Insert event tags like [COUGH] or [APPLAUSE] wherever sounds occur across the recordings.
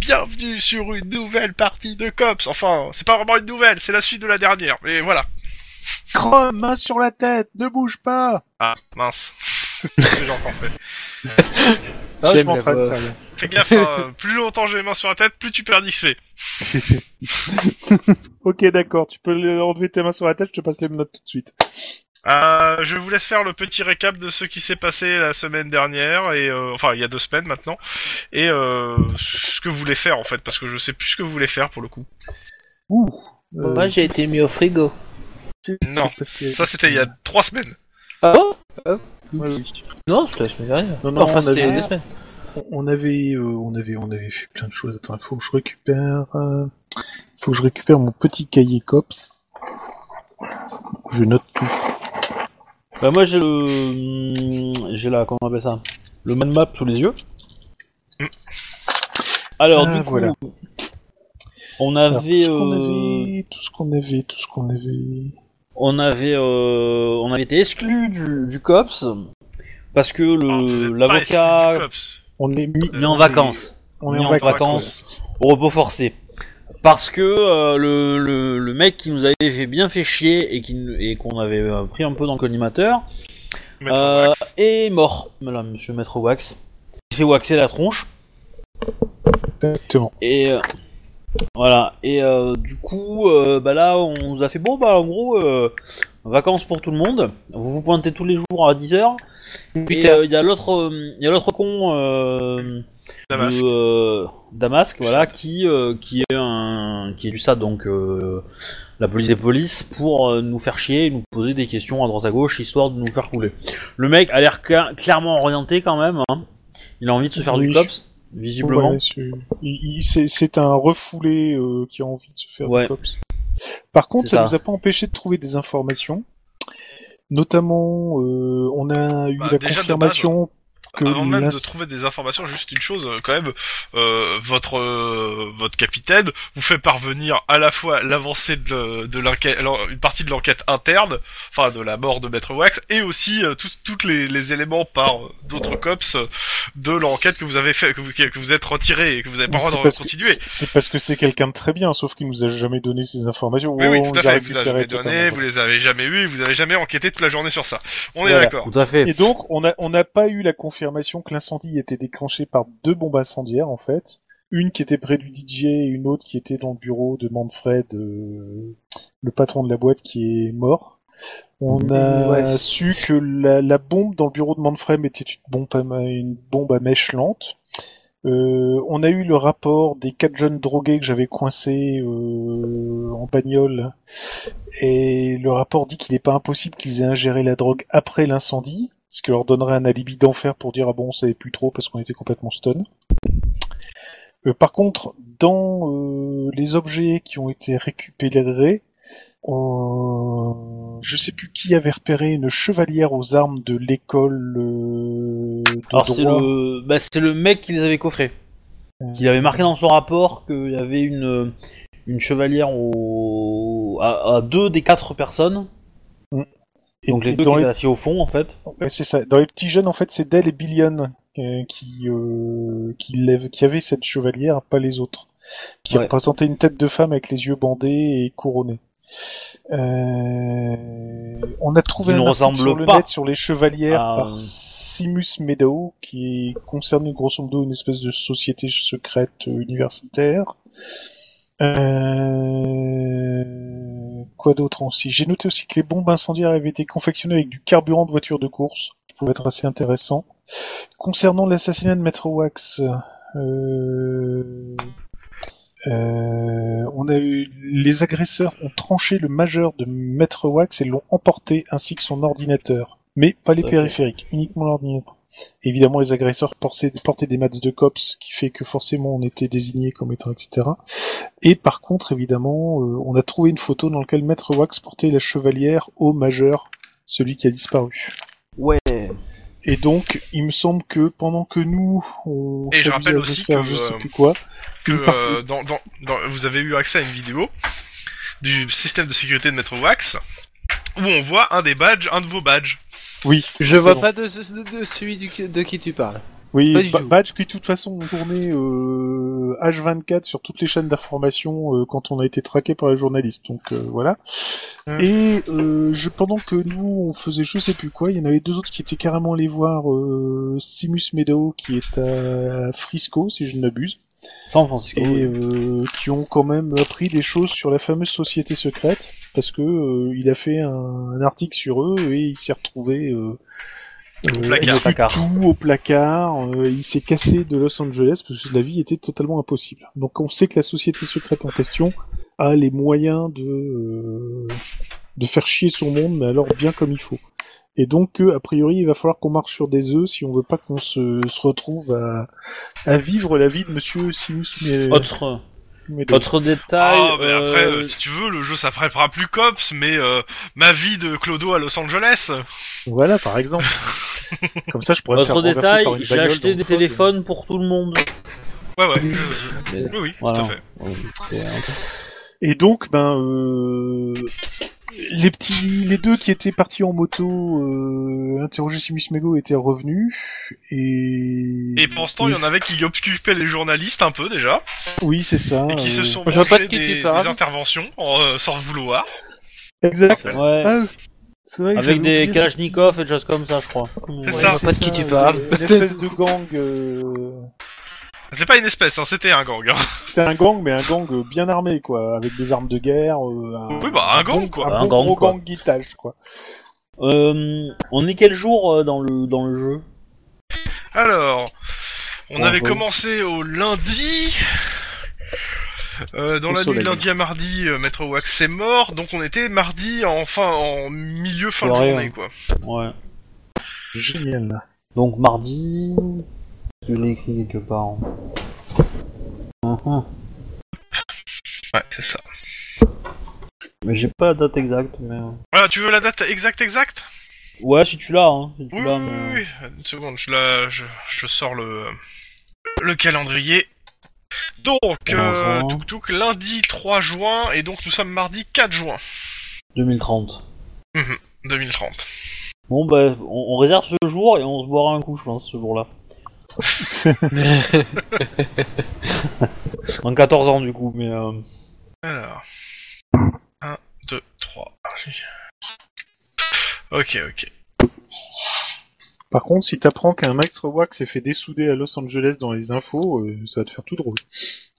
bienvenue sur une nouvelle partie de Cops. Enfin, c'est pas vraiment une nouvelle, c'est la suite de la dernière, mais voilà. Chrome, main sur la tête, ne bouge pas Ah, mince. [LAUGHS] Qu'est-ce que j'ai encore fait Ah, je J'aime la m'entraîne, voix. sérieux. Fais gaffe, hein, [LAUGHS] plus longtemps j'ai les mains sur la tête, plus tu perds d'XP. [LAUGHS] [LAUGHS] ok, d'accord, tu peux le- enlever tes mains sur la tête, je te passe les notes tout de suite. Euh, je vous laisse faire le petit récap de ce qui s'est passé la semaine dernière, et euh, enfin il y a deux semaines maintenant, et euh, ce que vous voulez faire en fait, parce que je sais plus ce que vous voulez faire pour le coup. Ouh euh, Moi, j'ai été mis au frigo. qu'est-ce qui Non, s'est passé ça c'était il y a trois semaines. Ah bon Ouais, oui. Non, c'était la semaine dernière. Non, non, enfin, on c'était il y a avait- deux semaines. On- On avait, euh, on avait, on avait fait plein de choses. Attends, il faut que je récupère, euh, faut que je récupère mon petit cahier cops. Je note tout. Bah moi j'ai le... J'ai la... Comment on appelle ça Le mind map sous les yeux. Mm. Alors Ah, du coup... voilà. On Alors, tout avait... ce qu'on euh, avait, tout ce qu'on avait, tout ce qu'on avait. On avait... euh, On avait été exclu du, du COPS. Parce que Alors, vous êtes le pas exclus du Euh, l'avocat... COPS. euh, On est mis, Mis en vacances. on est Euh, mis en en vacances. vacances. Au repos forcé. Parce que euh, le, le, le mec qui nous avait fait bien fait chier et qui- et qu'on avait euh, pris un peu dans le collimateur, Maître Euh, Wax. et mort. Voilà, monsieur Maître Wax. Il fait waxer la tronche. Exactement. Et euh, voilà. Et euh, du coup, euh, bah là, on nous a fait bon, bah en gros, euh, vacances pour tout le monde. Vous vous pointez tous les jours à 10h. Et heures. euh, il y a l'autre euh, il y a l'autre con. euh, Damasque. de, euh, Damasque, Du voilà, qui, euh, qui est un, qui est du SAD, donc euh, la police des polices, pour euh, nous faire chier, et nous poser des questions à droite à gauche, histoire de nous faire couler. Le mec a l'air cla- clairement orienté quand même. hein. Il a envie de se faire Oui. du cops, visiblement. Ouais, c'est- il- il- c'est- c'est un refoulé euh, qui a envie de se faire Ouais. du cops. Par contre, C'est ça, ça. nous a pas empêché de trouver des informations. Notamment, euh, on a eu Bah, la déjà, de confirmation que Avant même de l'ins- trouver des informations, juste une chose euh, quand même, euh, votre euh, votre capitaine vous fait parvenir à la fois l'avancée de, le- de l'enquête, l'en- une partie de l'enquête interne, enfin de la mort de Maître Wax, et aussi euh, tous toutes les, les éléments par euh, d'autres cops euh, de l'enquête que vous avez fait, que vous, que vous êtes retiré et que vous avez pas le C'est droit de parce, que, continuer. c'est- c'est parce que c'est quelqu'un de très bien, sauf qu'il nous a jamais donné ces informations. Oui, Oh, oui, on tout à les a fait. Vous avez récupérées jamais donné, totalement. vous les avez jamais eu, vous avez jamais enquêté toute la journée sur ça. On est Voilà, d'accord. Tout à fait. Et donc, on n'a on n'a pas eu la confirmation que l'incendie était déclenché par deux bombes incendiaires, en fait. Une qui était près du DJ et une autre qui était dans le bureau de Manfred, euh, le patron de la boîte qui est mort. On a Ouais. su que la, la bombe dans le bureau de Manfred était une bombe à, ma- une bombe à mèche lente. Euh, on a eu le rapport des quatre jeunes drogués que j'avais coincés euh, en bagnole et le rapport dit qu'il n'est pas impossible qu'ils aient ingéré la drogue après l'incendie, ce qui leur donnerait un alibi d'enfer pour dire ah bon on savait plus trop parce qu'on était complètement stun. Euh, par contre, dans euh, les objets qui ont été récupérés, on- je sais plus qui avait repéré une chevalière aux armes de l'école euh, de Alors c'est droit. le, bah, c'est le mec qui les avait coffrés. Euh, Il avait marqué dans son rapport qu'il y avait une, euh, une chevalière au, à, à deux des quatre personnes. Et- donc les et deux qui dans les- étaient assis au fond en fait. Ouais, c'est ça. Dans les petits jeunes, en fait, c'est Dell et Billion euh, qui euh, qui, lèvent- qui avaient cette chevalière, pas les autres, qui Ouais. représentaient une tête de femme avec les yeux bandés et couronnés. Euh, On a trouvé Qui un ne article sur ressemble le pas net sur les chevalières à- par Simus Meadow, qui est- concerne grosso modo une espèce de société secrète euh, universitaire. Euh, Quoi d'autre aussi J'ai noté aussi que les bombes incendiaires avaient été confectionnées avec du carburant de voiture de course, ce qui pouvait être assez intéressant. Concernant l'assassinat de Maître Wax, euh, euh, on a eu... les agresseurs ont tranché le majeur de Maître Wax et l'ont emporté ainsi que son ordinateur. Mais pas les Ok. périphériques, uniquement l'ordinateur. Évidemment, les agresseurs portaient, portaient des maths de cops, ce qui fait que forcément on était désigné comme étant, etc. Et par contre, évidemment, euh, on a trouvé une photo dans laquelle Maître Wax portait la chevalière au majeur, celui qui a disparu. Ouais. Et donc, il me semble que pendant que nous, on Et je s'amusait rappelle à aussi faire que, je sais euh, plus quoi, que une partie- euh, dans, dans, dans- vous avez eu accès à une vidéo du système de sécurité de Maître Wax où on voit un des badges, un de vos badges. oui, Je vois bon. pas de, de- de celui du- de qui tu parles. [LAUGHS] Oui, Pas du ba- tout. badge qui de toute façon ont tourné euh, H24 sur toutes les chaînes d'information euh, quand on a été traqué par les journalistes. Donc euh, voilà. Mm. Et euh, je, pendant que nous on faisait je sais plus quoi, il y en avait deux autres qui étaient carrément allés voir euh, Simus Meadow qui est à Frisco si je ne m'abuse San Francisco. et oui. euh, qui ont quand même appris des choses sur la fameuse société secrète parce que euh, il a fait un, un article sur eux et il s'est retrouvé euh, euh, placard. exclu Au placard. tout au placard. euh, il s'est cassé de Los Angeles parce que la vie était totalement impossible. Donc on sait que la société secrète en question a les moyens de euh, de faire chier son monde, mais alors bien comme il faut. Et donc, euh, a priori, il va falloir qu'on marche sur des œufs si on veut pas qu'on se, se retrouve à, à vivre la vie de Monsieur Sinus mais, Autre, mais- autre détail. Ah, mais après, euh, euh, si tu veux, le jeu ça préparera plus Cops, mais euh, ma vie de Clodo à Los Angeles. Voilà, par [LAUGHS] exemple. Comme ça, je pourrais me faire autre renverser détail, par une j'ai bagnole dans acheté le des fog. téléphones pour tout le monde. Ouais, ouais. je- Mais- Oui, oui, Voilà. tout à fait. Ouais, c'est un Et donc, ben, euh, les petits, les deux qui étaient partis en moto euh, interroger Simus Mego étaient revenus et. Et pendant ce temps, il y en avait qui occupaient les journalistes un peu déjà, Oui, c'est ça. et qui se euh, sont Je vois pas montrés de qui tu des, parles. des interventions en, euh, sans le vouloir. Exact. peu- ouais. Ah, c'est vrai que j'avais Avec oublié des ce Kalachnikov et des choses comme ça, je crois. C'est Ouais, ça. je vois pas de qui tu euh, parles. Une espèce de gang. euh, C'est pas une espèce, hein, c'était un gang. hein. C'était un gang, mais un gang euh, bien armé, quoi, avec des armes de guerre. euh, un... Oui, bah, un gang, quoi. Un, Un bon gang, gros quoi. gang guitage, quoi. Euh, on est quel jour euh, dans le dans le jeu Alors, on Bon, avait bon. commencé au lundi. Euh, dans Au la nuit soleil. de lundi à mardi, euh, Maître Wax est mort, donc on était mardi en fin, en milieu fin de Soirée, hein. journée ouais. quoi. Ouais. Génial. Donc mardi. Je l'ai écrit quelque part. hein. Hum, hum. Ouais, c'est ça. Mais j'ai pas la date exacte, mais. euh, Voilà, tu veux la date exacte exacte Ouais, si tu l'as, hein. Si tu Oui, l'as, oui, mais- oui, oui. Une seconde, je la, je, je sors le le calendrier. Donc, euh, Bonjour. tuk tuk, lundi 3 juin et donc nous sommes mardi 4 juin 2030. 2030. Bon, bah, on, on réserve ce jour et on se boira un coup, je pense, ce jour-là. En 14 ans, du coup, mais. euh, Alors. 1, 2, 3. Ok, ok. [LAUGHS] Par contre, si t'apprends qu'un Max Rowak s'est fait dessouder à Los Angeles dans les infos, euh, ça va te faire tout drôle.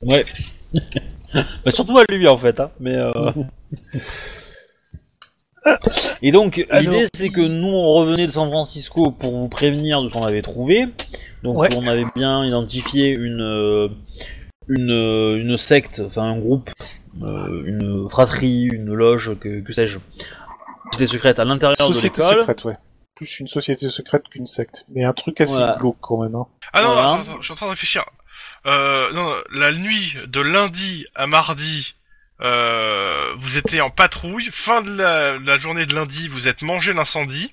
Ouais. [LAUGHS] bah, surtout à lui, en fait, hein. [LAUGHS] Mais. euh, Et donc, Alors- l'idée, c'est que nous, on revenait de San Francisco pour vous prévenir de ce qu'on avait trouvé. Donc, Ouais. on avait bien identifié une. euh, Une, euh, une secte, enfin un groupe, euh, une fratrie, une loge, que, que sais-je, société secrète à l'intérieur de Société l'école. secrète, ouais. Plus une société secrète qu'une secte. Mais un truc assez Voilà. glauque quand même. Hein. Ah non, Voilà. attends, attends, je suis en train de réfléchir. Euh, non, non, la nuit de lundi à mardi, euh, vous étiez en patrouille. Fin de la, de la journée de lundi, vous êtes mangé l'incendie.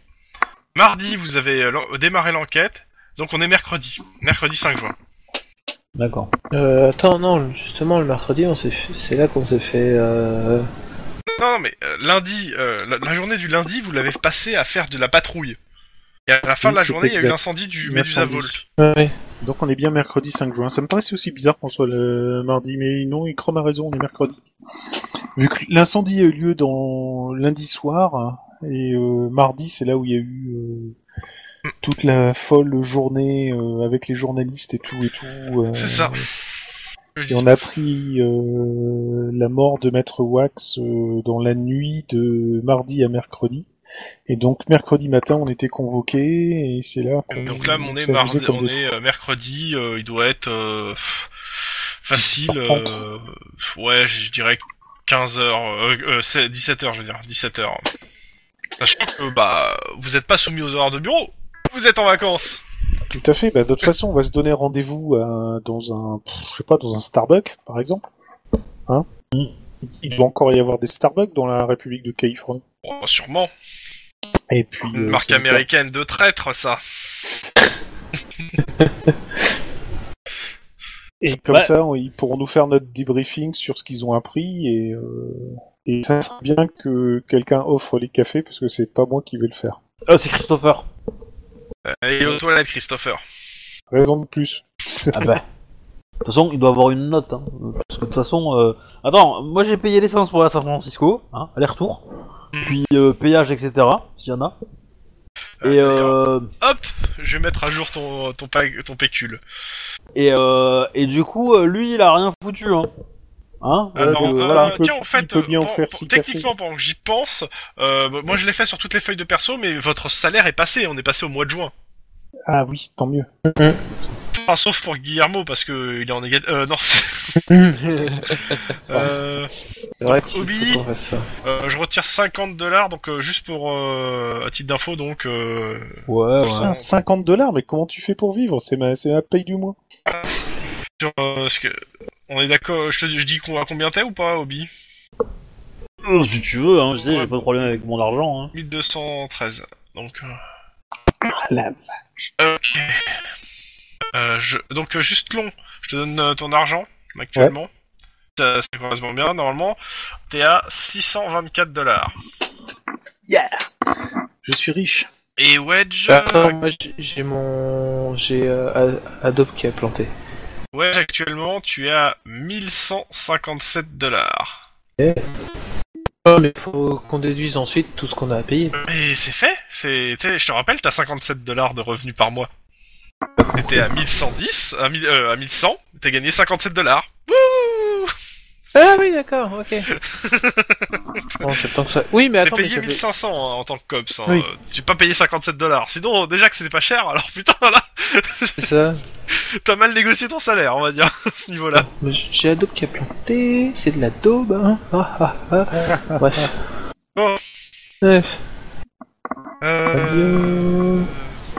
Mardi, vous avez euh, l'en- démarré l'enquête. Donc on est mercredi. Mercredi 5 juin. D'accord. Euh, attends, non, justement, le mercredi, on s'est fait- c'est là qu'on s'est fait. Euh... Non, non, mais euh, lundi, euh, la, la journée du lundi, vous l'avez passée à faire de la patrouille. Et à la fin Oui, de la c'est journée, il y a eu exact. l'incendie du L'incendie. Medusa Vault. Ouais. Donc on est bien mercredi 5 juin. Ça me paraissait aussi bizarre qu'on soit le mardi, mais non, il croit ma raison, on est mercredi. Vu que l'incendie a eu lieu dans lundi soir, hein, et euh, mardi c'est là où il y a eu euh, toute la folle journée euh, avec les journalistes et tout et tout. euh, C'est ça. Je dis Et on a appris euh, la mort de Maître Wax euh, dans la nuit de mardi à mercredi. Et donc mercredi matin, on était convoqué et c'est là. qu'on Donc là, on est, s'amusait mardi, comme on des est euh, mercredi, euh, il doit être euh, facile, euh, ouais, je dirais 15h, euh, euh, c'est 17h, je veux dire, 17h. Sachant que, bah, vous êtes pas soumis aux horaires de bureau, vous êtes en vacances Tout à fait. Bah, de toute façon, on va se donner rendez-vous à- dans un, pff, je sais pas, dans un Starbucks, par exemple. Hein Mm. Il doit encore y avoir des Starbucks dans la République de Californie. Oh, Sûrement, Et puis. une euh, marque c'est le cas. américaine de traître, ça Et comme Ouais. ça, on- ils pourront nous faire notre débriefing sur ce qu'ils ont appris et. euh, Et ça serait bien que quelqu'un offre les cafés parce que c'est pas moi qui vais le faire. Euh, Ah, c'est Christopher. Et aux toilettes, Christopher. Raison de plus. [LAUGHS] Ah bah. De toute façon, il doit avoir une note. hein, Parce que de toute façon. euh, Attends, moi j'ai payé l'essence pour aller à San Francisco, hein, aller-retour. Puis euh, péage, etc. S'il y en a. Et, euh, Hop, je vais mettre à jour ton ton, pa- ton pécule. et, euh, et du coup, euh, lui, il a rien foutu. Hein. Hein Voilà, Alors, donc, euh, voilà, il peut- tiens, en il fait, peut bien euh, en faire six techniquement, pendant que j'y pense, euh, bah, moi je l'ai fait sur toutes les feuilles de perso, mais votre salaire est passé, on est passé au mois de juin. Ah oui, tant mieux. Enfin, sauf pour Guillermo, parce que il est en négatif. Euh, non, [LAUGHS] c'est- euh, C'est vrai qu'il Obi. faut qu'on fasse ça. euh, je retire 50 dollars, donc euh, juste pour euh, à titre d'info, donc. Euh... Ouais, ouais. Putain, 50 dollars, mais comment tu fais pour vivre C'est ma, c'est ma paye du mois. sur euh, ce que... On est d'accord, je te je dis qu'on- à combien t'es ou pas, Obi Euh, [LAUGHS] Si tu veux, hein, je sais, j'ai pas de problème avec mon argent. Hein. 1213. Donc, euh, Ah la vache. ok. Euh, je... Donc, euh, juste long, je te donne euh, ton argent actuellement. Ça, ça correspond bien, normalement. T'es à 624 dollars. Je suis riche. Et Wedge, Attends, euh, moi j'ai- j'ai mon. J'ai euh, A- Adobe qui a planté. Wedge, actuellement, tu es à 1157 dollars. Oh, mais faut qu'on déduise ensuite tout ce qu'on a à payer. Et c'est fait c'est... t'sais, Je te rappelle, t'as 57 dollars de revenus par mois. T'étais à 1110, à, 1000, euh, à 1100, t'as gagné 57 dollars. Wouh Ah oui, d'accord, ok. non, c'est tant que ça. Oui, mais T'es attends, mais payé j'avais- 1500 hein, en tant que cops. Hein. Oui. euh, J'ai pas payé 57 dollars. Sinon, déjà que c'était pas cher, alors [LAUGHS] putain, là, c'est ça. t'as mal négocié ton salaire, on va dire, [LAUGHS] à ce niveau-là. Mais J'ai Adobe qui a planté, c'est de la daube, hein. Ah, ah, ah. Bref. Bon. Bref. Euh, Euh,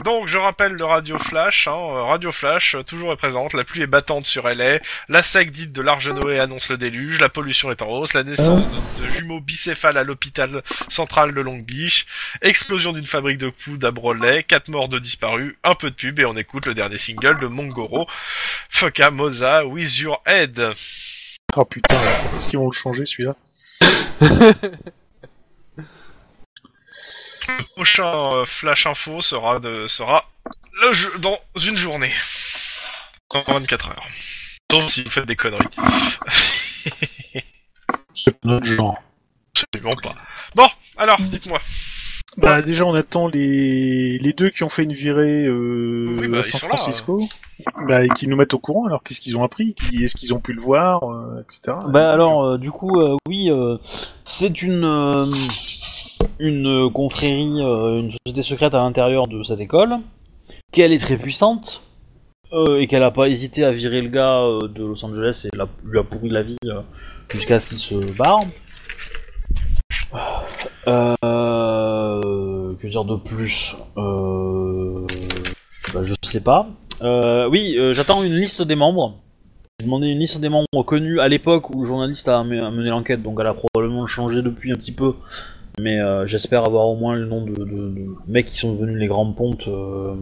donc, je rappelle le Radio Flash. Hein. euh, Radio Flash, euh, toujours est présente. La pluie est battante sur LA. La sec dite de l'Arche Noé annonce le déluge. La pollution est en hausse. La naissance de, de jumeaux bicéphales à l'hôpital central de Long Beach. Explosion d'une fabrique de coudes à Broadway. Quatre morts, de disparus. Un peu de pub et on écoute le dernier single de Mongoro. Foka Moza with your head. Oh putain, est-ce qu'ils vont le changer celui-là prochain euh, flash info sera de sera le jeu dans une journée. Dans 24 heures. Sauf si vous faites des conneries. C'est pas notre genre. Absolument pas. Bon, alors, dites-moi. Bah déjà on attend les, les deux qui ont fait une virée euh, Oui, bah, à ils San sont là, Francisco. Bah, et qui nous mettent au courant alors qu'est-ce qu'ils ont appris, Qui- est-ce qu'ils ont pu le voir, euh, etc. Bah alors, euh, du coup, euh, oui, euh, c'est une euh, une euh, confrérie, euh, une société secrète à l'intérieur de cette école, qu'elle est très puissante euh, et qu'elle a pas hésité à virer le gars euh, de Los Angeles et l'a- lui a pourri la vie euh, jusqu'à ce qu'il se barre. Euh, que dire de plus Euh, bah, Je sais pas. Euh, oui, euh, j'attends une liste des membres. J'ai demandé une liste des membres connus à l'époque où le journaliste a men- a mené l'enquête, donc elle a probablement changé depuis un petit peu. Mais euh, j'espère avoir au moins le nom de, de- de mecs qui sont devenus les grandes pontes. euh,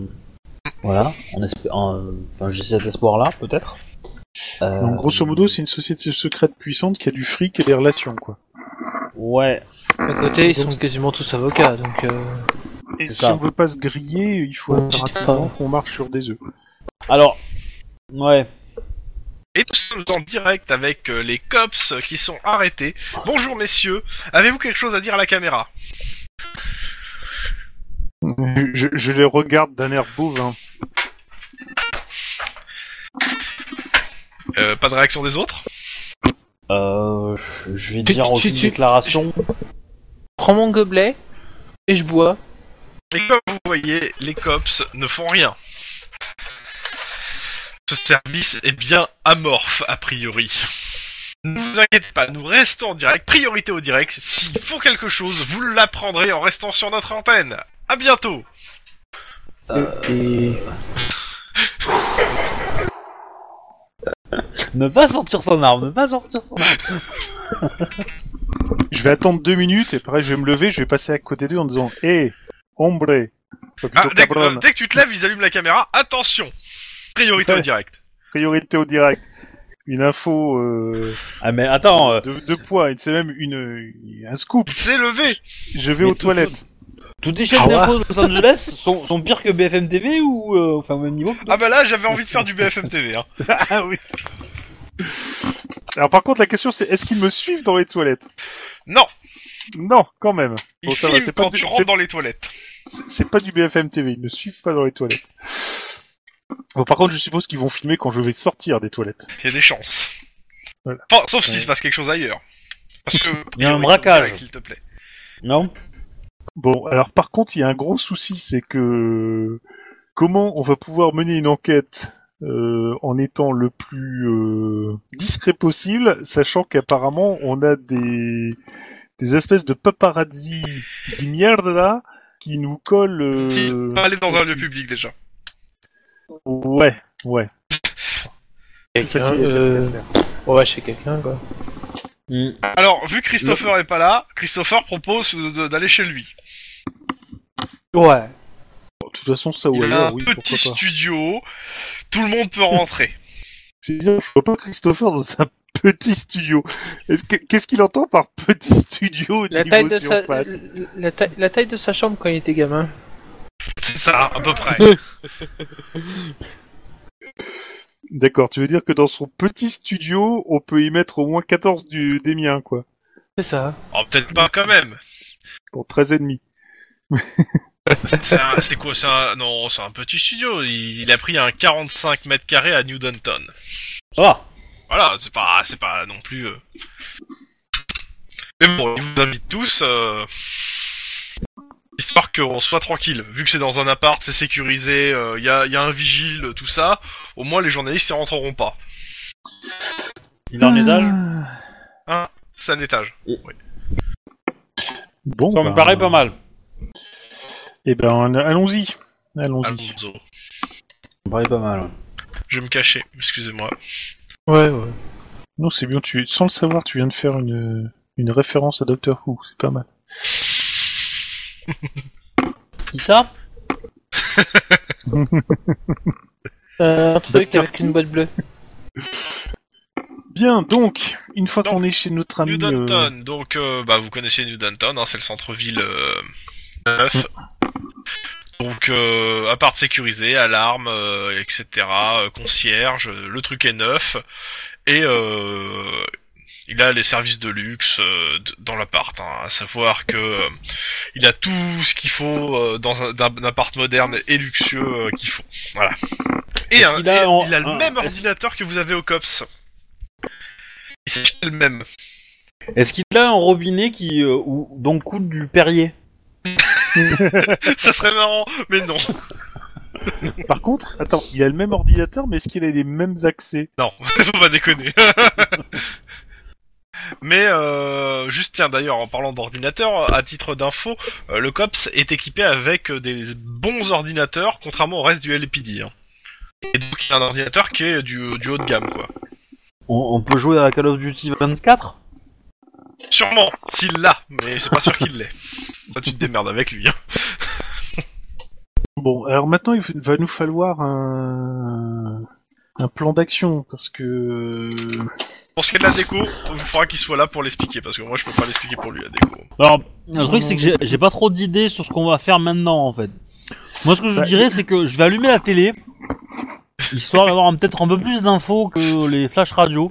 voilà, en espé- en- enfin j'ai cet espoir-là, peut-être. Euh, Donc, grosso modo c'est une société secrète puissante qui a du fric et des relations quoi. Ouais, à côté, ils sont quasiment tous avocats, donc. Euh... Et C'est si ça. on veut pas se griller, il faut Ouais, impérativement putain. qu'on marche sur des œufs. alors, ouais. Et nous sommes en direct avec euh, les cops qui sont arrêtés. Bonjour messieurs, avez-vous quelque chose à dire à la caméra Je, je les regarde d'un air hein. bovin. euh, Pas de réaction des autres Euh, je- je vais Tu- dire tu- aucune tu- déclaration. Prends mon gobelet et je bois. Et comme vous voyez, les cops ne font rien. Ce service est bien amorphe, a priori. Ne vous inquiétez pas, nous restons en direct, priorité au direct. S'il faut quelque chose, vous l'apprendrez en restant sur notre antenne. À bientôt Et... Ne pas sortir son arme, ne pas sortir son arme. Je vais attendre deux minutes et pareil, je vais me lever, je vais passer à côté d'eux en disant Hé, hombre Enfin, Ah, plutôt dès, que, cabron, euh, dès que tu te lèves, ils allument la caméra, attention Priorité Ouais. au direct. priorité au direct. Une info euh, Ah mais attends, euh, de, de poids, et c'est même une, un scoop. Il s'est levé Je vais Mais aux tout- toilettes. Toutes les chaînes Ah ouais. d'infos de Los Angeles sont, sont pires que BFM TV ou euh, enfin au même niveau plutôt Ah bah là, j'avais envie de faire du BFM TV. Hein. [LAUGHS] Ah oui. Alors par contre, la question c'est est-ce qu'ils me suivent dans les toilettes Non, Non, quand même. ils Bon, ça va, filment c'est pas quand du- tu c'est- rentres dans les toilettes. C'est c'est pas du BFM TV, ils me suivent pas dans les toilettes. Bon, par contre, je suppose qu'ils vont filmer quand je vais sortir des toilettes. Il y a des chances. Voilà. Enfin, sauf s'il Ouais. se passe quelque chose ailleurs. Parce que... Il y a un braquage. S'il te plaît. Ah. Non Bon, alors par contre, il y a un gros souci, c'est que comment on va pouvoir mener une enquête euh, en étant le plus euh, discret possible, sachant qu'apparemment on a des des espèces de paparazzi di mierda qui nous collent. euh, Si, aller dans un lieu public déjà. Ouais, ouais. Quelqu'un, Facile à dire euh, qu'à faire. On va chez quelqu'un, quoi. Hmm. Alors, vu que Christopher est pas là, Christopher propose de- de- d'aller chez lui. Ouais. De toute façon, ça Il ou a alors, un oui, petit pourquoi pas. studio, tout le monde peut rentrer. C'est bizarre, je vois pas Christopher dans un [LAUGHS] petit studio. Est-ce que- Qu'est-ce qu'il entend par [LAUGHS] petit studio au La niveau taille, de sa... surface la, taille... la taille de sa chambre quand il était gamin. C'est ça, à peu près. D'accord, tu veux dire que dans son petit studio, on peut y mettre au moins 14 du... des miens, quoi. C'est ça. [LAUGHS] Oh, peut-être pas quand même. Pour 13 et demi. C'est un- c'est quoi c'est un- Non, c'est un petit studio. Il, il a pris un 45 mètres carrés à New Danton. Ça va Voilà, c'est pas, c'est pas non plus. euh. Mais bon, il vous invite tous. euh, Histoire qu'on soit tranquille. Vu que c'est dans un appart, c'est sécurisé, il y, a, y a un vigile, tout ça. Au moins, les journalistes y rentreront pas. Il est en étage C'est un étage. Bon, Bah, Ça ben, me paraît pas mal. Eh ben, allons-y. Allons-y. Alonso. Ça me paraît pas mal. Je vais me cacher, excusez-moi. Ouais, ouais. Non, c'est bien, tu... sans le savoir, tu viens de faire une, une référence à Doctor Who, c'est pas mal. Qui ça Euh, un truc Docteur avec une boîte bleue. Bien, donc, une fois Donc, qu'on est chez notre ami... New euh, Danton, donc euh, bah, vous connaissez New Danton, hein, c'est le centre-ville euh, neuf. Donc euh, appart sécurisé, alarme, euh, etc., euh, concierge, euh, le truc est neuf. Et euh, il a les services de luxe euh, d- dans l'appart, hein, à savoir que euh, il a tout ce qu'il faut euh, dans un, d'un- d'un appart moderne et luxueux euh, qu'il faut. Voilà. Et, Est-ce un- qu'il a et en- il a le un- même est-ce- ordinateur que vous avez au COPS. C'est le même. Est-ce qu'il a un robinet qui euh, ou donc coule du Perrier Ça serait marrant, mais non. Par contre, attends, il a le même ordinateur, mais est-ce qu'il a les mêmes accès Non, [LAUGHS] faut pas déconner. mais euh, juste tiens d'ailleurs en parlant d'ordinateur, à titre d'info, euh, le COPS est équipé avec euh, des bons ordinateurs, contrairement au reste du LPD. hein. Et donc il a un ordinateur qui est du, du haut de gamme quoi. on, on peut jouer à Call of Duty 24 Sûrement, s'il l'a, mais c'est pas sûr qu'il l'ait. Toi tu te démerdes avec lui. Hein. Bon, alors maintenant il va nous falloir un, un plan d'action parce que Pour ce qui est de la déco, il faudra qu'il soit là pour l'expliquer, parce que moi je peux pas l'expliquer pour lui la déco. Alors, le truc c'est que j'ai- j'ai pas trop d'idées sur ce qu'on va faire maintenant en fait. Moi, ce que je Bah, dirais, c'est que je vais allumer la télé, histoire d'avoir un- peut-être un peu plus d'infos que les flash radio,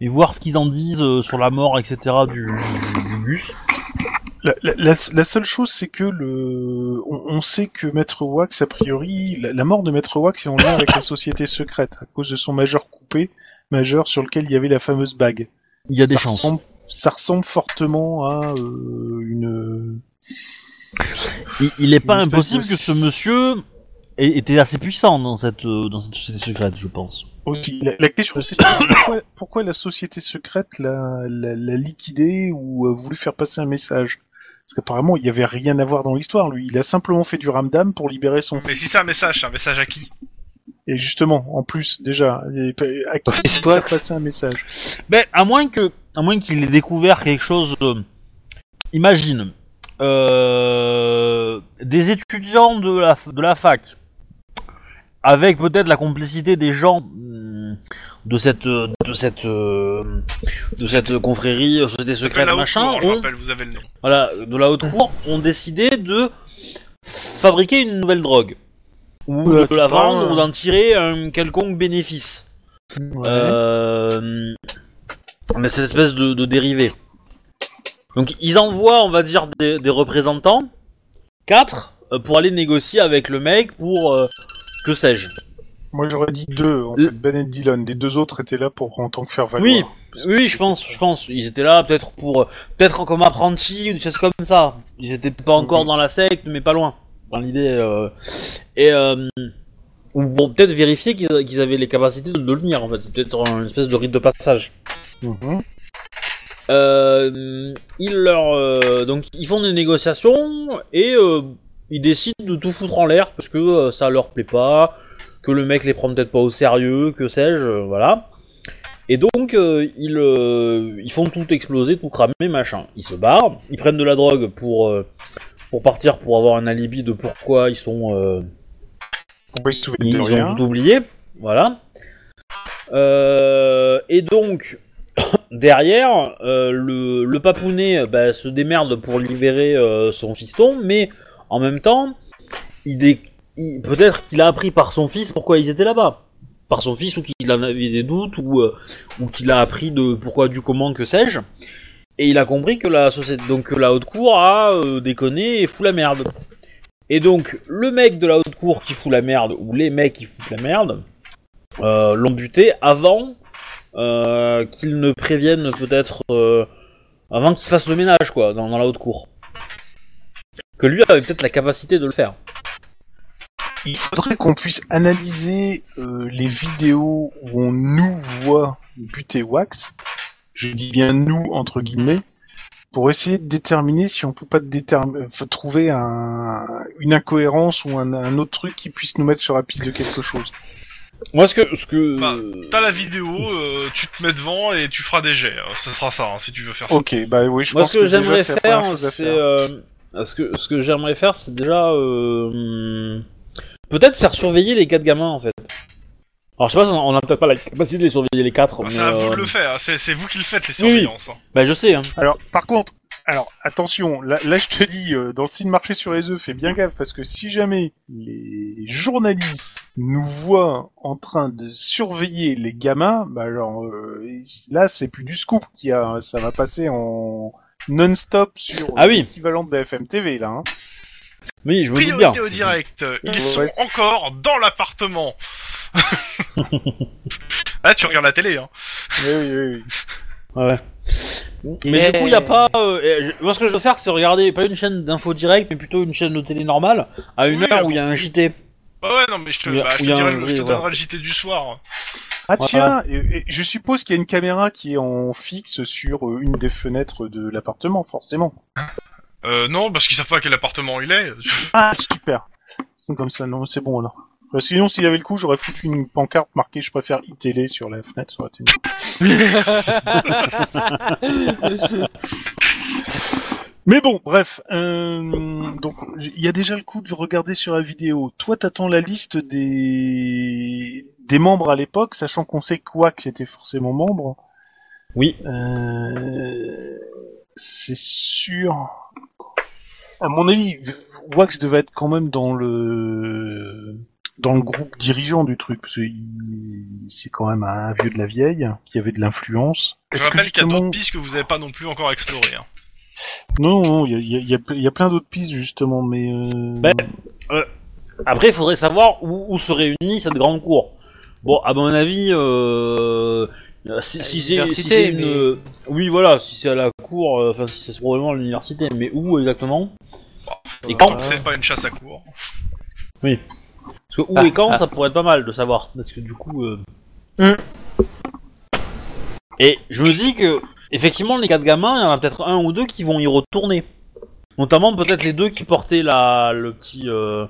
et voir ce qu'ils en disent euh, sur la mort, etc. du, du bus. la, la- la- la seule chose c'est que le on, on sait que Maître Wax a priori la, la mort de Maître Wax est en lien avec une société secrète à cause de son majeur coupé majeur sur lequel il y avait la fameuse bague. Il y a des Ça chances. ressemble, ça ressemble fortement à euh, une Il, il est pas Une espèce impossible de- que ce monsieur ait- était assez puissant dans cette, euh, dans cette société secrète, je pense. aussi la, la question c'est [COUGHS] pourquoi, pourquoi la société secrète l'a, l'a, l'a liquidée ou a voulu faire passer un message parce qu'apparemment il n'y avait rien à voir dans l'histoire lui il a simplement fait du ramdam pour libérer son Mais si fils c'est un message, c'est un message à qui et justement en plus déjà et- à qui Et faire toi, passer un message Ben, à moins que, à moins qu'il ait découvert quelque chose. euh, imagine euh, des étudiants de la de la fac avec peut-être la complicité des gens hmm, de cette euh, de cette euh, de cette confrérie euh, Ça société s'appelle secrète la haute machin cour, je ont- rappelle, vous avez le nom. voilà de la haute [LAUGHS] cour ont décidé de fabriquer une nouvelle drogue ou Ouais, de la c'est pas, vendre euh, ou d'en tirer un quelconque bénéfice. Ouais. Euh, mais c'est l'espèce de, de dérivé. Donc ils envoient, on va dire, des, des représentants, 4, pour aller négocier avec le mec pour... euh, que sais-je Moi j'aurais dit deux, en Le- fait, Ben et Dylan. Les deux autres étaient là pour en tant que faire valoir. Oui, oui, je pense, je pense. Ils étaient là peut-être pour... euh, Peut-être comme apprentis ou des choses comme ça. Ils étaient pas encore dans la secte, mais pas loin. Dans l'idée... euh, et... euh, ou bon, peut-être vérifier qu'ils qu'ils avaient les capacités de devenir, en fait. C'est peut-être une espèce de rite de passage. Mhm. Euh, ils leur euh, donc ils font des négociations et euh, ils décident de tout foutre en l'air parce que euh, ça leur plaît pas, que le mec les prend peut-être pas au sérieux, que sais-je, euh, voilà. Et donc euh, ils euh, ils font tout exploser, tout cramer, machin. Ils se barrent, ils prennent de la drogue pour euh, pour partir pour avoir un alibi de pourquoi ils sont euh, Pourquoi ils se souviennent ils de rien ont tout oublié, voilà. Euh, et donc, [COUGHS] derrière, euh, le, le papounet euh, bah, se démerde pour libérer euh, son fiston, mais en même temps, il dé- il- peut-être qu'il a appris par son fils pourquoi ils étaient là-bas. Par son fils, ou qu'il en avait des doutes, ou, euh, ou qu'il a appris de pourquoi, du comment, que sais-je. Et il a compris que la société, donc que la haute cour a euh, déconné et fout la merde. Et donc, le mec de la haute cour qui fout la merde, ou les mecs qui foutent la merde, euh, l'ont buté avant euh, qu'ils ne préviennent peut-être. euh, avant qu'ils fassent le ménage, quoi, dans, dans la haute cour. Que lui avait peut-être la capacité de le faire. Il faudrait qu'on puisse analyser euh, les vidéos où on nous voit buter Wax, je dis bien nous entre guillemets, pour essayer de déterminer si on peut pas déterm- euh, faut trouver un, une incohérence ou un, un autre truc qui puisse nous mettre sur la piste de quelque chose. Moi, ce que. Ce que Bah, T'as la vidéo, euh, tu te mets devant et tu feras des jets. hein. Ce sera ça, hein, si tu veux faire ça. Ok, bah oui, je Moi, pense ce que, déjà, j'aimerais c'est la première faire, chose à c'est. faire. euh, ce que, ce que j'aimerais faire, c'est déjà. euh, hmm, peut-être faire surveiller les quatre gamins, en fait. Alors, je sais pas, on a peut-être pas la capacité de les surveiller les quatre. Bah, mais, c'est à vous euh, de le faire, hein. c'est c'est vous qui le faites, les Oui, oui. surveillances. hein. Bah je sais, hein. Alors, par contre, alors attention, là, là, je te dis, euh, dans le site marché sur les œufs, fais bien gaffe parce que si jamais les journalistes nous voient en train de surveiller les gamins, bah alors euh, là c'est plus du scoop qui a, hein, ça va passer en non-stop sur Ah oui. l'équivalent de BFM TV là. hein. oui je me dis bien. Priorité au direct, euh, ils Ouais. sont encore dans l'appartement. [LAUGHS] ah, tu regardes la télé, hein. Oui, oui, oui. Ouais. Mais Yeah. du coup, il y a pas. euh, euh, je- Moi, ce que je veux faire, c'est regarder pas une chaîne d'info direct, mais plutôt une chaîne de télé normale à une Oui, heure bon. où il y a un JT. Ah ouais, non, mais je te, Ou y a- bah, je ou te y a dirai un le- je vrai, te voilà. donnerai le JT du soir. Ah Voilà. tiens, et- et je suppose qu'il y a une caméra qui est en fixe sur euh, une des fenêtres de l'appartement, forcément. Euh, non, parce qu'ils savent pas quel appartement il est. Ah, super. C'est comme ça, non, c'est bon alors. Parce que sinon, s'il y avait le coup, j'aurais foutu une pancarte marquée Je préfère ITL sur la fenêtre. ça aurait été mieux. [LAUGHS] Mais bon, bref. euh, donc, il y a déjà le coup de regarder sur la vidéo. Toi, t'attends la liste des des membres à l'époque, sachant qu'on sait quoi que c'était forcément membre. Oui. Euh, c'est sûr. À mon avis, Wax devait être quand même dans le dans le groupe dirigeant du truc, parce que il- c'est quand même un vieux de la vieille qui avait de l'influence. Je Est-ce que rappelle qu'il y a justement- d'autres pistes que vous avez pas non plus encore explorées. hein. Non, non, il y a, il y a- il y a- il y a plein d'autres pistes justement, mais euh, Ben, Après, il faudrait savoir où, où se réunit cette grande cour. Bon, à mon avis, euh, si, si c'est si c'est une. euh, Université, Oui, voilà, si c'est à la cour, euh, enfin, si c'est probablement à l'université, mais où exactement Et Tant quand que c'est pas une chasse à court. Parce que où et quand, ça pourrait être pas mal de savoir. Parce que du coup. euh, Mm. Mm. Et je me dis que, effectivement, les quatre gamins, il y en a peut-être un ou deux qui vont y retourner. Notamment peut-être les deux qui portaient la, le petit. euh,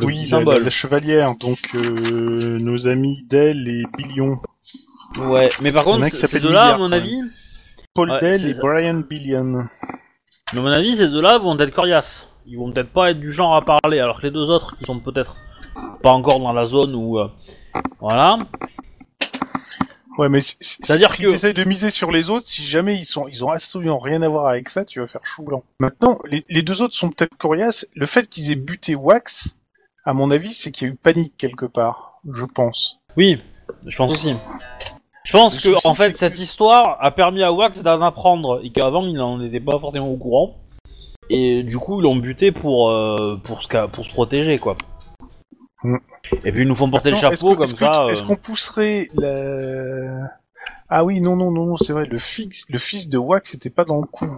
le oui, petit la, la- symbole. la chevalière, donc euh, nos amis Dell et Billion, Ouais, mais par Le contre, mec ces ces s'appelle deux-là, à Milliard, mon quand même. avis, Paul Ouais, Dell c'est et ça. Brian Billion. à mon avis, ces deux-là vont être coriaces. Ils vont peut-être pas être du genre à parler, alors que les deux autres, qui sont peut-être pas encore dans la zone où. euh, voilà. Ouais, mais si, si- C'est-à-dire si que- t'essayes de miser sur les autres, si jamais ils sont, ils ont absolument rien à voir avec ça, tu vas faire chou blanc. Maintenant, les, les deux autres sont peut-être coriaces. Le fait qu'ils aient buté Wax, à mon avis, c'est qu'il y a eu panique quelque part, je pense. Oui, je pense aussi. Je pense Le que, souci, en c'est fait, que- cette histoire a permis à Wax d'en apprendre et qu'avant il n'en était pas forcément au courant. Et du coup, ils l'ont buté pour, euh, pour, se, ca- pour se protéger, quoi. Mm. Et puis ils nous font porter Non, le est-ce chapeau que- comme est-ce que- ça. Est-ce euh, qu'on pousserait la... Ah oui, non, non, non, non, c'est vrai, le fils, le fils de Wax n'était pas dans le coup.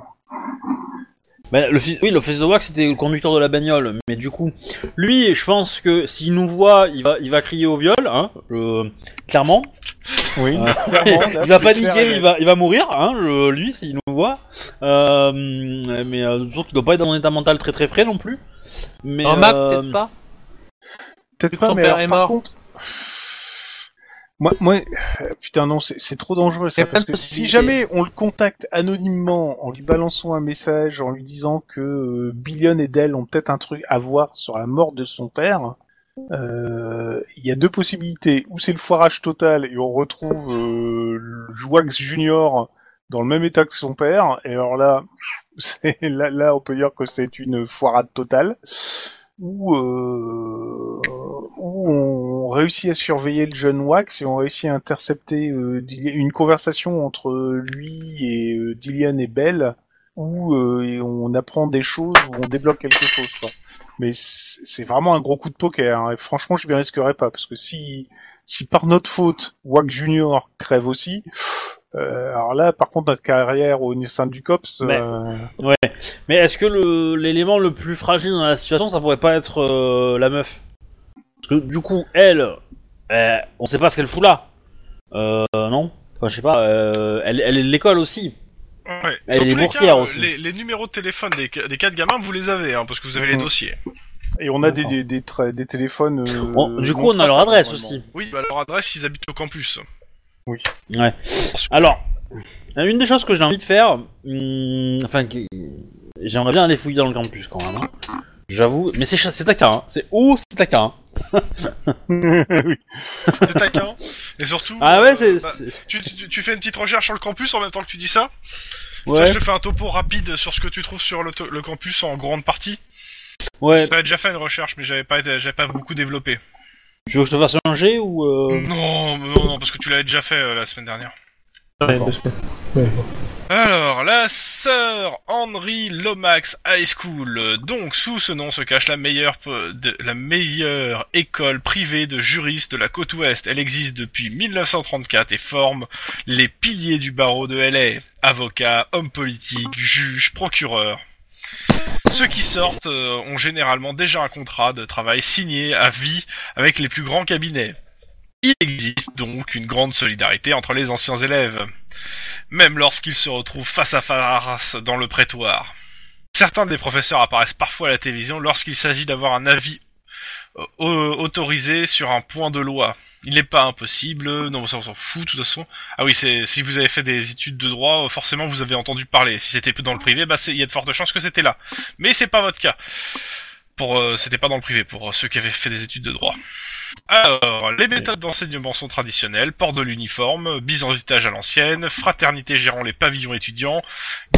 Mais le fils, oui, le fils de Wax c'était le conducteur de la bagnole, mais du coup, lui, je pense que s'il nous voit, il va, il va crier au viol, hein, le- clairement. Oui, [LAUGHS] il va paniquer, il va, il va mourir, hein, le- lui, s'il nous voit. Euh, mais euh, surtout qu'il doit pas être dans un état mental très très frais non plus. Mais Remarque, euh, peut-être pas. Peut-être pas, Son mais père alors, est par mort. contre. Moi, moi, putain, non, c'est c'est trop dangereux ça. Il y a Parce plein que de si possibilités. jamais on le contacte anonymement en lui balançant un message, en lui disant que euh, Billion et Dell ont peut-être un truc à voir sur la mort de son père, euh, il y a deux possibilités. Ou c'est le foirage total et on retrouve euh, le Wax Junior dans le même état que son père, et alors là, c'est- là, là, on peut dire que c'est une foirade totale, où, euh, où on réussit à surveiller le jeune Wax et on réussit à intercepter euh, Dylan- une conversation entre lui et euh, Dillian et Belle, où euh, et on apprend des choses, où on débloque quelque chose. quoi. Mais c'est c'est vraiment un gros coup de poker, hein, et franchement, je ne risquerais pas, parce que si, si par notre faute, Wax Junior crève aussi, euh, alors là, par contre, notre carrière au sein du COPS... Mais- euh, mais est-ce que le- l'élément le, plus fragile dans la situation, ça pourrait pas être euh, la meuf Parce que du coup, elle, euh, on sait pas ce qu'elle fout là. Euh, non Enfin, je sais pas, euh, elle, elle est de l'école aussi. Ouais. Elle Dans est tous les boursière cas, aussi. Les, les numéros de téléphone des, des quatre gamins, vous les avez, hein, parce que vous avez Mm. les Mhm. dossiers. Et on a des, D'accord. des, des, tra- des téléphones. euh, Bon, du non coup, on a leur traçables, adresse normalement. aussi. Oui, bah, leur adresse, ils habitent au campus. Ouais. Alors, euh, une des choses que j'ai envie de faire, hum, enfin, que- j'aimerais bien aller fouiller dans le campus quand même. hein. J'avoue, mais c'est cha- c'est taquin, hein. c'est oh, c'est taquin. hein. oui. C'est taquin. Et surtout, Ah ouais, euh, c'est. bah, c'est- tu, tu- tu fais une petite recherche sur le campus en même temps que tu dis ça. Ça, Ouais, je te fais un topo rapide sur ce que tu trouves sur le, to- le campus en grande partie. ouais. J'avais déjà fait une recherche, mais j'avais pas, j'avais pas beaucoup développé. Tu veux que je te fasse un jet ou. euh, Non, mais non, non, parce que tu l'avais déjà fait euh, la semaine dernière. Ouais, parce que- Alors, la sœur Henry Lomax High School. Euh, Donc, sous ce nom se cache la meilleure, pe- de- la meilleure école privée de juristes de la côte ouest. Elle existe depuis 1934 et forme les piliers du barreau de LA. Avocats, hommes politiques, juges, procureurs. Ceux qui sortent euh, ont généralement déjà un contrat de travail signé à vie avec les plus grands cabinets. Il existe donc une grande solidarité entre les anciens élèves même lorsqu'ils se retrouvent face à face dans le prétoire. Certains des professeurs apparaissent parfois à la télévision lorsqu'il s'agit d'avoir un avis euh, au- autorisé sur un point de loi. Il n'est pas impossible, non, ça on s'en fout de toute façon. Ah oui, c'est si vous avez fait des études de droit, euh, forcément vous avez entendu parler. Si c'était dans le privé, bah c'est- il y a de fortes chances que c'était là. Mais c'est pas votre cas. Pour euh, c'était pas dans le privé pour euh, ceux qui avaient fait des études de droit. Alors, les méthodes d'enseignement sont traditionnelles, port de l'uniforme, bisantage à l'ancienne, fraternité gérant les pavillons étudiants,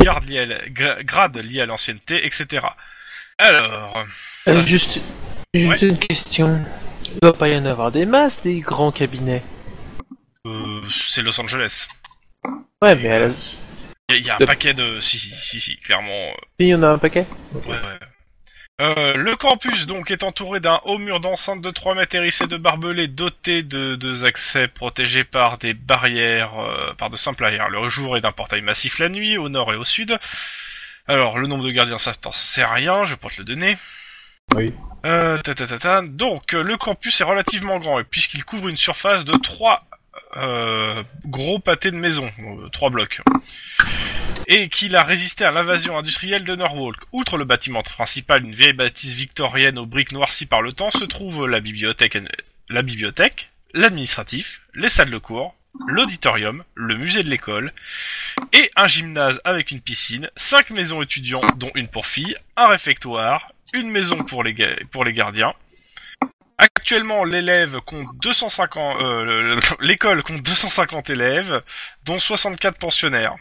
garde liée à la- gra- grade lié à l'ancienneté, etc. Alors, Euh, juste juste Ouais. une question. Il doit pas y en avoir des masses, des grands cabinets. euh, c'est Los Angeles. Ouais, mais à la- Il y, a- y a un Yep. paquet de... Si, si, si, si, clairement. il y en a un paquet. euh, ouais, ouais. Euh, le campus donc est entouré d'un haut mur d'enceinte de 3 mètres hérissé de barbelés doté de deux accès protégés par des barrières, euh, par de simples barrières le jour et d'un portail massif la nuit, au nord et au sud. Alors le nombre de gardiens ça t'en sais rien, je vais pas te le donner. Oui. Euh, ta, ta, ta, ta. Donc euh, le campus est relativement grand et puisqu'il couvre une surface de 3 gros pâtés de maison, 3 blocs et qu'il a résisté à l'invasion industrielle de Norwalk. Outre le bâtiment principal, une vieille bâtisse victorienne aux briques noircies par le temps, se trouvent la bibliothèque, la bibliothèque, l'administratif, les salles de cours, l'auditorium, le musée de l'école, et un gymnase avec une piscine, cinq maisons étudiants, dont une pour filles, un réfectoire, une maison pour les, ga- pour les gardiens, Actuellement, l'élève compte 250, euh, le- [LAUGHS] le- l'école compte 250 élèves, dont 64 pensionnaires.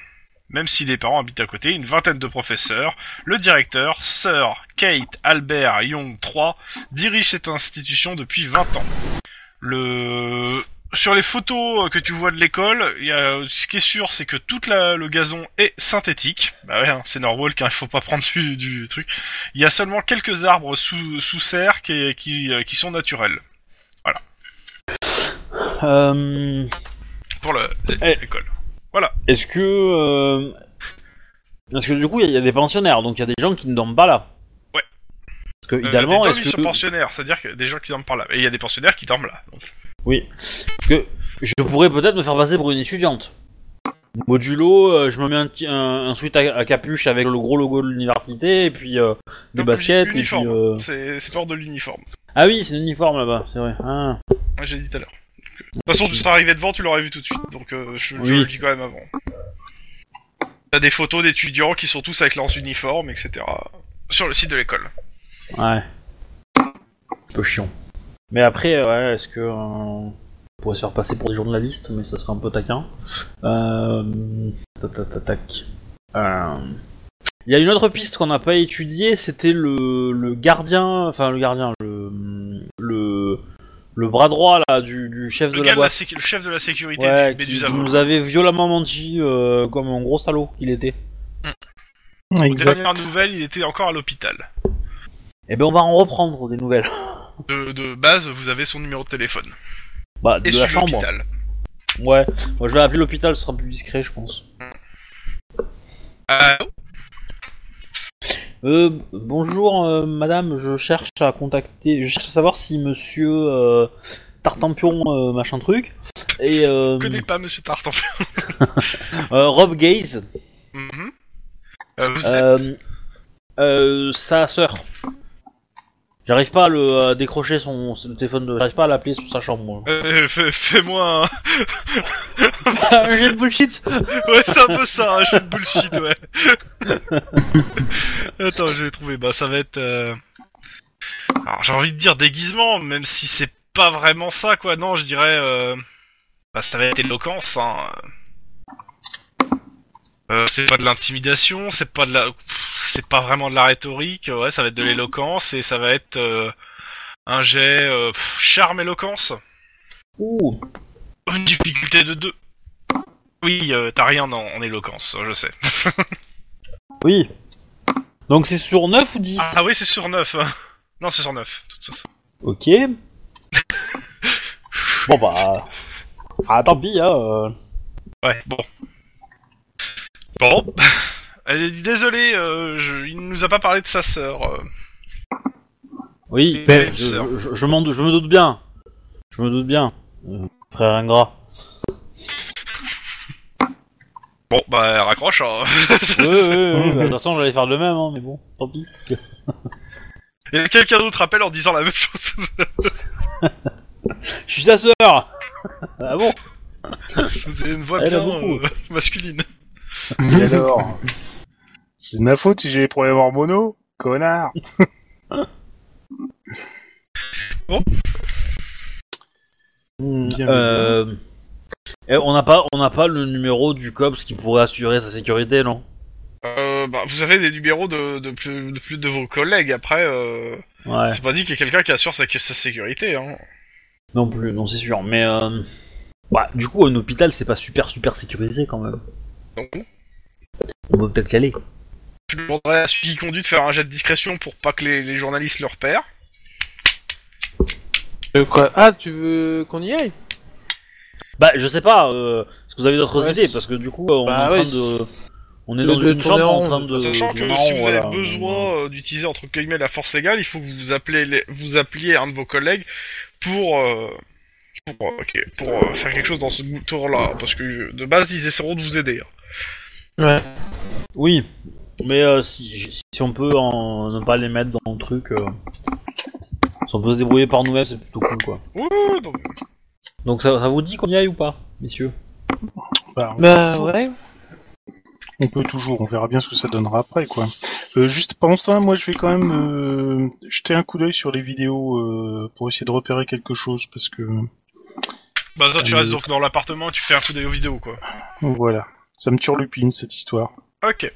Même si les parents habitent à côté, une vingtaine de professeurs, le directeur, Sir Kate Albert Young III, dirige cette institution depuis 20 ans. Le... Sur les photos euh, que tu vois de l'école, il y a- ce qui est sûr, c'est que tout le gazon est synthétique. Bah ouais, hein, c'est Norwalk, hein, il faut pas prendre du, du truc. Il y a seulement quelques arbres sous, sous serre qui, qui, euh, qui sont naturels Mm. Euh, pour le- Eh. l'école. Est-ce que. euh, Parce que du coup, il y a- il y, a des pensionnaires, donc il y a des gens qui ne dorment pas là. Ouais. Parce que, Euh, idéalement, des est-ce dormis que. sur pensionnaires, c'est-à-dire que des gens qui dorment par là. Et il y a des pensionnaires qui dorment là. donc. Oui. Parce que je pourrais peut-être me faire passer pour une étudiante. Modulo, euh, je me mets un, petit- un, un sweat à, à capuche avec le gros logo de l'université, et puis euh, des Donc, baskets, et uniforme. puis. euh, C'est c'est hors de l'uniforme. Ah oui, c'est l'uniforme là-bas, c'est vrai. Ah. Ouais, J'ai dit tout à l'heure. Donc, euh, De toute façon, tu seras arrivé devant, tu l'aurais vu tout de suite. Donc euh, je, je Oui. le dis quand même avant. T'as des photos d'étudiants qui sont tous avec leurs uniformes, etc. Sur le site de l'école. Ouais. C'est un peu chiant. Mais après, ouais, est-ce que. euh, on pourrait se faire passer pour des journalistes, mais ça serait un peu taquin. Euh. Tac, tac, tac, tac. Euh, Il y a une autre piste qu'on n'a pas étudiée, c'était le, le gardien. Enfin, le gardien, le. Le, le bras droit là du, du chef Le, de gars de la la boîte. sécu- le chef de la sécurité Ouais, du qui Médusa. nous avait violemment menti euh, comme un gros salaud qu'il était. Aux dernières Exact. nouvelles, il était encore à l'hôpital. Eh ben, on va en reprendre des nouvelles. [LAUGHS] De, de base, vous avez son numéro de téléphone. Bah, de Et la celui de chambre. l'hôpital. Ouais, moi je vais appeler l'hôpital, ce sera plus discret, je pense. Ah, Euh, bonjour euh, madame, je cherche à contacter, je cherche à savoir si monsieur euh, Tartampion euh, machin truc et euh, Je connais pas Monsieur Tartan. [LAUGHS] euh, Rob Gaze, Mhm. Euh, vous êtes- euh, euh, sa sœur. J'arrive pas à, le, à décrocher son le téléphone, de... j'arrive pas à l'appeler sous sa chambre. moi. euh, fais- Fais-moi un... Ah, Un jet de bullshit [LAUGHS] Ouais, c'est un peu ça, hein, un jeu de bullshit, ouais. [LAUGHS] Attends, je vais trouver. Bah, ça va être... euh, Alors, j'ai envie de dire déguisement, même si c'est pas vraiment ça, quoi. Non, je dirais... euh, Bah, ça va être éloquence, hein. Euh, c'est pas de l'intimidation, c'est pas de la... Pff, C'est pas vraiment de la rhétorique, ouais, ça va être de l'éloquence, et ça va être... euh, Un jet... euh, pff, Charme-éloquence Ouh, Une difficulté de 2. Oui, euh, t'as rien en, en éloquence, je sais. oui. Donc c'est sur 9 ou 10 Ah oui, c'est sur 9. Non, c'est sur 9. de toute façon. Ok. bon bah... Ah tant pis, hein. euh. Ouais, bon. Bon. [LAUGHS] Elle est- Désolé, euh, je- il nous a pas parlé de sa sœur. euh. Oui, Mais- je, je- je m'en dou- je me doute bien. Je me doute bien, euh, frère [LAUGHS] ingrat. Bon, bah, elle raccroche. hein. [LAUGHS] Oui, oui, oui, bah, de toute façon, j'allais faire le même, hein, mais bon, tant pis. Et quelqu'un d'autre appelle en disant la même chose. [LAUGHS] Je suis sa sœur [LAUGHS] Ah bon Vous avez une voix Elle a bien beaucoup. euh, masculine. Et alors C'est de ma faute si j'ai des problèmes hormonaux [LAUGHS] Connard Hmm, Bien. Euh, eh, On n'a pas, on n'a pas le numéro du COPS qui pourrait assurer sa sécurité, non Euh, bah, vous avez des numéros de, de plus, de plus de vos collègues. Après, euh, Ouais, c'est pas dit qu'il y a quelqu'un qui assure sa, sa sécurité. Hein. non plus, non, c'est sûr. Mais euh, bah, du coup, un hôpital, c'est pas super, super sécurisé quand même. Donc, On peut peut-être y aller. Je demanderais à celui qui conduit de faire un jet de discrétion pour pas que les, les journalistes le repèrent. Euh, quoi Ah, tu veux qu'on y aille Bah, je sais pas, euh, est-ce que vous avez d'autres Ouais, idées c'est- Parce que du coup, euh, on Bah, est en ouais, train de. On est de- dans de une tourner chambre en en rond, train de- de. Sachant que de- si vous Euh, voilà. avez besoin euh, d'utiliser entre guillemets la force légale, il faut que vous appelez les- vous appeliez un de vos collègues pour euh, pour, euh, ok, pour euh, faire quelque chose dans ce tour-là, parce que euh, de base ils essaieront de vous aider. hein. Ouais. Oui, mais euh, si, si on peut en, ne pas les mettre dans le truc, euh, si on peut se débrouiller par nous-mêmes, c'est plutôt cool quoi. Ouh, donc- Donc ça, ça vous dit qu'on y aille ou pas, messieurs Bah, on, Bah ouais. on peut toujours, on verra bien ce que ça donnera après, quoi. Euh, juste pendant ce temps, moi, je vais quand même euh, jeter un coup d'œil sur les vidéos euh, pour essayer de repérer quelque chose parce que Bah, ça, tu Euh. restes donc dans l'appartement, tu fais un coup d'œil aux vidéos, quoi. voilà, ça me turlupine cette histoire. Ok.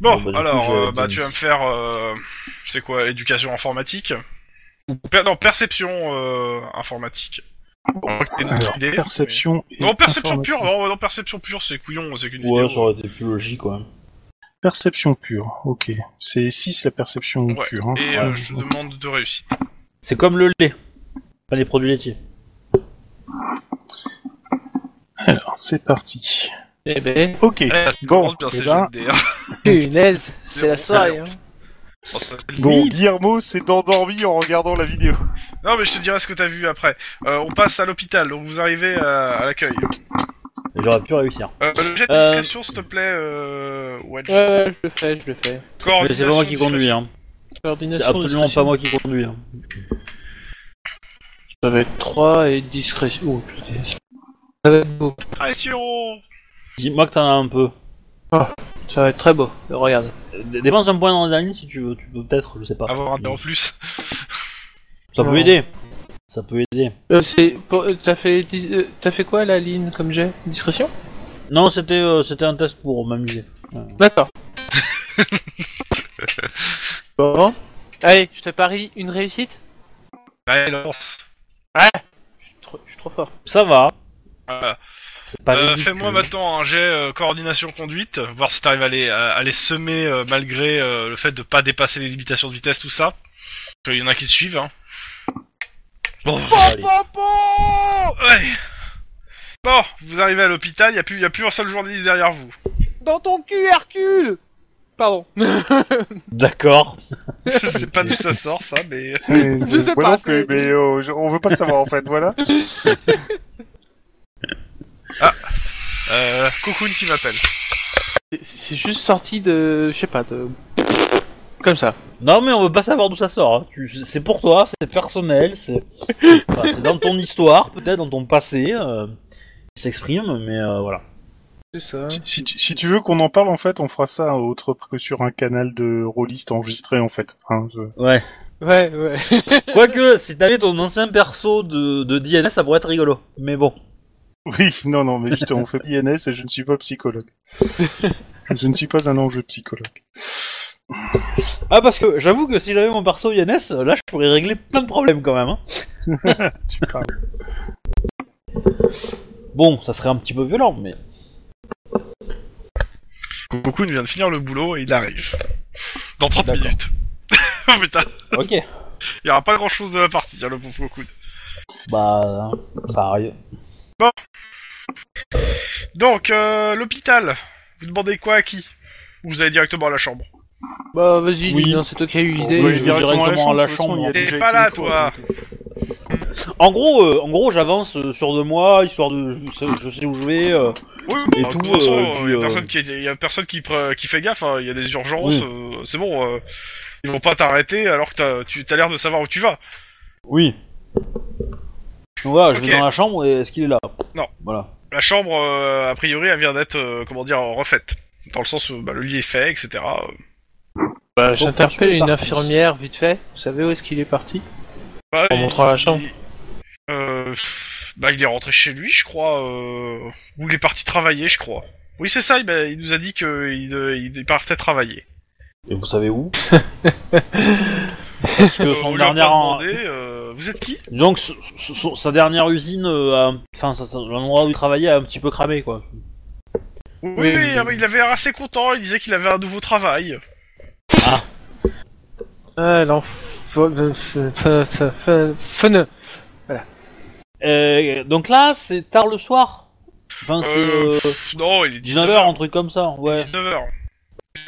Bon, Bon, bah, du alors, coup, je- euh, bah, tu vas me faire. euh, c'est quoi Éducation informatique Per- Non, perception euh, informatique. Bon, C'est une alors, idée, hein, perception. et mais- Non, perception informatique. pure, non, non, perception pure, c'est couillon, c'est qu'une Ouais, ça vidéo. aurait été plus logique, ouais. Perception pure. Ok, c'est 6 la perception Ouais, pure. hein. Et euh, Ouais. je te demande de réussite. C'est comme le lait, pas les produits laitiers. Alors, c'est parti. Eh ben, Ok. Eh, ça Bon, commence bien, eh ces ben, jets de dés, hein. punaise, c'est la soirée. Hein. Oh, ça, c'est le Bon, Guillermo s'est endormi en regardant la [LAUGHS] vidéo. Non, mais je te dirai ce que t'as vu après. Euh, on passe à l'hôpital, donc vous arrivez à, à l'accueil. Et J'aurais pu réussir. Euh, le jet de Euh. discrétion, s'il te plaît, euh... Wedge. Ouais, ouais, je le fais, je le fais. Oh, Mais c'est pas moi qui conduis, hein. C'est Coordination, absolument discrétion. pas moi qui conduis. hein. Ça va être 3 et discrétion. Oh, putain. Ça va être beau. Discrétion Dis-moi que t'en as un peu. Ça va être très beau. Regarde. D- Dépense un point dans la ligne si tu veux, tu peux peut-être, je sais pas. Avoir un dé en plus. Ça peut Non. aider. Ça peut aider. Euh, c'est. pour- euh, T'as fait, dis- euh, t'as fait quoi la ligne comme jet Discrétion Non, c'était euh, c'était un test pour m'amuser. [LAUGHS] D'accord. bon. Allez, je te parie une réussite Ouais, lance. Je suis trop, je suis trop fort. Ça va. Voilà. C'est pas Euh, ridicule. Fais-moi maintenant un jet euh, coordination conduite, voir si t'arrives à les, à, à les semer euh, malgré euh, le fait de pas dépasser les limitations de vitesse, tout ça. Parce qu'il y en a qui te suivent, hein. Bon, Allez. Oh ouais. Bon, vous arrivez à l'hôpital, il n'y a, plus un seul journaliste derrière [LAUGHS] vous. Dans ton cul, Hercule Pardon. [LAUGHS] D'accord. [LAUGHS] Je sais pas d'où ça sort, ça, mais... Je sais Moi pas, non plus, c'est- Euh, mais euh, je- on veut pas le savoir en fait, [LAUGHS] voilà. Euh, Cocoon qui m'appelle. C'est- C'est juste sorti de. Je sais pas, de. Comme ça. Non, mais on veut pas savoir d'où ça sort. hein. Tu- C'est pour toi, c'est personnel, c'est enfin, c'est dans ton histoire, peut-être dans ton passé. euh, Il s'exprime, mais euh, voilà. C'est ça. si, si tu, si tu veux qu'on en parle en fait, on fera ça autre que sur un canal de rôliste enregistré en fait. Hein, je- [LAUGHS] Ouais. Ouais, ouais. Quoique, si t'avais ton ancien perso de, de DNS, ça pourrait être rigolo. Mais bon. Oui, non, non, mais justement, on fait INS et je ne suis pas psychologue. je ne suis pas un enjeu psychologue. Ah, parce que j'avoue que si j'avais mon perso INS, là je pourrais régler plein de problèmes quand même. hein. Tu parles. Bon, ça serait un petit peu violent, mais. Cocoon vient de finir le boulot et il arrive. Dans 30 D'accord. minutes. [LAUGHS] oh putain, Ok. il y aura pas grand chose de la partie, hein, le pauvre Cocoon. bah. Ça arrive. Donc, euh, l'hôpital. Vous demandez quoi à qui Ou vous allez directement à la chambre Bah, vas-y, Oui. dis, non, c'est toi qui as eu l'idée. Oui, Ouais, je vais directement à de la toute façon, chambre, il y a hein. T'es déjà pas été là, une toi. fois, donc, euh, En gros, euh, en gros, j'avance euh, sur de moi, histoire de, je sais, je sais où je vais. euh, Oui, Et bah, tout, de toute façon, euh, euh, puis, y a euh, personne qui- y a personne qui, pre- qui fait gaffe, hein, il y a des urgences, Oui. euh, c'est bon, euh, ils vont pas t'arrêter alors que t'as- tu as l'air de savoir où tu vas. Oui. Voilà, je Ok. vais dans la chambre et est-ce qu'il est là Non. Voilà. La chambre, euh, a priori, elle vient d'être, euh, comment dire, refaite. Dans le sens où bah, le lit est fait, etc. euh, Bah, Bon, j'interpelle je suis une parti. infirmière vite fait. Vous savez où est-ce qu'il est parti Bah, En il- montrant la chambre. il- euh, pff, bah, il est rentré chez lui, je crois. euh, Ou il est parti travailler, je crois. Oui, c'est ça, il, m'a- il nous a dit qu'il il partait travailler. Et vous [LAUGHS] savez où Parce que Euh, son on lui a pas dernier, demandé, euh, vous êtes qui disons que son- son- sa dernière usine, euh, a- enfin, sa- sa- l'endroit où il travaillait a un petit peu cramé, quoi. Oui, Oui, oui, ah, oui. il avait l'air assez content, il disait qu'il avait un nouveau travail. Ah, l'enfant. Euh, donc là, c'est tard le soir. Enfin, c'est Euh, euh, pff, non, il est 19h, un truc comme ça. Ouais. 19h.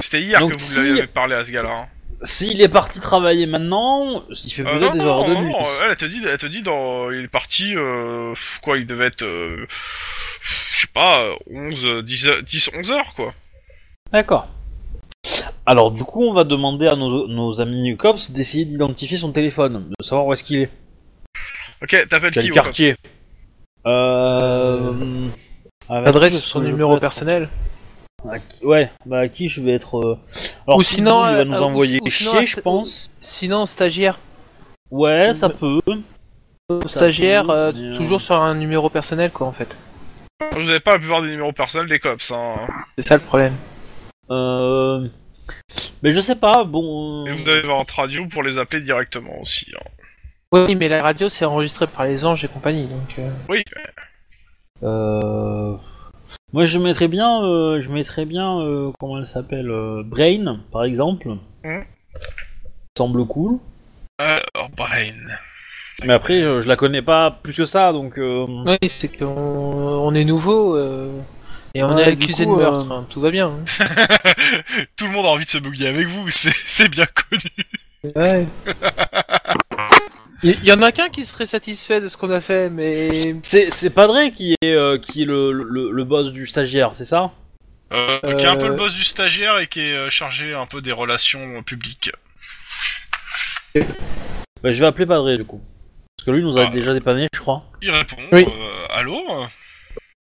C'était hier Donc que vous si- lui avez parlé à ce gars-là. hein. S'il est parti travailler maintenant, il fait Euh, peut-être non, des non, heures de non, nuit. non, elle elle te dit, elle te dit dans, il est parti, euh, pff, quoi, il devait être, euh, je sais pas, euh, 11, euh, 10, euh, 10, 11 heures, quoi. D'accord. Alors du coup, on va demander à nos, nos amis cops d'essayer d'identifier son téléphone, de savoir où est-ce qu'il est. Ok, t'appelles qui Quel au quartier Euh... avec- Adresse son je numéro peux être- personnel. À qui- Ouais, bah à qui je vais être. euh, Alors, Ou tout le sinon, monde, il va euh, nous ou- envoyer ou sinon, chier, à- je pense. Sinon, stagiaire. Ouais, ça peut. Ça Stagiaire, peut, euh, mais, euh, toujours sur un numéro personnel, quoi, en fait. Vous n'avez pas la plupart des numéros personnels des cops, hein. C'est ça le problème. Euh... Mais je sais pas, bon. Et euh, vous devez avoir un radio pour les appeler directement aussi. hein. Oui, mais la radio, c'est enregistré par les anges et compagnie, donc... euh, Oui, euh, Moi, je mettrais bien, euh, je mettrais bien, euh, comment elle s'appelle, euh, Brain, par exemple. Mhm. Semble cool. alors Brian. Mais après, euh, je la connais pas plus que ça, donc. euh, Oui, c'est qu'on on est nouveau, euh, et on Ouais, est du accusé coup, de meurtre, euh, hein, tout va bien. hein. [LAUGHS] Tout le monde a envie de se bouguer avec vous, c'est c'est bien connu. Ouais. Il y, en a qu'un qui serait satisfait de ce qu'on a fait, mais C'est c'est Padré qui est euh, qui est le, le, le boss du stagiaire, c'est ça Euh, Euh, Qui est un peu le boss du stagiaire et qui est euh, chargé un peu des relations euh, publiques. bah, Je vais appeler Padré du coup, parce que lui nous a Ah. déjà dépanné, je crois. Il répond Oui. euh, Allô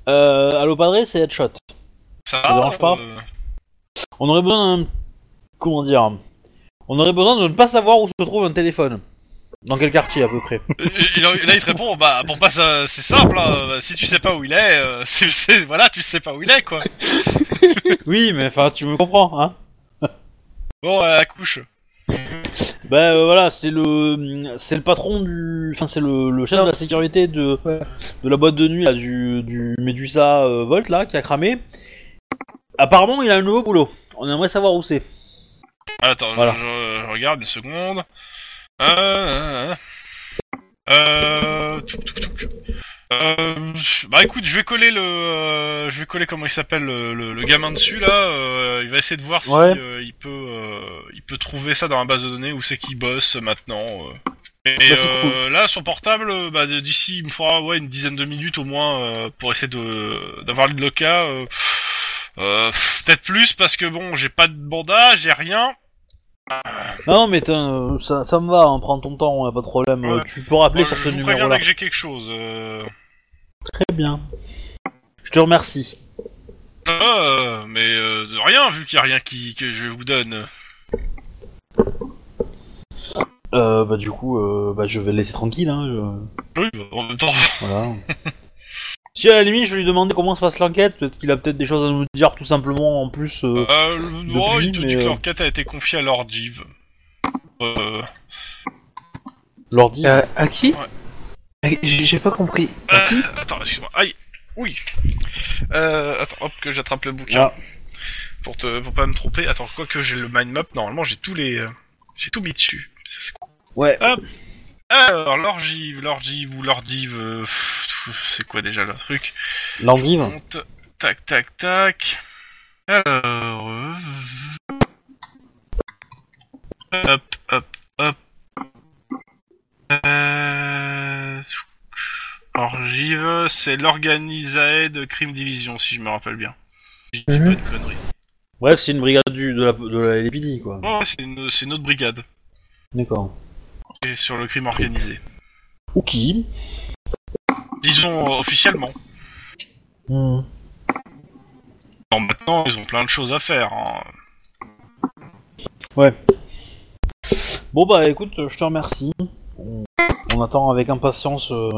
Euh, allô Padré, c'est Headshot. Ça, Ça va, dérange pas euh, On aurait besoin d'un... Comment dire On aurait besoin de ne pas savoir où se trouve un téléphone. Dans quel quartier à peu près Et- et là, il te répond Bah, pour pas ça, c'est simple, hein, si tu sais pas où il est, euh, [LAUGHS] c'est- c'est- voilà, tu sais pas où il est quoi. [LAUGHS] Oui, mais enfin, tu me comprends, hein Bon, euh, à la couche. Bah euh, voilà, c'est le c'est le patron du... Enfin, c'est le, le chef de la sécurité de, de la boîte de nuit, là, du, du Medusa euh, Volt, là, qui a cramé. Apparemment, il a un nouveau boulot. On aimerait savoir où c'est. Attends, Voilà. je, je regarde une seconde. Euh, euh, euh. Euh, touc, touc, touc. Euh, bah écoute, je vais coller le, euh, je vais coller comment il s'appelle le, le- le gamin dessus là. euh, il va essayer de voir si Ouais. euh, il peut, euh, il peut trouver ça dans la base de données où c'est qui bosse maintenant. euh. Et Bah, c'est euh, là, son portable, euh, bah, d'ici il me fera ouais une dizaine de minutes au moins euh, pour essayer de d'avoir le loca. euh, euh, Peut-être plus parce que bon, j'ai pas de bandage, j'ai rien. Non, mais t'as, euh, ça, ça me va, hein, prends ton temps, on a pas de problème. Ouais. Euh, Tu peux rappeler Bon, sur je ce vous préviens numéro-là. dès que j'ai quelque chose. euh. Très bien. Je te remercie. Ah, mais euh, de rien, vu qu'il n'y a rien qui, que je vous donne. Euh, bah du coup, euh, bah, je vais le laisser tranquille. Hein, je- Oui, bah, en même temps. Voilà. [LAUGHS] si à la limite, je vais lui demander comment se passe l'enquête, peut-être qu'il a peut-être des choses à nous dire tout simplement en plus. euh, [LAUGHS] Euh, le- depuis, oh, il te dit mais, que euh, l'enquête a été confiée à Lord Jive. Euh, L'ordi. Euh, à qui Ouais. Euh, J'ai j'ai pas compris. Ah, À qui euh, attends, excuse-moi. Aïe. Oui. Euh, attends, hop, que j'attrape le bouquin Ah, pour te, pour pas me tromper. Attends, quoi que j'ai le mind map, normalement j'ai tous les, euh, j'ai tout mis dessus. Ça, c'est cool. ouais. Alors, Lord Jive, Lord Jive ou Lord Jive, euh, pff, c'est quoi déjà le truc L'ordi. Monte. Tac, tac, tac. Alors. euh, Hop, hop, hop. Euh... Orgive, c'est l'Organisaed Crime Division, si je me rappelle bien. Je dis Mhm. pas de conneries. Bref, c'est une brigade du, de la, de la LAPD, quoi. Oh, c'est une, c'est une autre brigade. D'accord. Et sur le crime organisé. Ok. Disons euh, officiellement. Hmm. Alors maintenant, ils ont plein de choses à faire. hein. Bon bah écoute, euh, je te remercie. On, on attend avec impatience euh,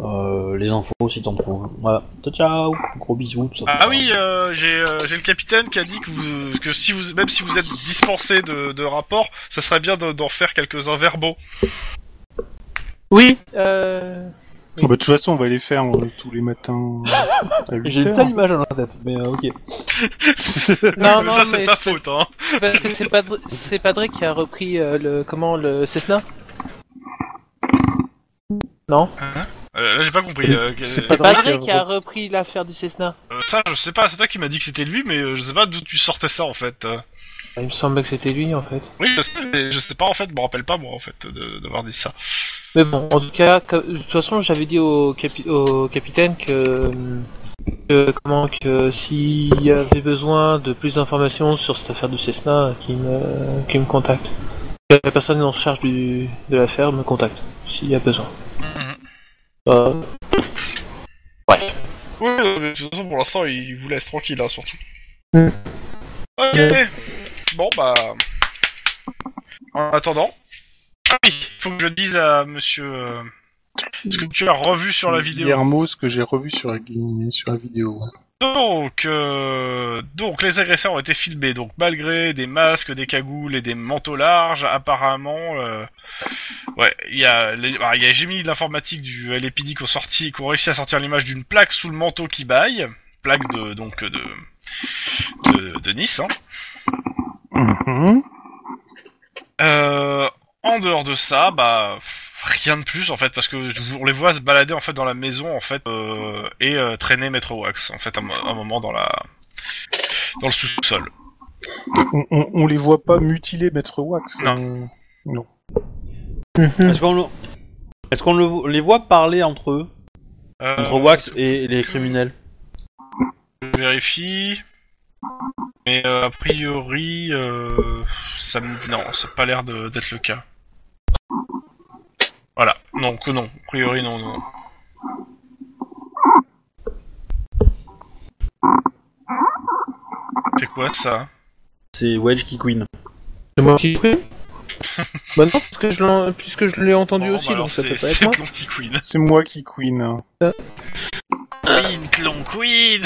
euh, les infos si t'en trouves. Voilà. Ciao, ciao. Gros bisous. tout ça. Ah oui, euh, j'ai euh, j'ai le capitaine qui a dit que, vous- que si vous, même si vous êtes dispensé de, de rapport, ça serait bien de- d'en faire quelques-uns verbaux. Oui, euh... Oh, bah, de toute façon, on va les faire euh, tous les matins euh, [LAUGHS] à 8 J'ai une sale image dans la tête, [LAUGHS] mais euh, ok. heures. Non, non, ça, c'est mais ta c'est- faute, hein. c'est parce que c'est Padre- c'est Padre qui a repris euh, le... comment, le Cessna Euh, là, j'ai pas compris. euh, que- C'est pas euh, Padre Padre qui a qui a repris l'affaire du Cessna. ça, je sais pas, c'est toi qui m'as dit que c'était lui, mais euh, je sais pas d'où tu sortais ça, en fait. Euh, Bah, Il me semble que c'était lui, en fait. oui, je sais, mais je sais pas, en fait, je me rappelle pas, moi, en fait, de- d'avoir dit ça. Mais bon, en tout cas, que- de toute façon, j'avais dit au, capi- au capitaine que, que comment que s'il y avait besoin de plus d'informations sur cette affaire du Cessna, qu'il me, qu'il me contacte. Que La personne en charge du, de l'affaire me contacte s'il y a besoin. Mhm. Euh, Oui, euh, mais de toute façon, pour l'instant, il vous laisse tranquille, hein, surtout. Mm. Ok. Bon, bah. En attendant. Ah oui, faut que je dise à monsieur. euh, Ce que tu as revu sur la vidéo. Guillermo, ce que j'ai revu sur la, gui- sur la vidéo. Donc, euh, donc les agresseurs ont été filmés. Donc malgré des masques, des cagoules et des manteaux larges, apparemment, euh, ouais, il y a, les, alors, il y a les génies de l'informatique du LAPD qui ont sorti, qui ont réussi à sortir l'image d'une plaque sous le manteau qui baille, plaque de donc de de, de Nice. hein. Mhm. Euh, en dehors de ça, bah rien de plus en fait parce que on les voit se balader en fait dans la maison en fait euh, et euh, traîner Metro Wax en fait un, mo- un moment dans la dans le sous-sol. on, on- on les voit pas mutiler Maître Wax. euh, Non. Mhm. Est-ce qu'on le- est-ce qu'on le vo- les voit parler entre eux Euh, Entre Wax et les criminels Je vérifie. Mais euh, a priori, euh, ça me... non, ça n'a pas l'air de- d'être le cas. Voilà, non, que non. A priori, non, non. C'est quoi ça C'est Wedge qui queen. C'est moi qui [LAUGHS] prie Bah non, parce que je l'en- puisque je l'ai entendu Bon, bah aussi, alors, donc ça peut C'est pas être c'est [LAUGHS] moi. Clonky Queen. C'est moi qui [LAUGHS] queen. hein. Queen, Clon Queen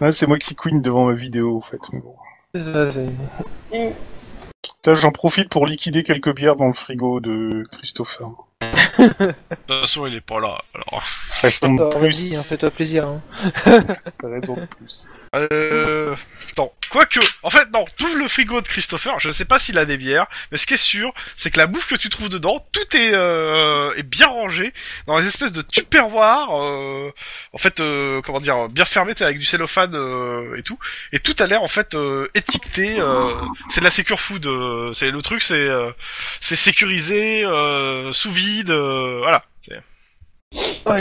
Ah, c'est moi qui queen devant ma vidéo, en fait. Mais bon. C'est ça, c'est- Putain, J'en profite pour liquider quelques bières dans le frigo de Christopher. De toute façon, il est pas là, alors. Raison de Oh, vas-y, hein, plus. Fais-toi plaisir. hein. Raison de [LAUGHS] plus. Euh... Attends, quoique, en fait non, trouve le frigo de Christopher, je sais pas s'il a des bières, mais ce qui est sûr, c'est que la bouffe que tu trouves dedans, tout est, euh, est bien rangé, dans les espèces de tupperwares, euh, en fait, euh, comment dire, bien fermé, t'sais, avec du cellophane euh, et tout, et tout a l'air en fait euh, étiqueté, euh, c'est de la secure food, euh, c'est le truc, c'est euh, c'est sécurisé, euh, sous vide, euh, voilà.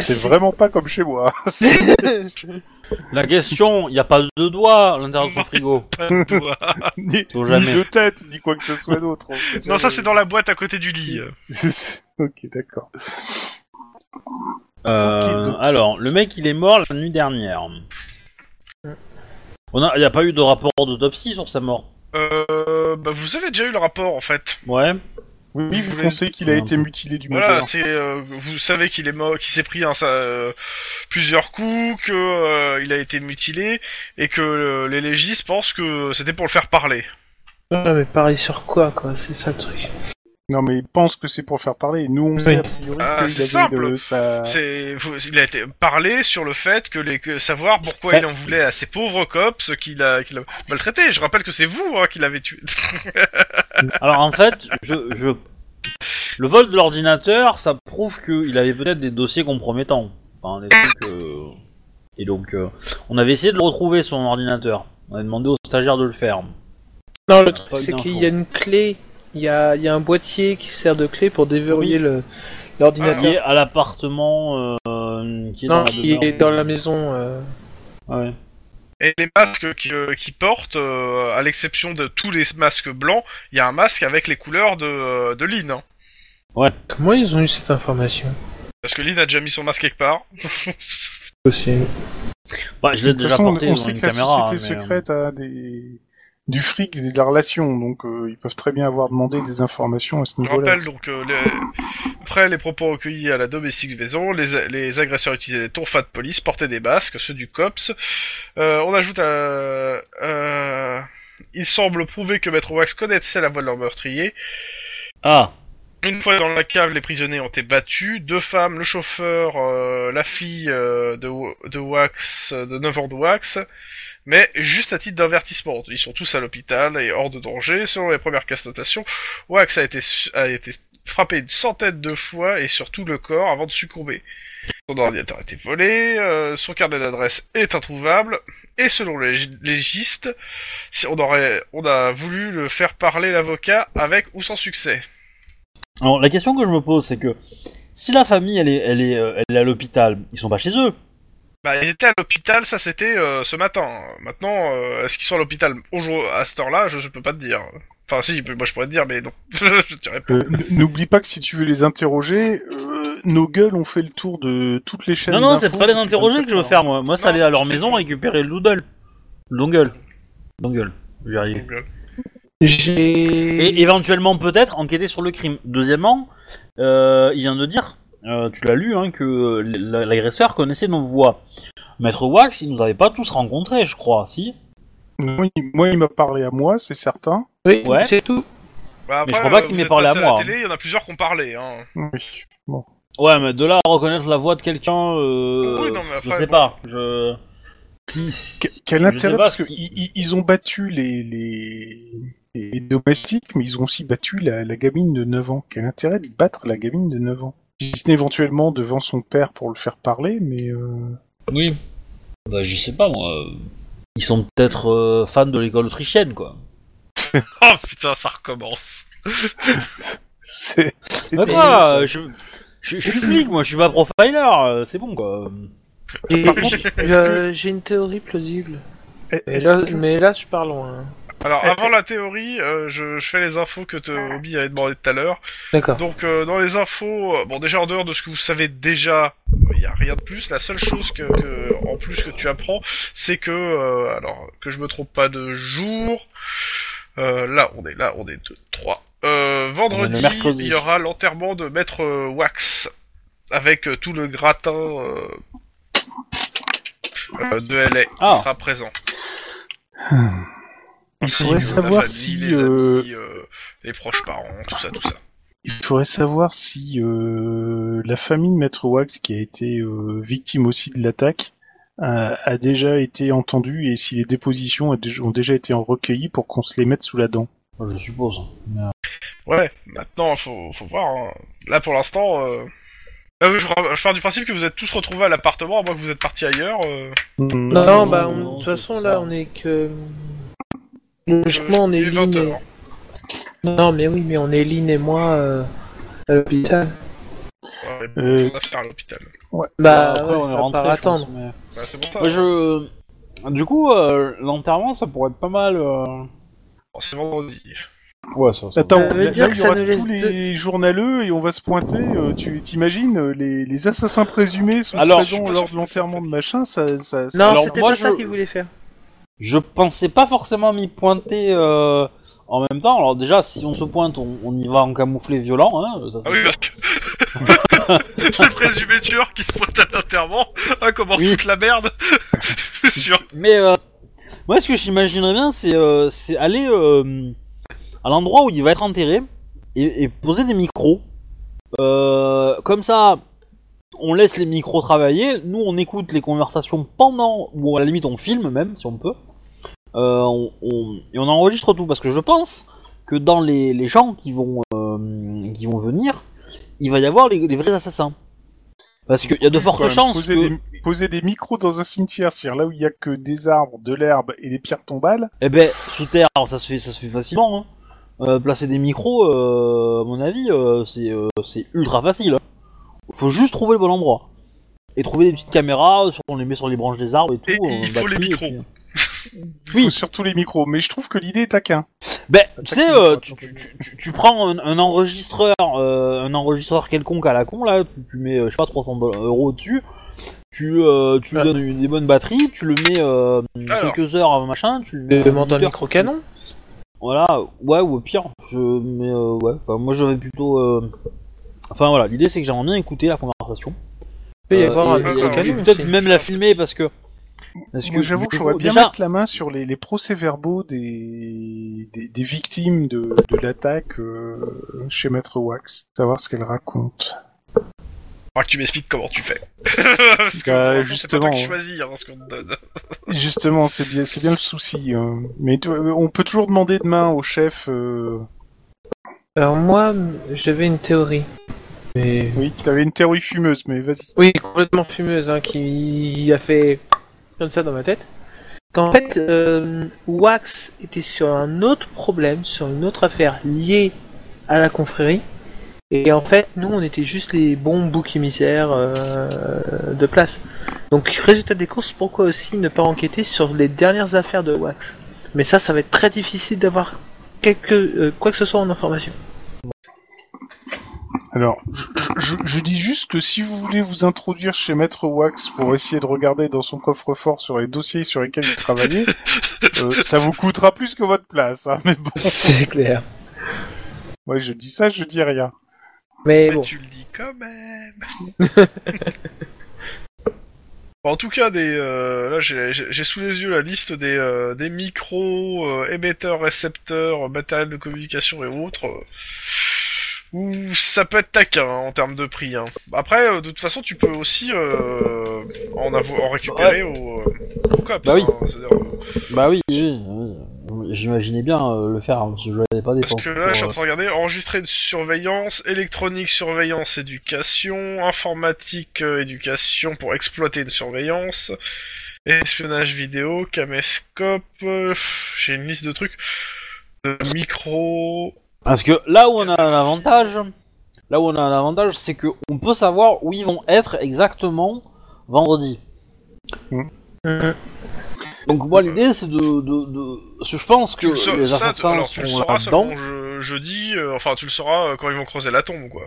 C'est vraiment pas comme chez [LAUGHS] moi. [LAUGHS] La question, il n'y a pas de doigts à l'intérieur de son frigo. Pas de hein. doigt. ni, Faut ni jamais. de tête, ni quoi que ce soit d'autre. en fait. non, ça c'est [LAUGHS] dans la boîte à côté du lit. ok, d'accord. Euh, donc. alors, le mec, il est mort la nuit dernière. On a, il n'y a pas eu de rapport d'autopsie sur sa mort. Euh, bah vous avez déjà eu le rapport en fait. Ouais. Oui, oui, Je vu voulais- qu'on sait qu'il a été mutilé du Voilà, majeur. c'est euh, vous savez qu'il est mort, qu'il s'est pris un, sa- euh, plusieurs coups, que euh, il a été mutilé et que euh, les légistes pensent que c'était pour le faire parler. [LAUGHS] Ouais, mais pareil sur quoi, quoi C'est ça le truc. Non, mais il pense que c'est pour faire parler. Nous, on Oui. Ah. sait a priori Ah, qu'il c'est avait simple. de sa- C'est vous- il a été parlé sur le fait que les que savoir pourquoi il en voulait à ces pauvres cops qu'il a qu'il a maltraité. Je rappelle que c'est vous hein, qui l'avez tué. Alors, en fait, je, je... le vol de l'ordinateur, ça prouve qu'il avait peut-être des dossiers compromettants. Enfin, des trucs, euh, Et donc, euh, on avait essayé de le retrouver, son ordinateur. On a demandé au stagiaire de le faire. Non, le Ah, Pas truc, une c'est info. qu'il y a une clé. Il y a, il y a un boîtier qui sert de clé pour déverrouiller le- Qui l'ordinateur. est à l'appartement. euh, qui Ah, est non, dans la qui demeure. est dans la maison. euh. Ah ouais. Et les masques qui, euh, qui portent, euh, à l'exception de tous les masques blancs, il y a un masque avec les couleurs de euh, de Lynn. hein. Comment ils ont eu cette information Parce que Lynn a déjà mis son masque quelque part. Possible. Bah, je De l'ai toute déjà façon, on- porté on dans sait une que la caméra, société hein, mais, euh, secrète a des... du fric et de la relation, donc euh, ils peuvent très bien avoir demandé des informations à ce Je niveau-là. rappelle donc, euh, les- après les propos recueillis à la domestique maison, les, les agresseurs utilisaient des tourfas de police, portaient des basques, ceux du COPS. Euh, on ajoute à... euh, il semble prouver que Maître Wax connaissait la voix de leur meurtrier. Ah, Une fois dans la cave, les prisonniers ont été battus. Deux femmes, le chauffeur, euh, la fille euh, de, de Wax, euh, de 9 ans de Wax. Mais juste à titre d'avertissement, ils sont tous à l'hôpital et hors de danger. Selon les premières constatations, Wax a été, su- a été frappé une centaine de fois et sur tout le corps avant de succomber. Son ordinateur a été volé, euh, son carnet d'adresse est introuvable, et selon les lég- légistes, si on, aurait, on a voulu le faire parler l'avocat avec ou sans succès. alors la question que je me pose, c'est que si la famille elle est, elle est, euh, elle est à l'hôpital, ils sont pas chez eux. Bah, ils étaient à l'hôpital, ça c'était euh, ce matin. Maintenant, euh, est-ce qu'ils sont à l'hôpital aujourd'hui à cette heure-là je, je peux pas te dire. Enfin, si, moi [LAUGHS] je pourrais te dire, mais non. je dirais pas. Euh, n- N'oublie pas que si tu veux les interroger, euh, nos gueules ont fait le tour de toutes les chaînes. Non, non, d'infos c'est pas les depuis interroger que je veux 24 faire, moi. Moi, c'est Non, aller à leur maison récupérer le doodle. Dongle. Dongle. Je vais y arriver. Donc, euh, J'ai. Et éventuellement, peut-être, enquêter sur le crime. Deuxièmement, euh, il vient de dire, euh, tu l'as lu, hein, que l- l'agresseur connaissait nos voix. Maître Wax, il nous avait pas tous rencontrés, je crois, si heures. Moi, il- Moi, il m'a parlé à moi, c'est certain. Oui, Ouais. c'est tout. bah, après, Mais je crois pas euh, qu'il vous m'ait êtes parlé à passé moi, hein. la télé, il y en a plusieurs qui ont parlé. [LAUGHS] Hein. Oui. Bon. Ouais, mais de là à reconnaître la voix de quelqu'un, euh, Oui, non, mais après, je sais bon. pas. Je... Si- Que- si- Quel je sais intérêt pas Parce ce que qui- i- i- ils ont battu les, les, les domestiques, mais ils ont aussi battu la, la gamine de 9 ans. Quel intérêt de battre la gamine de 9 ans Si ce n'est éventuellement devant son père pour le faire parler, mais... euh, [LAUGHS] Oui. Bah, je sais pas, moi. euh, Ils sont peut-être euh, fans de l'école autrichienne, quoi. Oh putain, ça recommence. c'est... c'est Bah terrible, quoi, ça. euh, je, je, je suis flic, moi, je suis pas profiler, euh, c'est bon, quoi. J'ai Par contre, est-ce euh, j'ai une théorie plausible. Mais Est-ce là, que- mais là, je parle loin. hein. [LAUGHS] Alors, Eh, avant la théorie, euh, je, je fais les infos que te, Obi avait demandé tout à l'heure. D'accord. Donc, euh, dans les infos, euh, bon, déjà en dehors de ce que vous savez déjà, il n'y a rien de plus. La seule chose que, que- en plus que tu apprends, c'est que, euh, alors, que je me trompe pas de jour. euh, là, on est là, on est deux, trois. Euh, vendredi, mercredi. il y aura l'enterrement de Maître euh, Wax avec euh, tout le gratin euh, euh, de LA qui Ah. sera présent. Il Ainsi faudrait que la savoir famille, si... les euh, amis, euh, les proches parents, tout ça, tout ça. Il faudrait savoir si euh, la famille de Maître Wax, qui a été euh, victime aussi de l'attaque, a, a déjà été entendue et si les dépositions a déj- ont déjà été en recueillies pour qu'on se les mette sous la dent. Je suppose. Ouais, maintenant, faut, faut voir. hein. Là, pour l'instant, euh... ah oui, je, ra- je pars du principe que vous êtes tous retrouvés à l'appartement, à moins que vous êtes partis ailleurs. euh. Non, non, bah, on- non, de toute c'est façon, pour là, ça. on est que. Logiquement, on est Il est 20 Lynn Euh, heures. et... Non, mais oui, mais on est Lynn et moi euh, à l'hôpital. Ouais, il y a Euh, beaucoup de choses à faire à l'hôpital. Bah, après, ouais, on on est va rentré, pas je pense, attendre. mais- Bah, c'est pour ça. Ouais, je... Du coup, euh, l'enterrement, ça pourrait être pas mal. euh. Bon, Oh, c'est vendredi. Ouais, ça, ça- Attends, Ça veut là, dire là, que il y ça aura nous laisse tous les journaleux et on va se pointer. euh, tu t'imagines, euh, les, les assassins présumés sont Alors, je suis présents pas lors sûr de que c'est l'enterrement ça. de machin, ça... ça, ça- Non, Alors, c'était moi, pas ça je- qu'il voulait faire. Je pensais pas forcément m'y pointer euh, en même temps. Alors déjà, si on se pointe, on, on y va en camouflet violent. Hein, ça, c'est- Ah oui, parce que. le présumé tueur qui se pointe à l'enterrement, hein, comment Oui. toute la merde. C'est sûr. Mais euh, moi, ce que j'imaginerais bien, c'est euh, c'est aller euh, à l'endroit où il va être enterré et, et poser des micros. Euh, comme ça, on laisse les micros travailler. Nous, on écoute les conversations pendant, ou à la limite, on filme même si on peut. Euh, on- on- et on enregistre tout parce que je pense que dans les, les gens qui vont euh, qui vont venir, il va y avoir les, les vrais assassins. Parce qu'il y a de Quand fortes même, chances poser, que... des, poser des micros dans un cimetière, c'est-à-dire là où il y a que des arbres, de l'herbe et des pierres tombales, Eh ben, sous terre, alors, ça se fait, ça se fait facilement. hein. Euh, placer des micros, euh, à mon avis, euh, c'est euh, c'est ultra facile. hein. Faut juste trouver le bon endroit. Et trouver des petites caméras, euh, sur- on les met sur les branches des arbres et tout. Et on il faut bâtit, les et micros. puis- oui. euh. Oui. surtout les micros, mais je trouve que l'idée est taquin. Ben, tu sais, euh, tu, tu- tu- tu- tu prends un, un enregistreur, euh, un enregistreur quelconque à la con, là, tu, tu mets, euh, je sais pas, 300 dollars- euros dessus, tu, euh, tu lui Ah. donnes une- des bonnes batteries, tu le mets euh, Alors. quelques heures, euh, machin, tu... Je demande un Twitter. micro-canon. Voilà, ouais, ou au pire, je. Mais euh, ouais, enfin, moi j'avais plutôt. euh, Enfin voilà, l'idée c'est que j'aimerais bien écouter la conversation. Il peut y Euh, avoir un euh, et- et canon micro-canon. Peut-être aussi. même la filmer parce que. Parce Moi, j'avoue du que coup, j'aurais bien déjà, mettre la main sur les, les procès-verbaux des, des, des victimes de, de l'attaque euh, chez Maître Wax, savoir ce qu'elles racontent. Faudra que tu m'expliques comment tu fais. Parce que Bah, pour l'instant, [LAUGHS] c'est pas toi justement, qui ouais. choisis hein, ce qu'on te donne. Justement, c'est bien, c'est bien le souci. euh. Mais tu- euh, on peut toujours demander demain au chef. euh, Alors, moi, j'avais une théorie. Mais... Oui, t'avais une théorie fumeuse, mais vas-y. Oui, complètement fumeuse, hein, qui a fait comme ça dans ma tête. Qu'en fait, euh, Wax était sur un autre problème, sur une autre affaire liée à la confrérie. Et en fait, nous, on était juste les bons boucs émissaires euh, de place. Donc, résultat des courses, pourquoi aussi ne pas enquêter sur les dernières affaires de Wax Mais ça, ça va être très difficile d'avoir quelque, euh, quoi que ce soit en information. Alors, je, je- je, je dis juste que si vous voulez vous introduire chez Maître Wax pour essayer de regarder dans son coffre-fort sur les dossiers sur lesquels il travaillait, euh, ça vous coûtera plus que votre place. Hein, mais bon, [LAUGHS] C'est clair. moi je dis ça, je dis rien. Mais Mais [LAUGHS] bon. tu le dis quand même. Bon, en tout cas, des, euh, là j'ai j'ai- j'ai sous les yeux la liste des, euh, des micros, euh, émetteurs, récepteurs, euh, matériel de communication et autres. euh, où ça peut être taquin hein, en termes de prix. hein. Après, euh, de toute façon, tu peux aussi euh, en, avoir- en récupérer au, euh, au COPS. Bah oui. hein, c'est-à-dire, euh, Bah oui, oui, oui. j'imaginais bien euh, le faire, hein, parce que je l'avais pas Euh, Parce dépensé. que là, je suis en train de regarder enregistrer de surveillance, électronique surveillance éducation, informatique euh, éducation pour exploiter une surveillance, espionnage vidéo, caméscope. euh, pff, J'ai une liste de trucs. De micro. Parce que là où on a un avantage, là où on a un avantage, c'est que on peut savoir où ils vont être exactement vendredi. Mhm. Donc moi l'idée c'est de, de, de- parce que je pense que Tu le sa- Euh, les ça, assassins alors, tu le sont sauras là dedans. seulement je- jeudi, euh, enfin, tu le sauras euh, quand ils vont creuser la tombe, quoi.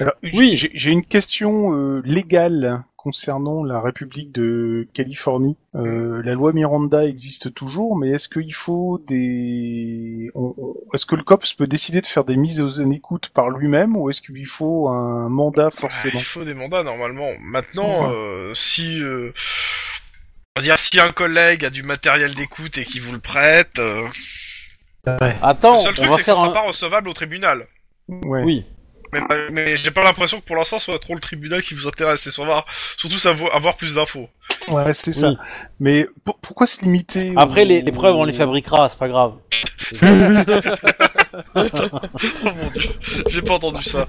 Alors, oui, Euh, j'ai j'ai une question euh, légale concernant la République de Californie. Mm. Euh, la loi Miranda existe toujours, mais est-ce qu'il faut des... on- on- Est-ce que le COPS peut décider de faire des mises aux en écoute par lui-même, ou est-ce qu'il faut un mandat forcément Il faut des mandats normalement. Maintenant, euh, si euh, on va dire si un collègue a du matériel d'écoute et qu'il vous le prête, euh, Attends, le seul on truc va c'est que ça faire sera un. pas recevable au tribunal. Ouais. Oui. Mais, mais j'ai pas l'impression que pour l'instant ce soit trop le tribunal qui vous intéresse, c'est savoir- surtout savoir, avoir plus d'infos. [LAUGHS] Ouais, c'est ça. Oui. Mais pour- pourquoi se limiter au- Après les, les preuves on les fabriquera, c'est pas grave. Oh mon dieu, j'ai pas entendu ça.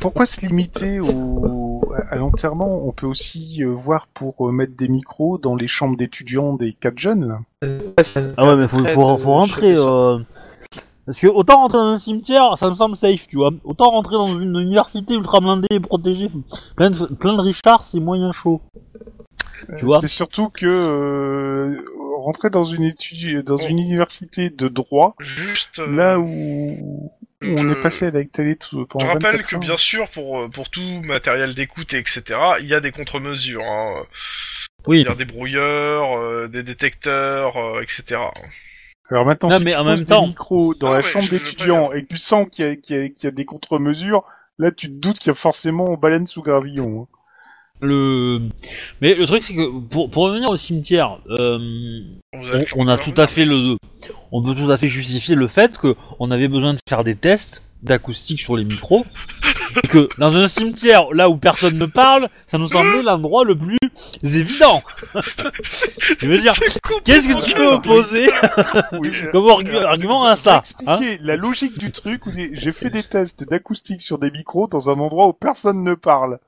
Pourquoi se limiter au... à l'enterrement On peut aussi euh, voir pour euh, mettre des micros dans les chambres d'étudiants des quatre jeunes. là. Ah ouais, mais faut, Après, faut, euh, faut rentrer. je sais euh, Parce que autant rentrer dans un cimetière, ça me semble safe, tu vois. Autant rentrer dans une université ultra blindée et protégée, plein de, plein de Richard, c'est moyen chaud. Tu vois C'est surtout que euh, rentrer dans une étude, dans une université de droit, Juste. euh, là où où on je- est passé à la télé tout, Je pendant rappelle 24 que heures. bien sûr pour euh, pour tout matériel d'écoute et etc. Il y a des contre-mesures, hein. Oui. C'est-à-dire des brouilleurs, euh, des détecteurs, euh, etc. Alors maintenant, Non, si mais tu en poses même des temps- micros dans Ah la ouais, chambre je- je d'étudiants et que tu sens qu'il y, a- qu'il y a- qu'il y a des contre-mesures, là tu te doutes qu'il y a forcément baleine sous gravillon. hein. Le... Mais le truc, c'est que pour, pour revenir au cimetière, euh, Vous on, avez- on a tout à fait le. On peut tout à fait justifier le fait que on avait besoin de faire des tests d'acoustique sur [LAUGHS] les micros. et que dans un cimetière, là où personne ne parle, ça nous semblait l'endroit le plus [LAUGHS] évident. Je veux dire, C'est complètement Qu'est-ce que tu peux opposer [LAUGHS] Oui, euh, je- comme argu- argument à Je vais ça hein expliquer la logique du truc où des- j'ai fait des tests d'acoustique sur des micros dans un endroit où personne ne parle.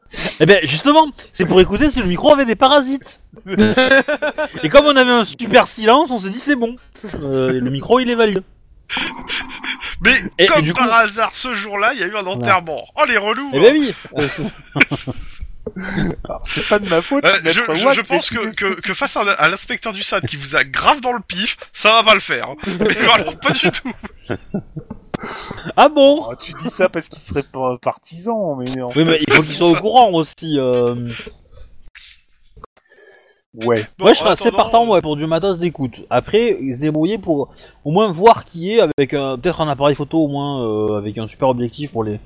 Eh ben justement, c'est pour écouter si le micro avait des parasites. Et comme on avait un super silence, on s'est dit c'est bon. Euh, le micro il est valide. Mais Et- et comme du par coup- hasard, ce jour-là, il y a eu un enterrement. Oh les relous Eh hein. ben oui. Alors, C'est pas de ma faute. Euh, c'est je, [LAUGHS] Maître je- je Watt, mais pense je que, suis que, que face à, à l'inspecteur du SAD qui vous a grave dans le pif, ça va pas le [LAUGHS] faire. Mais alors, pas du tout. Ah bon Oh, tu dis ça parce qu'il serait pas partisan, mais en Oui mais il faut qu'il soit au courant aussi. euh. ouais. Bon, en ouais je serais assez attendant, partant ouais, pour du matos d'écoute. Après il se débrouiller pour au moins voir qui est avec un- peut-être un appareil photo au moins euh, avec un super objectif pour les.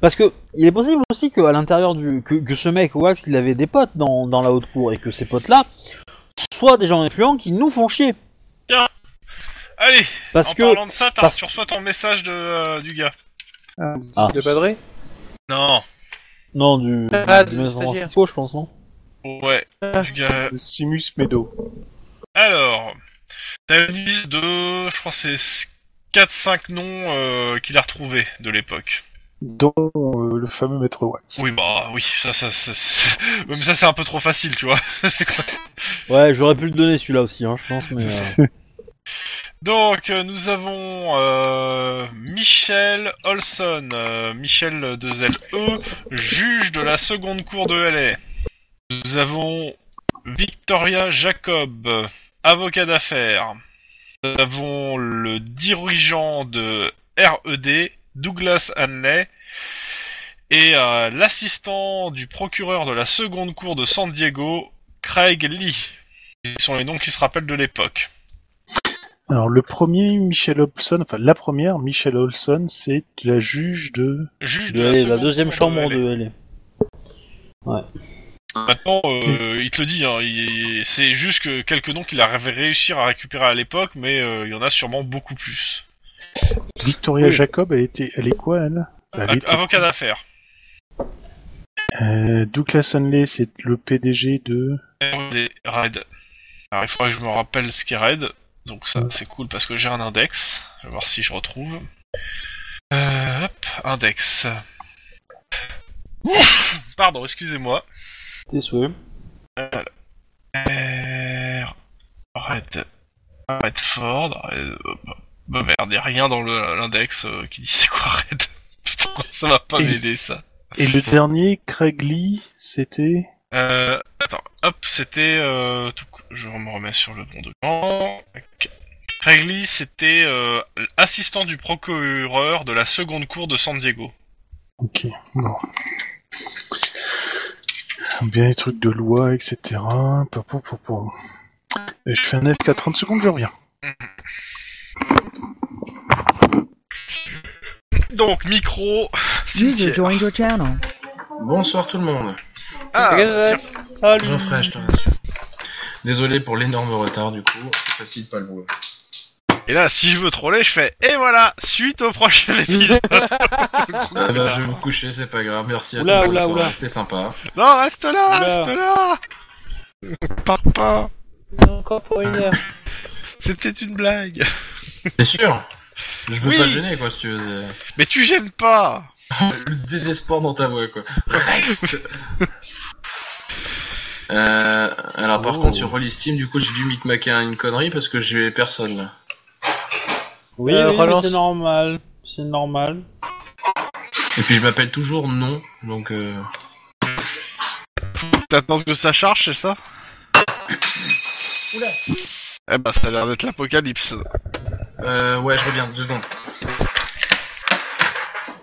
Parce que il est possible aussi que à l'intérieur du que, que ce mec Wax il avait des potes dans, dans la haute cour et que ces potes là soient des gens influents qui nous font chier. Allez, Parce en que parlant de ça, t'as parce- tu reçois ton message de, euh, du gars. Le padré Non. non du, Ah, du du San stagiaire. Francisco je pense non. Ouais, Ah. du gars. Le Simus Medo. Alors, t'as une liste de, je crois que c'est 4-5 noms euh, qu'il a retrouvés de l'époque. Dont euh, le fameux Maître Watt. Oui, bah oui, ça, ça, ça, [LAUGHS] c'est- même ça c'est un peu trop facile, tu vois. [LAUGHS] C'est quand même- Ouais j'aurais pu le donner celui-là aussi hein, je pense mais. euh, Donc, euh, nous avons euh, Michel Olson, euh, Michel de ZLE, juge de la seconde cour de LA. Nous avons Victoria Jacob, euh, avocat d'affaires. Nous avons le E dirigeant de RED, Douglas Hanley. et euh, l'assistant du procureur de la seconde cour de San Diego, Craig Lee. Ce sont les noms qui se rappellent de l'époque. Alors, le premier, Michelle Olson, enfin, la première, Michelle Olson, c'est la juge de. Juge De la, seconde deuxième cour chambre LA. de LA. Maintenant, Hmm. euh, il te le dit, hein, il- c'est juste que quelques noms qu'il a ré- réussi à récupérer à l'époque, mais euh, il y en a sûrement beaucoup plus. Victoria Oui. Euh, Jacob, elle était. Elle est quoi, elle Elle A- était- Avocat d'affaires. Euh, Douglas Hunley, c'est le PDG de. RD, Raid. Alors, il faudra que je me rappelle ce qu'est Raid. Donc ça, c'est cool parce que j'ai un index. Je vais voir si je retrouve. Euh, hop, index. Ouf Pardon, excusez-moi. T'es souhait. R... Red... Redford... Red- hop. Bah merde, y a rien dans le- l'index euh, qui dit c'est quoi Red. [LAUGHS] Putain, ça va pas Et- m'aider ça. Ah, Et le dernier, Craig Lee, c'était. Euh, attends, hop, c'était... euh, tout cou- Je me remets sur le bon document. Tac. Craig Lee, c'était euh, assistant du procureur de la seconde cour de San Diego. Ok, bon. Bien les trucs de loi, etc. Pa, pa, pa, pa. Et Je fais un F4 30 secondes, je reviens. Donc, micro... User cimetière. joined your channel. Bonsoir tout le monde. Ah, tiens, Geoffrey, je te rassure. Désolé pour l'énorme retard du coup, c'est facile pas le boulot. et là, si je veux troller, je fais... Et voilà, suite au prochain épisode. Ah bah, je vais me coucher, c'est pas grave, merci à Oula, tous. oula, bonsoir, oula. C'était sympa. Non, reste là, Oula. reste là [LAUGHS] Pars pas Encore pour une heure. C'était une blague T'es sûr Je veux Oui. pas te gêner quoi si tu veux. c'est- Mais tu gênes pas Le désespoir dans ta voix quoi. [LAUGHS] Reste Euh, alors par Oh. contre sur Roll Steam du coup j'ai dû micmaquer à une connerie parce que j'ai personne là. Oui, Euh, oui, mais relance. c'est normal. C'est normal. Et puis je m'appelle toujours non, donc euh... T'attends que ça charge, c'est ça Oula Eh bah, ça a l'air d'être l'apocalypse. euh, ouais je reviens, deux secondes.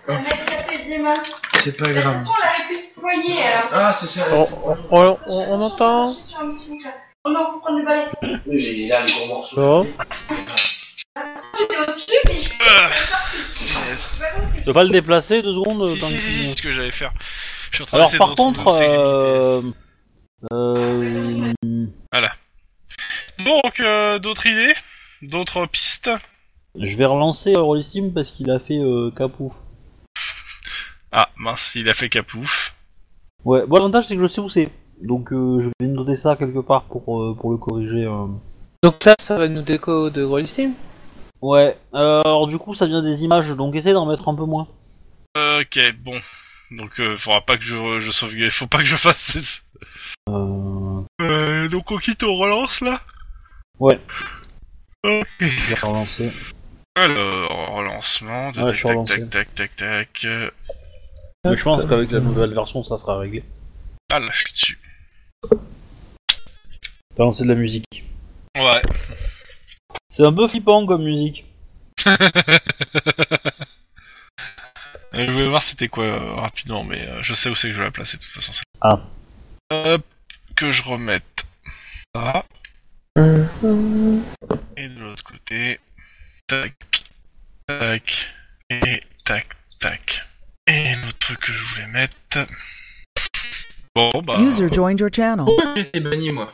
Mec, ça fait des mains. De C'est pas toute grave. façon, on l'avait pu te poigner. alors. Ah c'est ça. On, on, on- on- on entend Je suis sur un petit bout, ça. On en prend des balais. Non. J'étais au-dessus, mais je Euh, Yes. suis pas compris. Tu peux pas le déplacer deux secondes Si, Oh, tant si, que- si, si, c'est ce que j'allais faire. Je suis en train Alors d'essayer par de contre, retrouver le euh... série euh, BTS. Donc, euh, d'autres idées D'autres pistes je vais relancer euh, Rollistim parce qu'il a fait euh, capouf. Ah, mince, il a fait capouf. Ouais, bon l'avantage c'est que je sais où c'est. Donc euh, je vais noter ça quelque part pour, euh, pour le corriger. euh. Donc là, ça va nous déco de Rollistim. Ouais, euh, alors du coup ça vient des images, donc essaye d'en mettre un peu moins. Euh, Ok, bon. Donc, euh, faudra pas que je, je sauvegarde. Faut pas que je fasse. Euh, Euh, donc, on quitte, on relance là Ouais. Ok. je vais relancer. Alors, relancement, Ouais, je tac, suis tac, relancé. tac, tac, tac, tac, euh, Mais je pense qu'avec la nouvelle version ça sera réglé. Ah là, je suis dessus. T'as lancé de la musique. Ouais. C'est un peu flippant comme musique. Euh, je voulais voir c'était quoi euh, rapidement, mais euh, je sais où c'est que je vais la placer de toute façon. celle- Ah. Hop, que je remette ça. Et de l'autre côté, tac, tac, et tac, tac. Et l'autre truc que je voulais mettre. Bon, bah. User joined your channel. J'ai été banni moi.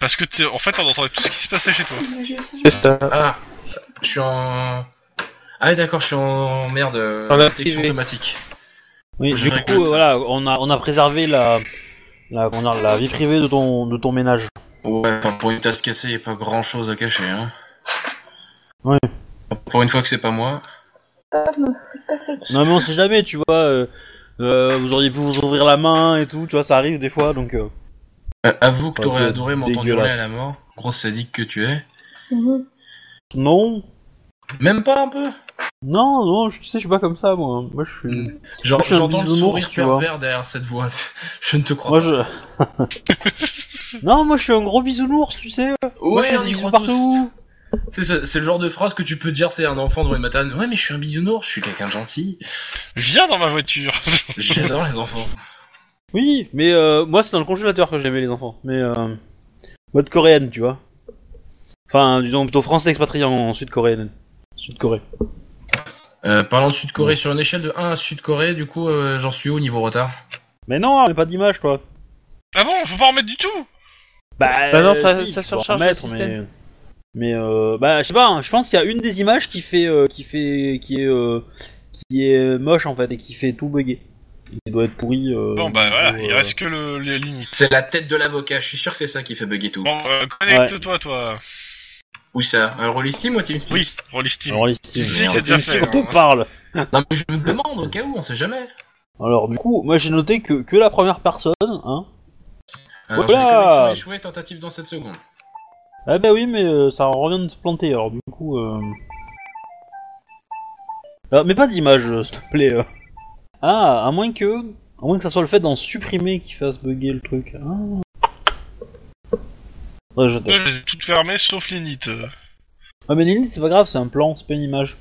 Parce que, t'es- en fait, on entendait tout ce qui se passait chez toi. C'est ça. Ah, je suis en. Ah, d'accord, je suis en merde. euh, En app détection privée. automatique. Oui, Je du récolte coup, ça. euh, voilà, on a, on a préservé la, la, comment dire, la vie privée de ton, de ton ménage. Ouais, enfin, pour une tasse cassée, y a pas grand chose à cacher, hein. Ouais. Pour une fois que c'est pas moi. Non, mais on sait jamais, tu vois. euh, euh, vous auriez pu vous ouvrir la main et tout, tu vois, ça arrive des fois, donc. euh, Euh, avoue que Ouais, t'aurais c'est adoré m'entendre dégueulasse. hurler à la mort. Grosse sadique que tu es. Non, Même pas un peu non, non, je- tu sais, je suis pas comme ça, moi. Moi, je suis. Moi, Genre, Mm. je suis un j'entends le bisounours, sourire tu vois. pervers derrière cette voix. [LAUGHS] je ne te crois Moi, pas. je. [LAUGHS] non, moi, je suis un gros bisounours, tu sais. Ouais, moi, je fais on des y bisous croit tous. partout. C'est- C'est c'est le genre de phrase que tu peux dire, c'est un enfant devant une matane. Ouais, mais je suis un bisounours, je suis quelqu'un de gentil. Viens dans ma voiture [LAUGHS] J'adore les enfants. Oui, mais euh, moi c'est dans le congélateur que j'aimais les enfants. Mais euh, mode coréenne, tu vois. Enfin, disons plutôt français expatrié en en sud-coréenne. Sud-corée. Euh, parlant de Sud-Corée, sur une échelle de 1 à Sud-Corée, du coup, euh, j'en suis où au niveau retard Mais non, mais pas d'image, toi. Ah bon, faut pas en mettre du tout Bah, Bah non, ça- euh, si, ça tu peux en surcharge le remettre, mais système. mais euh, bah je sais pas, hein, je pense qu'il y a une des images qui fait euh, qui fait qui est euh, qui est moche en fait et qui fait tout bugger. Il doit être pourri. euh, Bon bah voilà, ou, il euh, reste que le, les lignes. C'est la tête de l'avocat, je suis sûr que c'est ça qui fait bugger tout. Bon, euh, connecte-toi toi. Où ça Un Rolly Steam ou TeamSpeak Oui, Roll Steam. Alors ici, Tu merde, sais que c'est déjà fait, quand on hein. parle. Non, mais je me demande au cas où, on sait jamais. Alors du coup, moi j'ai noté que que la première personne, hein. Voilà. Alors, j'ai la connexion a échoué, tentative dans 7 secondes. Ah bah oui, mais euh, ça revient de se planter, alors du coup... Euh... Ah, mais pas d'image, euh, s'il te plaît. euh. Ah, à moins que... À moins que ça soit le fait d'en supprimer qui fasse bugger le truc. Ah. Ouais, je Moi, teste. je les ai toutes fermées sauf l'init. Euh, Ah mais l'init, c'est pas grave, c'est un plan, c'est pas une image.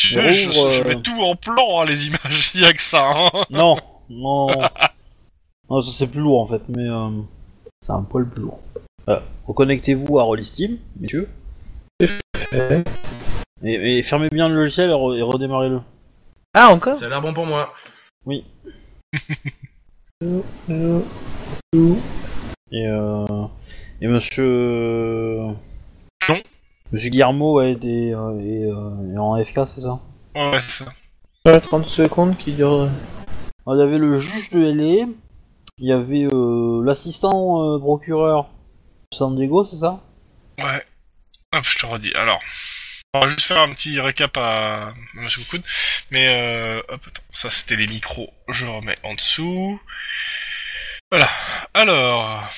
Je, Mais je- ouvre, je euh, mets tout en plan, hein, les images, [LAUGHS] il y a que ça. hein. Non, non. non, ça c'est plus lourd en fait, mais euh, c'est un poil plus lourd. Voilà. Reconnectez-vous à Rollistim, messieurs. Et, et fermez bien le logiciel et, re- et redémarrez-le. Ah, encore Ça a l'air bon pour moi. Et, euh, et monsieur. euh, Non. Monsieur Guillermo ouais, est, euh, est, euh, est en FK, c'est ça Ouais, c'est ça. Ouais, 30 secondes qui dure. Alors, Il y avait le juge de LA, il y avait euh, l'assistant euh, procureur de San Diego, c'est ça Ouais. Hop, je te redis. Alors, on va juste faire un petit récap à Monsieur Cocoon. Mais, euh, hop, attends, ça c'était les micros. Je remets en dessous. Voilà. Alors.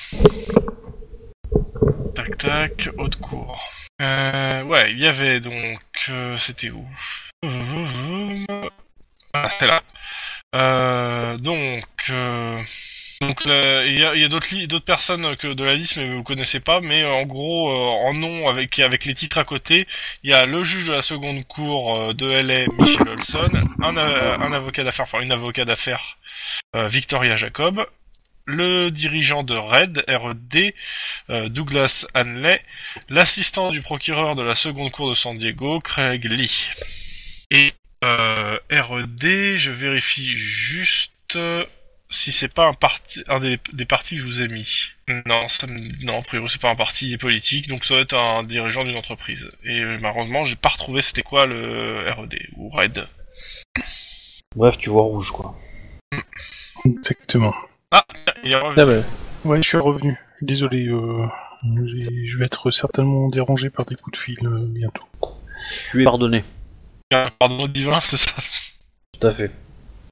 Tac tac, haute cour. Euh, ouais, il y avait donc. euh, c'était où Euh, Ah, c'est là. Euh, donc. euh, donc là, il y a, il y a d'autres li- d'autres personnes que de la liste, mais vous connaissez pas. Mais euh, en gros, euh, en nom avec avec les titres à côté, il y a le juge de la seconde cour euh, de LA, Michel Olson, un, euh, un avocat d'affaires, enfin une avocat d'affaires, euh, Victoria Jacob, le dirigeant de RED, RED, euh, Douglas Hanley, l'assistant du procureur de la seconde cour de San Diego, Craig Lee. Et euh, RED, je vérifie juste euh, si c'est pas un parti, un des, des partis que je vous ai mis. Non, ça me- non, a priori c'est pas un parti politique, donc ça doit être un dirigeant d'une entreprise. Et euh, malheureusement, j'ai pas retrouvé c'était quoi le RED ou RED. Bref, tu vois rouge quoi. Exactement. Ah, tiens, il est revenu. Ah, bah, Ouais, je suis revenu. Désolé, euh, j'ai- je vais être certainement dérangé par des coups de fil euh, bientôt. Tu es pardonné. hein, Pardon divin, c'est ça. Tout à fait.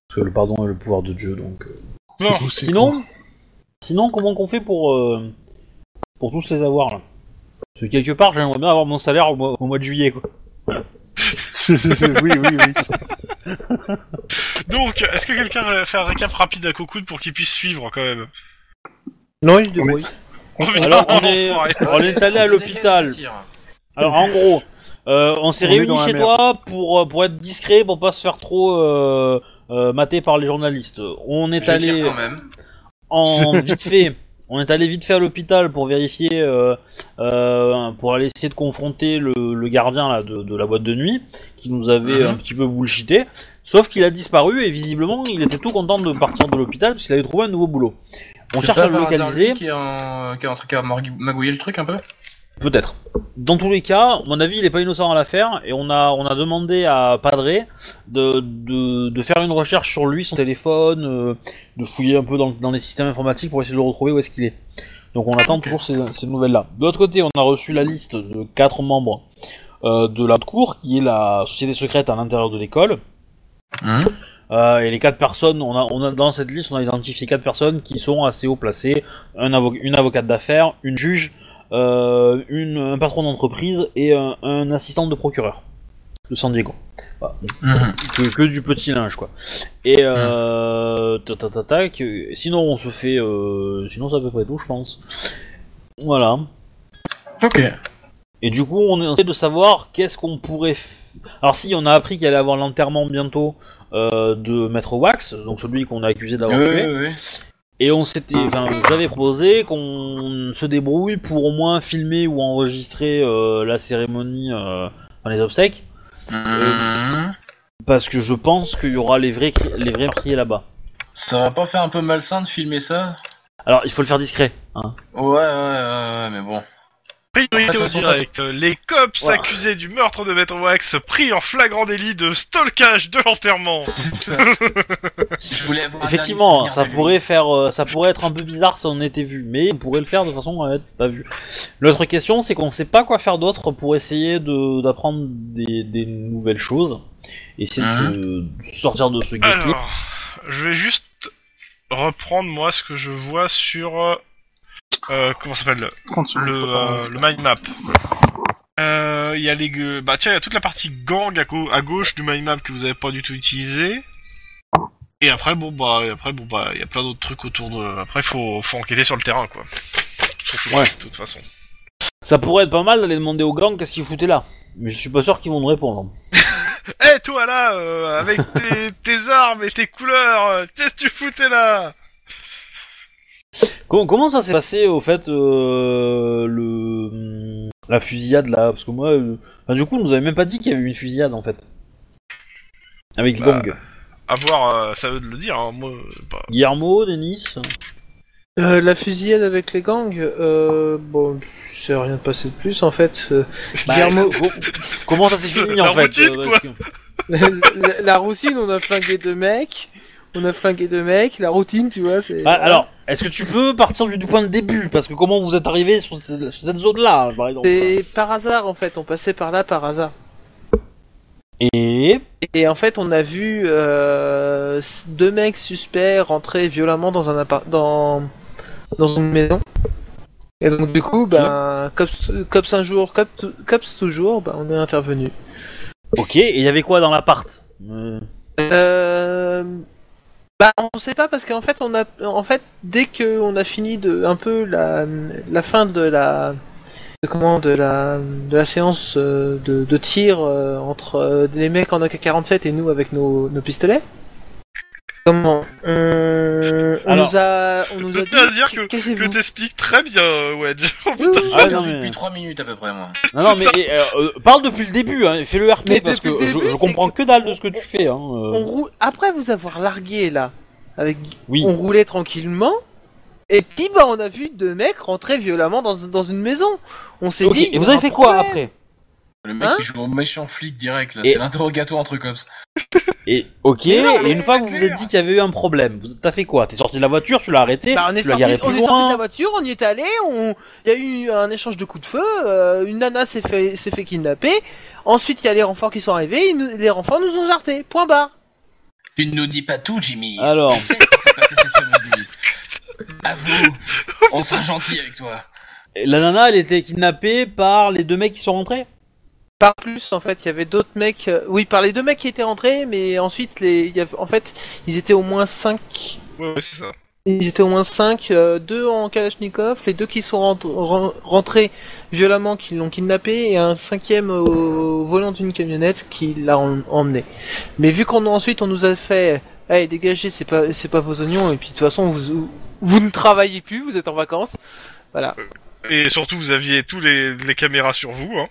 Parce que le pardon est le pouvoir de Dieu, donc. euh. Bon, Du coup, c'est Sinon, sinon, comment qu'on fait pour euh, pour tous les avoir là Parce que quelque part, j'aimerais bien avoir mon salaire au mois, au mois de juillet, quoi. oui, [LAUGHS] oui, oui. donc, est-ce que quelqu'un va faire un récap rapide à Cocoon pour qu'il puisse suivre quand même Non, il se débrouille. Oh, putain, Alors, on est- l'enfoiré. Alors, on est allé à l'hôpital. Alors, en gros, euh, on s'est On est réunis dans la chez merde. toi pour euh, pour être discret, pour pas se faire trop euh, euh, mater par les journalistes. On est Je allé tire quand même. [LAUGHS] en vite fait. On est allé vite fait à l'hôpital pour vérifier, euh, euh, pour aller essayer de confronter le, le gardien là, de, de la boîte de nuit, qui nous avait Mhm. un petit peu bullshité. Sauf qu'il a disparu et visiblement il était tout content de partir de l'hôpital parce qu'il avait trouvé un nouveau boulot. On C'est cherche pas à le par hasard localiser, lui Qui est en... qui est en train de margou- magouiller le truc un peu peut-être. Dans tous les cas, à mon avis, il est pas innocent à l'affaire et on a, on a demandé à Padré de, de, de faire une recherche sur lui, son téléphone, euh, de fouiller un peu dans, dans les systèmes informatiques pour essayer de le retrouver où est-ce qu'il est. Donc on attend toujours ces, ces nouvelles-là. De l'autre côté, on a reçu la liste de quatre membres euh, de la cour, qui est la société secrète à l'intérieur de l'école. Hein Euh, et les quatre personnes, on a, on a dans cette liste, on a identifié quatre personnes qui sont assez haut placées un avo- une avocate d'affaires, une juge, euh, une, un patron d'entreprise et un, un assistant de procureur de San Diego. Mhm. Que, que du petit linge, quoi. Et euh, ta- ta- ta- tac, euh, sinon on se fait, euh, sinon c'est à peu près tout, je pense. Voilà. Ok. Et du coup, on essaie de savoir qu'est-ce qu'on pourrait. f- Alors, si on a appris qu'il allait avoir l'enterrement bientôt euh, de Maître Wax, donc celui qu'on a accusé d'avoir tué. ouais. Et on s'était, enfin, j'avais proposé qu'on se débrouille pour au moins filmer ou enregistrer euh, la cérémonie euh, dans les obsèques, Mmh. parce que je pense qu'il y aura les vrais, cri- les vrais meurtriers là-bas. Ça va pas faire un peu malsain de filmer ça Alors, il faut le faire discret. Hein. ouais, ouais, ouais, ouais, mais bon. Priorité En fait, au ça direct. Les cops Voilà. accusés du meurtre de Maître Wax pris en flagrant délit de stalkage de l'enterrement. C'est ça. Je voulais avoir un Effectivement, dernier souvenir ça de lui. pourrait faire, euh, ça pourrait être un peu bizarre si on était vu, mais on pourrait le faire de façon à être pas vu. L'autre question, c'est qu'on sait pas quoi faire d'autre pour essayer de d'apprendre des, des nouvelles choses, essayer Hein de, se- de sortir de ce guépier. Alors, je vais juste reprendre moi ce que je vois sur euh, euh, comment ça s'appelle 30 secondes. le, je prépare euh, un- le mind map. Euh, Il y a les gue- bah tiens il y a toute la partie gang à, gau- à gauche du mind map que vous avez pas du tout utilisé. Et après bon bah et après bon bah il y a plein d'autres trucs autour de. Après faut faut enquêter sur le terrain quoi. Sur tout le Ouais. reste, de toute façon. Ça pourrait être pas mal d'aller demander aux gangs qu'est-ce qu'ils foutaient là, mais je suis pas sûr qu'ils vont me répondre. Eh toi là, euh, avec tes, tes armes et tes couleurs, euh, qu'est-ce que tu foutais là Com- comment ça s'est passé au fait euh, le la fusillade là Parce que moi, euh, enfin, du coup, on nous avait même pas dit qu'il y avait eu une fusillade en fait. Avec Bah, gang. À voir, euh, c'est à eux de le dire, hein, moi, euh, bah, Guillermo, Denis. Euh, la fusillade avec les gangs, euh, bon, c'est rien de passé de plus en fait. Euh, [LAUGHS] Bah, Guillermo- co- comment ça s'est fini La en fait euh, routine, parce que- la, la- la routine, on a flingué deux mecs, on a flingué deux mecs, la routine, tu vois, c'est. Ah, alors, est-ce que tu peux partir du, du point de début Parce que comment vous êtes arrivé sur, ce- sur cette zone là par exemple C'est par hasard en fait, on passait par là par hasard. Et. Et en fait, on a vu euh, deux mecs suspects rentrer violemment dans un appart- dans dans une maison. Et donc du coup, ben, cops, cops un jour, cops, cops toujours, ben, on est intervenu. Ok, et il y avait quoi dans l'appart Euh, Euh... Bah, on sait pas parce qu'en fait, on a, en fait, dès que on a fini de un peu la, la fin de la, de comment, de la, de la séance euh, de, de tir euh, entre euh, les mecs en AK-47 et nous avec nos, nos pistolets. Comment euh, On Alors, nous a, on nous je a tiens à dire dit que cassez-vous. t'expliques très bien, euh, Wedge. Oh, Oui, putain. oui, Ah, J'ai non, perdu mais- Depuis 3 minutes à peu près, moi. Non, non, mais euh, euh, parle depuis le début, hein, fais le RP Mais parce que depuis le je, début, je c'est comprends que- que dalle de ce que tu fais. Hein, euh. On roule après vous avoir largué là. Avec, Oui. on roulait tranquillement. Et puis bah on a vu deux mecs rentrer violemment dans, dans une maison. On s'est Ok, dit. et vous avez fait quoi après Le mec Hein qui joue au méchant flic direct, là. Et- C'est l'interrogatoire entre cops. Et ok, Mais non, mais et une fois que vous vous êtes dit qu'il y avait eu un problème, vous- t'as fait quoi T'es sorti de la voiture, tu l'as arrêté, Bah, on est tu l'as sorti, garé on plus est sorti de la loin. voiture, on y est allé, on... il y a eu un échange de coups de feu, euh, une nana s'est fait, s'est fait kidnapper, ensuite il y a les renforts qui sont arrivés, ils nous- les renforts nous ont jartés, point barre. Tu ne nous dis pas tout, Jimmy. Alors. Tu sais ce qui s'est passé cette famille. Avoue, on sera gentil avec toi. Et La nana, elle était kidnappée par les deux mecs qui sont rentrés. Par plus, en fait, il y avait d'autres mecs, euh, oui, par les deux mecs qui étaient rentrés, mais ensuite, les... il y avait- en fait, ils étaient au moins 5, Ouais, ouais, c'est ça. ils étaient au moins 5, deux en Kalachnikov, les deux qui sont rent- ren- rentrés violemment, qui l'ont kidnappé, et un cinquième au volant d'une camionnette qui l'a en- emmené. Mais vu qu'on ensuite on nous a fait, allez dégagez, c'est pas c'est pas vos oignons, et puis de toute façon vous vous ne travaillez plus, vous êtes en vacances. Et surtout, vous aviez tous les, les caméras sur vous, hein.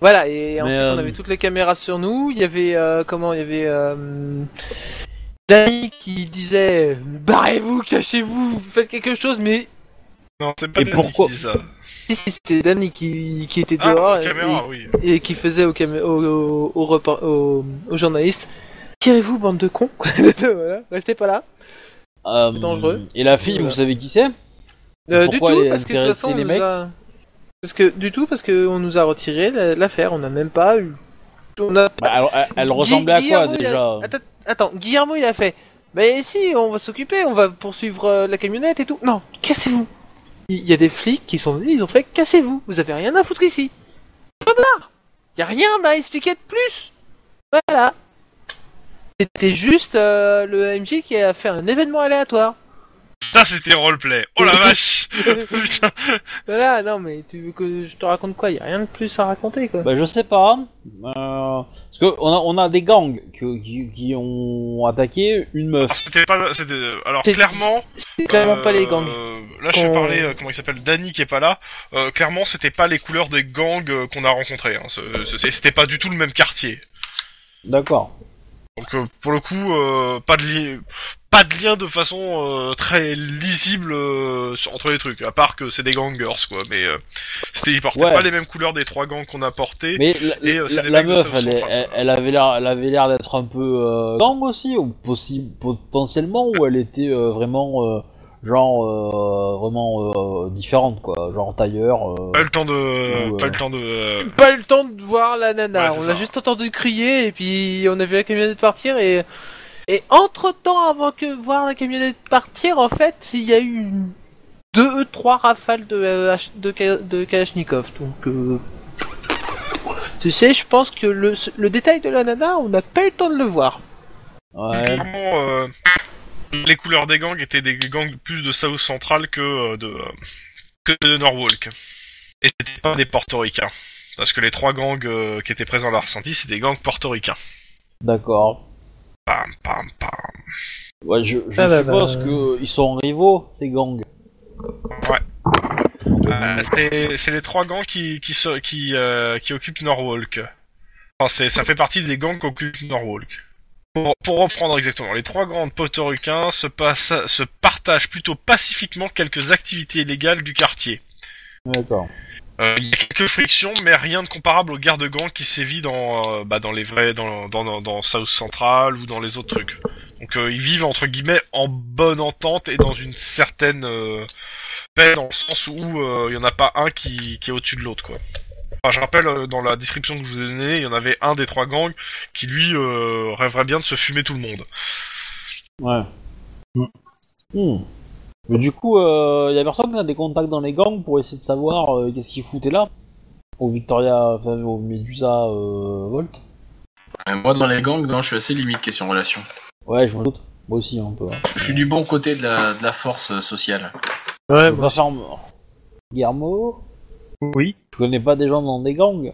Voilà, et ensuite euh, on avait toutes les caméras sur nous, il y avait euh, comment, il y avait euh, Danny qui disait barrez-vous, cachez-vous, faites quelque chose, mais Non, c'est pas Et des pourquoi- qui disent ça. si, si, c'était Danny qui, qui était Ah, dehors les et- caméras, oui. et qui faisait au, cam- au, au, au repor- au- aux journalistes Tirez-vous, bande de cons [LAUGHS] Voilà, Restez pas là Euh, dangereux. Et la fille, vous savez qui c'est Euh, Du tout, Pourquoi elle parce que de toute intéressait façon, on les nous mecs a... Parce que, du tout, parce qu'on nous a retiré la- l'affaire, on n'a même pas eu. On a... Bah, alors, elle, elle Gui- ressemblait à quoi Guillermo, il a- déjà Attends, attends, Guillermo il a fait Mais si, on va s'occuper, on va poursuivre euh, la camionnette et tout. Non, cassez-vous Il il y a des flics qui sont venus, ils ont fait Cassez-vous, vous avez rien à foutre ici. Il Y a rien à expliquer de plus Voilà C'était juste euh, le MJ qui a fait un événement aléatoire. Ça, c'était roleplay. Oh la [LAUGHS] vache [LAUGHS] Putain. Voilà, non, mais tu veux que je te raconte quoi Y a rien de plus à raconter, quoi. Bah, je sais pas. euh, parce que on a, on a des gangs que- qui, qui ont attaqué une Alors, meuf. c'était pas... c'était- Alors, C'est- clairement... C'est clairement pas les gangs. euh, Là, je vais Qu'on- parler... euh, comment il s'appelle Danny, qui est pas là. Euh, clairement, c'était pas les couleurs des gangs euh, qu'on a rencontrés. hein. Ce- ce- C'était pas du tout le même quartier. D'accord. Donc euh, pour le coup, euh, pas de li- pas de lien de façon euh, très lisible euh, sur- entre les trucs, à part que c'est des gangers quoi. Mais euh, c'était ils portaient Ouais. pas les mêmes couleurs des trois gangs qu'on a portés. Mais la, et, euh, c'est la- des la mecs de meuf, South elle, est- Central, ça. elle- elle avait l'air, elle avait l'air d'être un peu euh, gang aussi, ou possible, potentiellement, ou elle était euh, vraiment, euh, genre, euh, vraiment euh, différente quoi, genre tailleur. euh. Pas le temps de, Ouais. pas le temps de. euh, Pas le temps de voir la nana. Ouais, c'est on ça. a juste entendu crier et puis on a vu la camionnette partir et et entre temps avant que voir la camionnette partir en fait il y a eu une... deux trois rafales de euh, H- de, Ka- de Kalachnikov donc euh, tu sais je pense que le le détail de la nana on n'a pas eu le temps de le voir. Ouais. clairement, euh, les couleurs des gangs étaient des gangs plus de South Central que euh, de euh, que de Norwalk. Et c'était pas des portoricains. Parce que les trois gangs euh, qui étaient présents à la ressentie, c'est des gangs portoricains. D'accord. Pam, pam, pam. Ouais, je, je Ah bah suppose bah. que ils sont rivaux ces gangs. Euh, c'est- c'est les trois gangs qui, qui, se- qui, euh, qui occupent Norwalk. Enfin, c'est- ça fait partie des gangs qui occupent Norwalk. Pour, pour reprendre exactement, les trois gangs potoricains se, passa- se partagent plutôt pacifiquement quelques activités illégales du quartier. D'accord. Euh, Il y a quelques frictions, mais rien de comparable aux guerres de gangs qui sévit dans, euh, bah, dans les vrais, dans, dans, dans, dans South Central ou dans les autres trucs. Donc euh, ils vivent entre guillemets en bonne entente et dans une certaine euh, paix, dans le sens où euh, il y en a pas un qui, qui est au-dessus de l'autre, quoi. Enfin, je rappelle, euh, dans la description que je vous ai donnée, il y en avait un des trois gangs qui lui euh, rêverait bien de se fumer tout le monde. Ouais. Hmm. Mais du coup, euh, y a personne qui a des contacts dans les gangs pour essayer de savoir euh, qu'est-ce qu'ils foutaient là Au Victoria, enfin au Medusa euh, Volt Euh, Moi, dans les gangs, non, je suis assez limite question relation. Ouais, je m'en doute. Moi aussi, un peu. hein. Je suis du bon côté de la, de la force euh, sociale. Je Ouais peux pas faire mort. Guillermo Oui. Tu connais pas des gens dans des gangs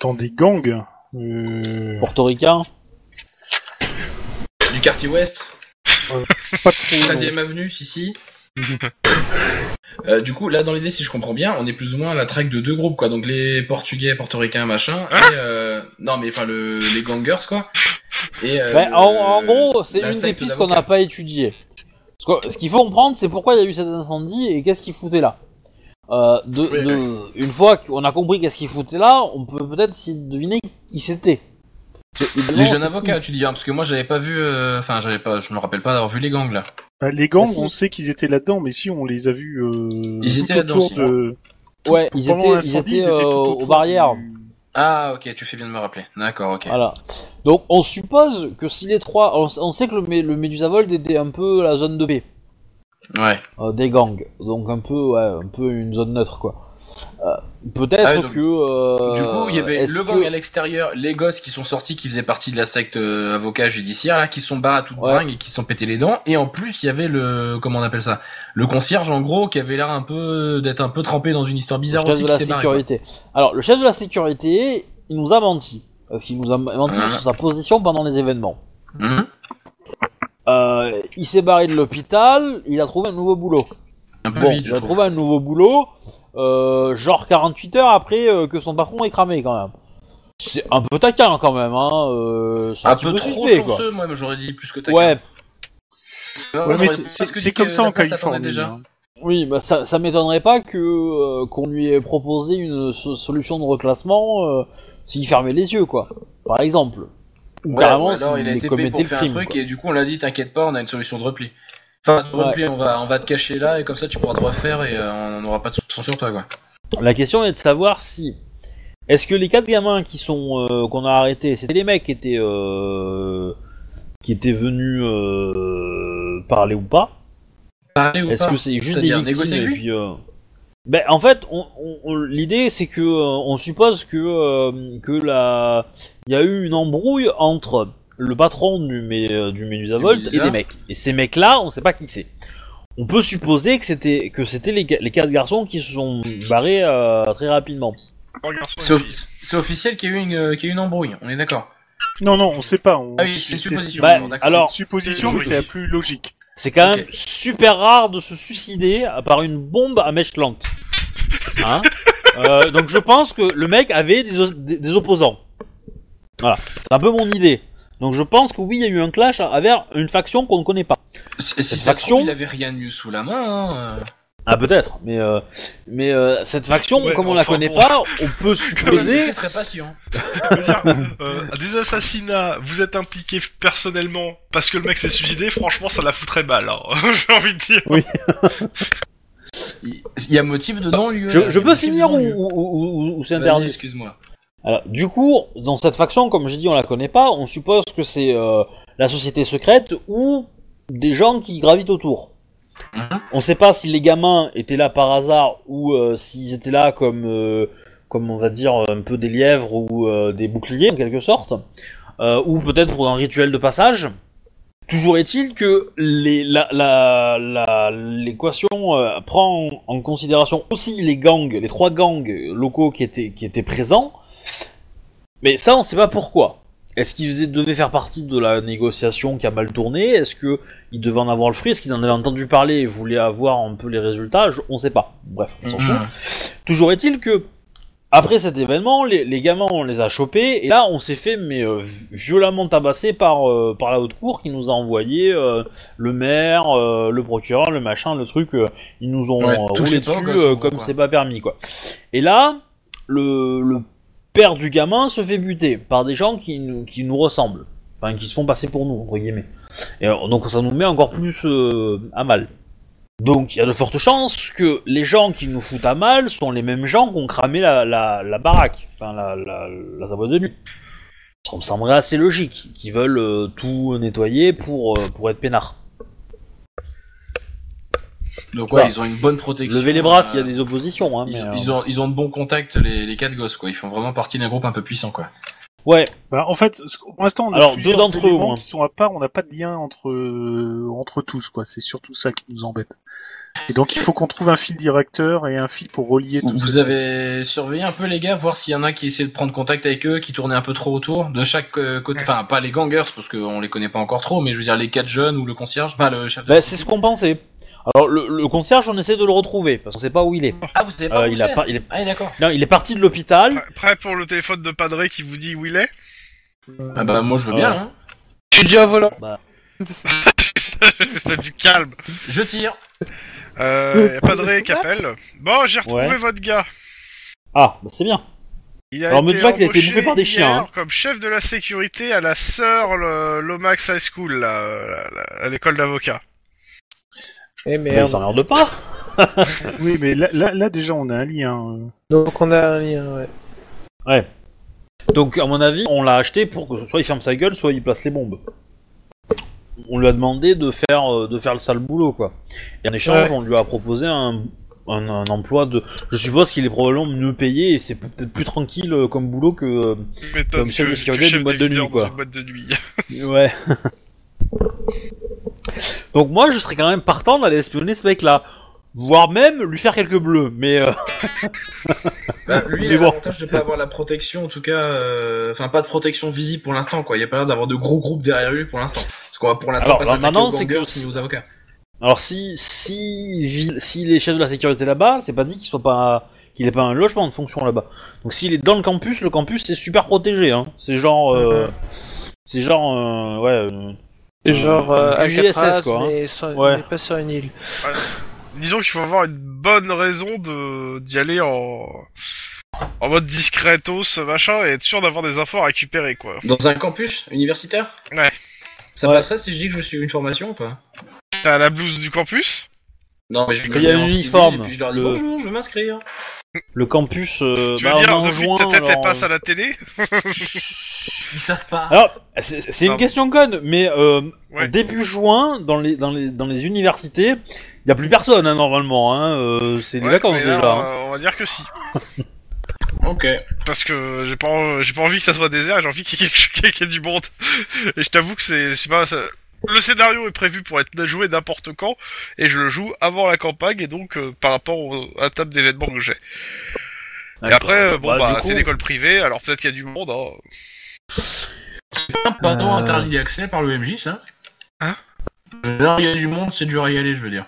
Dans des gangs. Euh, Portoricains Du quartier ouest pas trop. 13ème avenue, [LAUGHS] si si. Euh, du coup, là dans l'idée, si je comprends bien, on est plus ou moins à la traque de deux groupes quoi. Donc les Portugais, Portoricains, machin. Hein et, euh, Non, mais enfin le... les gangers quoi. Et, euh, Ben, en, le- en gros, c'est la une des secte pistes qu'on n'a d'avocats. pas étudiées. Parce que- ce qu'il faut comprendre, c'est pourquoi il y a eu cet incendie et qu'est-ce qu'ils foutaient là. Euh, de, Oui, de- Une fois qu'on a compris qu'est-ce qu'ils foutaient là, on peut peut-être s'y deviner qui c'était. Parce que, Les évidemment, jeunes c'est avocats, qui tu dis, hein, parce que moi j'avais pas vu, euh, enfin j'avais pas, je me rappelle pas d'avoir vu les gangs là. Bah, les gangs, Ah, si. on sait qu'ils étaient là-dedans, mais si on les a vus. euh, Ils tout étaient là-dedans autour aussi. de... tout- Ouais, ils pendant étaient- ils l'incendie, étaient, tout euh, aux autour du- barrières. Ah ok, tu fais bien de me rappeler. D'accord, ok. Voilà. Donc on suppose que si les trois. On, on sait que le, Mé- le Medusa Vold était un peu la zone de paix. Ouais. Euh, des gangs, donc un peu, ouais, un peu une zone neutre quoi. Euh, Peut-être Ah oui, donc- que. euh, Du coup, il y avait est-ce le gang que- à l'extérieur, les gosses qui sont sortis, qui faisaient partie de la secte euh, avocat judiciaire, là, qui sont barrés à toute Ouais. bringue et qui se sont pété les dents. Et en plus, il y avait le, comment on appelle ça, le concierge en gros, qui avait l'air un peu d'être un peu trempé dans une histoire le bizarre chef aussi. de qui la s'est barré, sécurité. Alors le chef de la sécurité, il nous a menti. Parce qu'il nous a menti Ah. sur sa position pendant les événements. quoi. Mhm. Euh, il s'est barré de l'hôpital, il a trouvé un nouveau boulot. Un peu Bon, vite, il je a trouve. trouvé un nouveau boulot, euh, genre 48 heures après euh, que son patron est cramé quand même. C'est un peu taquin quand même, hein. euh, c'est Un peu trop suspect, quoi. chanceux, moi, mais j'aurais dit plus que taquin. Ouais, Non, Ouais, mais j'aurais c'est presque c'est dit comme que ça la en place l'attendait Californie. Déjà. hein. Oui, bah ça, ça m'étonnerait pas que euh, qu'on lui ait proposé une so- solution de reclassement euh, s'il fermait les yeux, quoi. Par exemple. Ou Ouais, carrément ou alors, s'il il a été payé commettait pour le faire crime. un truc quoi. et du coup, on l'a dit, t'inquiète pas, on a une solution de repli. Enfin, de Ouais. repli, on va, on va te cacher là et comme ça, tu pourras te refaire et euh, on n'aura pas de soupçon sur toi, quoi. La question est de savoir si est-ce que les quatre gamins qui sont euh, qu'on a arrêtés, c'était les mecs qui étaient euh, qui étaient venus euh, parler ou pas Parler ou Est-ce pas que c'est juste des C'est-à-dire victimes négocier et avec lui puis euh, ben, en fait, on, on- on- l'idée c'est que euh, on suppose que euh, que la il y a eu une embrouille entre le patron du mé, euh, du Medusa Du Volt et Medusa. des mecs. Et ces mecs là, on sait pas qui c'est. on peut supposer que c'était que c'était les, ga- les quatre garçons qui se sont barrés euh, très rapidement. Trois garçons et C'est une offi- fille. c'est officiel qu'il y, a eu une, euh, qu'il y a eu une embrouille, on est d'accord. Non, non, on sait pas. on- Ah oui, c'est une supposition. Bah, bon, d'accord. une alors- supposition, mais c'est la plus logique. C'est quand Ok. même super rare de se suicider par une bombe à mèche lente. Hein Euh, donc je pense que le mec avait des, o- des- des opposants. Voilà, c'est un peu mon idée. Donc je pense que oui, il y a eu un clash avec une faction qu'on ne connaît pas. Si, cette si ça se trouve, faction- il avait rien de mieux sous la [LAUGHS] main. hein, euh. Ah peut-être, mais euh, mais euh, cette faction, Ouais, comme on enfin, la connaît bon. pas, on peut Il supposer. était très patient. Je veux dire, euh, des assassinats, vous êtes impliqué personnellement parce que le mec s'est suicidé, franchement ça la foutrait mal, hein. [LAUGHS] j'ai envie de dire. Il il y a motif de non-lieu. là, Je, je il y a peux motif de finir ou, non-lieu. ou, ou- ou- ou c'est Vas-y, interdit excuse-moi. Alors, du coup, dans cette faction, comme j'ai dit, on la connaît pas. On suppose que c'est euh, la société secrète ou des gens qui gravitent autour. Mhm. On sait pas si les gamins étaient là par hasard ou euh, s'ils étaient là comme, euh, comme on va dire, un peu des lièvres ou euh, des boucliers en quelque sorte, Euh, ou peut-être pour un rituel de passage. Toujours est-il que les- la- la- la- l'équation euh, prend en considération aussi les gangs, les trois gangs locaux qui étaient, qui étaient présents, mais ça on sait pas pourquoi. Est-ce qu'ils devaient faire partie de la négociation qui a mal tourné Est-ce que ils devaient en avoir le fruit Est-ce qu'ils en avaient entendu parler et voulaient avoir un peu les résultats Je- On sait pas. Bref, on s'en fout. Mhm. Toujours est-il que, après cet événement, les, les gamins, on les a chopés, et là, on s'est fait mais, euh, vi- violemment tabasser par, euh, par la haute cour qui nous a envoyé euh, le maire, euh, le procureur, le machin, le truc. euh, ils nous ont Ouais, euh, touchez roulé pas aux dessus gosses, euh, en gros, comme quoi. c'est pas permis, quoi. Et là, le, le père du gamin se fait buter par des gens qui, nous- qui nous ressemblent. Enfin, qui se font passer pour nous, entre guillemets. Et euh, donc ça nous met encore plus euh, à mal. Donc il y a de fortes chances que les gens qui nous foutent à mal sont les mêmes gens qui ont cramé la, la, la baraque, enfin la, la, la, la boîte de nuit. Ça me semblerait assez logique, qui veulent euh, tout nettoyer pour, euh, pour être peinards. Donc, ouais, Voilà. ils ont une bonne protection. Levez les bras s'il y a euh, des oppositions. Hein, mais, Ils, euh, ils ont, ils ont de bons contacts, les, les quatre gosses, quoi. Ils font vraiment partie d'un groupe un peu puissant, quoi. Ouais, Bah, en fait, ce- pour l'instant, on a Alors, deux plusieurs d'entre eux, au éléments moins. qui sont à part. On n'a pas de lien entre euh, entre tous, quoi. C'est surtout ça qui nous embête. Et donc, il faut qu'on trouve un fil directeur et un fil pour relier tout. Vous avez surveillé un peu les gars, voir s'il y en a qui essaient de prendre contact avec eux, qui tournaient un peu trop autour de chaque euh, côté. Enfin, pas les gangers parce qu'on les connaît pas encore trop, mais je veux dire les quatre jeunes ou le concierge, enfin le chef de. bah, c'est ce qu'on pensait. Alors le, le concierge, on essaie de le retrouver parce qu'on sait pas où il est. Ah, vous savez pas Euh, où il, c'est a pas, il, est Ah, oui, d'accord. non, il est parti de l'hôpital. Pr- Prêt pour le téléphone de Padré qui vous dit où il est [LAUGHS] Ah bah moi je veux bien. Ouais. hein. Je suis déjà à volant. Bah. C'est du calme. Je tire. Euh, y a Padré qui appelle. Bon, j'ai retrouvé Ouais. votre gars. Ah, bah, c'est bien. Il a Alors, me été dis pas qu'il a été embauché bouffé par des chiens, hier hein. Comme chef de la sécurité à la sœur le- Lomax High School, là, euh, là, là, à l'école d'avocat. [LAUGHS] Eh Mais ils merde. s'emmerdent Ben, pas. Oui, mais là, là, là, déjà, on a un lien. euh. Donc on a un lien, ouais. Ouais. Donc, à mon avis, on l'a acheté pour que soit il ferme sa gueule, soit il place les bombes. On lui a demandé de faire, euh, de faire le sale boulot, quoi. Et en échange, Ouais. on lui a proposé un, un, un emploi de. Je suppose qu'il est probablement mieux payé et c'est peut-être plus tranquille euh, comme boulot que. euh, Tu m'étonnes Comme chef que- de que sécurité chef d'une boîte de d'évideur nuit, quoi. d'une boîte de nuit. Ouais. [LAUGHS] Donc, moi, je serais quand même partant d'aller espionner ce mec-là. Voire même lui faire quelques bleus, mais. euh, [LAUGHS] Bah, lui, il Mais a bon. l'avantage de pas avoir la protection, en tout cas, euh, enfin pas de protection visible pour l'instant, quoi. Il y a pas l'air d'avoir de gros groupes derrière lui pour l'instant. Parce qu'on va pour l'instant Alors, pas là, s'attaquer maintenant, aux c'est que- gangers ni aux avocats. Alors si si vi- s'il est chef de la sécurité là-bas, c'est pas dit qu'il soit pas qu'il ait pas un logement de fonction là-bas. Donc s'il est dans le campus, le campus c'est super protégé. Hein. C'est genre euh, c'est genre euh, ouais. euh, C'est genre euh, Du JSS, Alcatraz, quoi, hein. mais sans- Ouais. mais pas sur une île. Disons qu'il faut avoir une bonne raison de d'y aller en en mode discretos machin et être sûr d'avoir des infos à récupérer quoi. Dans un campus universitaire. Ouais. Ça Ouais. passerait si je dis que je suis une formation ou pas T'as la blouse du campus Non, mais je Il y a mets un en civil, uniforme. Et puis je leur dis Le- bonjour, je veux m'inscrire. Le campus. euh, Tu bah, veux dire on est en depuis juin, que ta tête alors, elle passe à la télé Ils savent pas. Alors c'est c'est une Pardon. question conne, mais euh, Ouais. début juin dans les dans les dans les universités, il y a plus personne hein, normalement. Hein, euh, c'est les Ouais, vacances mais là, déjà. hein. on- On va dire que si. Ok. Parce que j'ai pas [LAUGHS] en- j'ai pas envie que ça soit désert, j'ai envie qu'il y ait quelque- qu'il y ait du monde. Et je t'avoue que c'est je sais pas ça- Le scénario est prévu pour être joué n'importe quand, et je le joue avant la campagne, et donc euh, par rapport au- à la table d'événements que j'ai. Et D'accord. après, euh, bon bah, du coup, c'est l'école privée, alors peut-être qu'il y a du monde, hein. Un panneau Euh. interdit d'accès par le MJ, ça Hein Là, il y a du monde, c'est dur à y aller, je veux dire.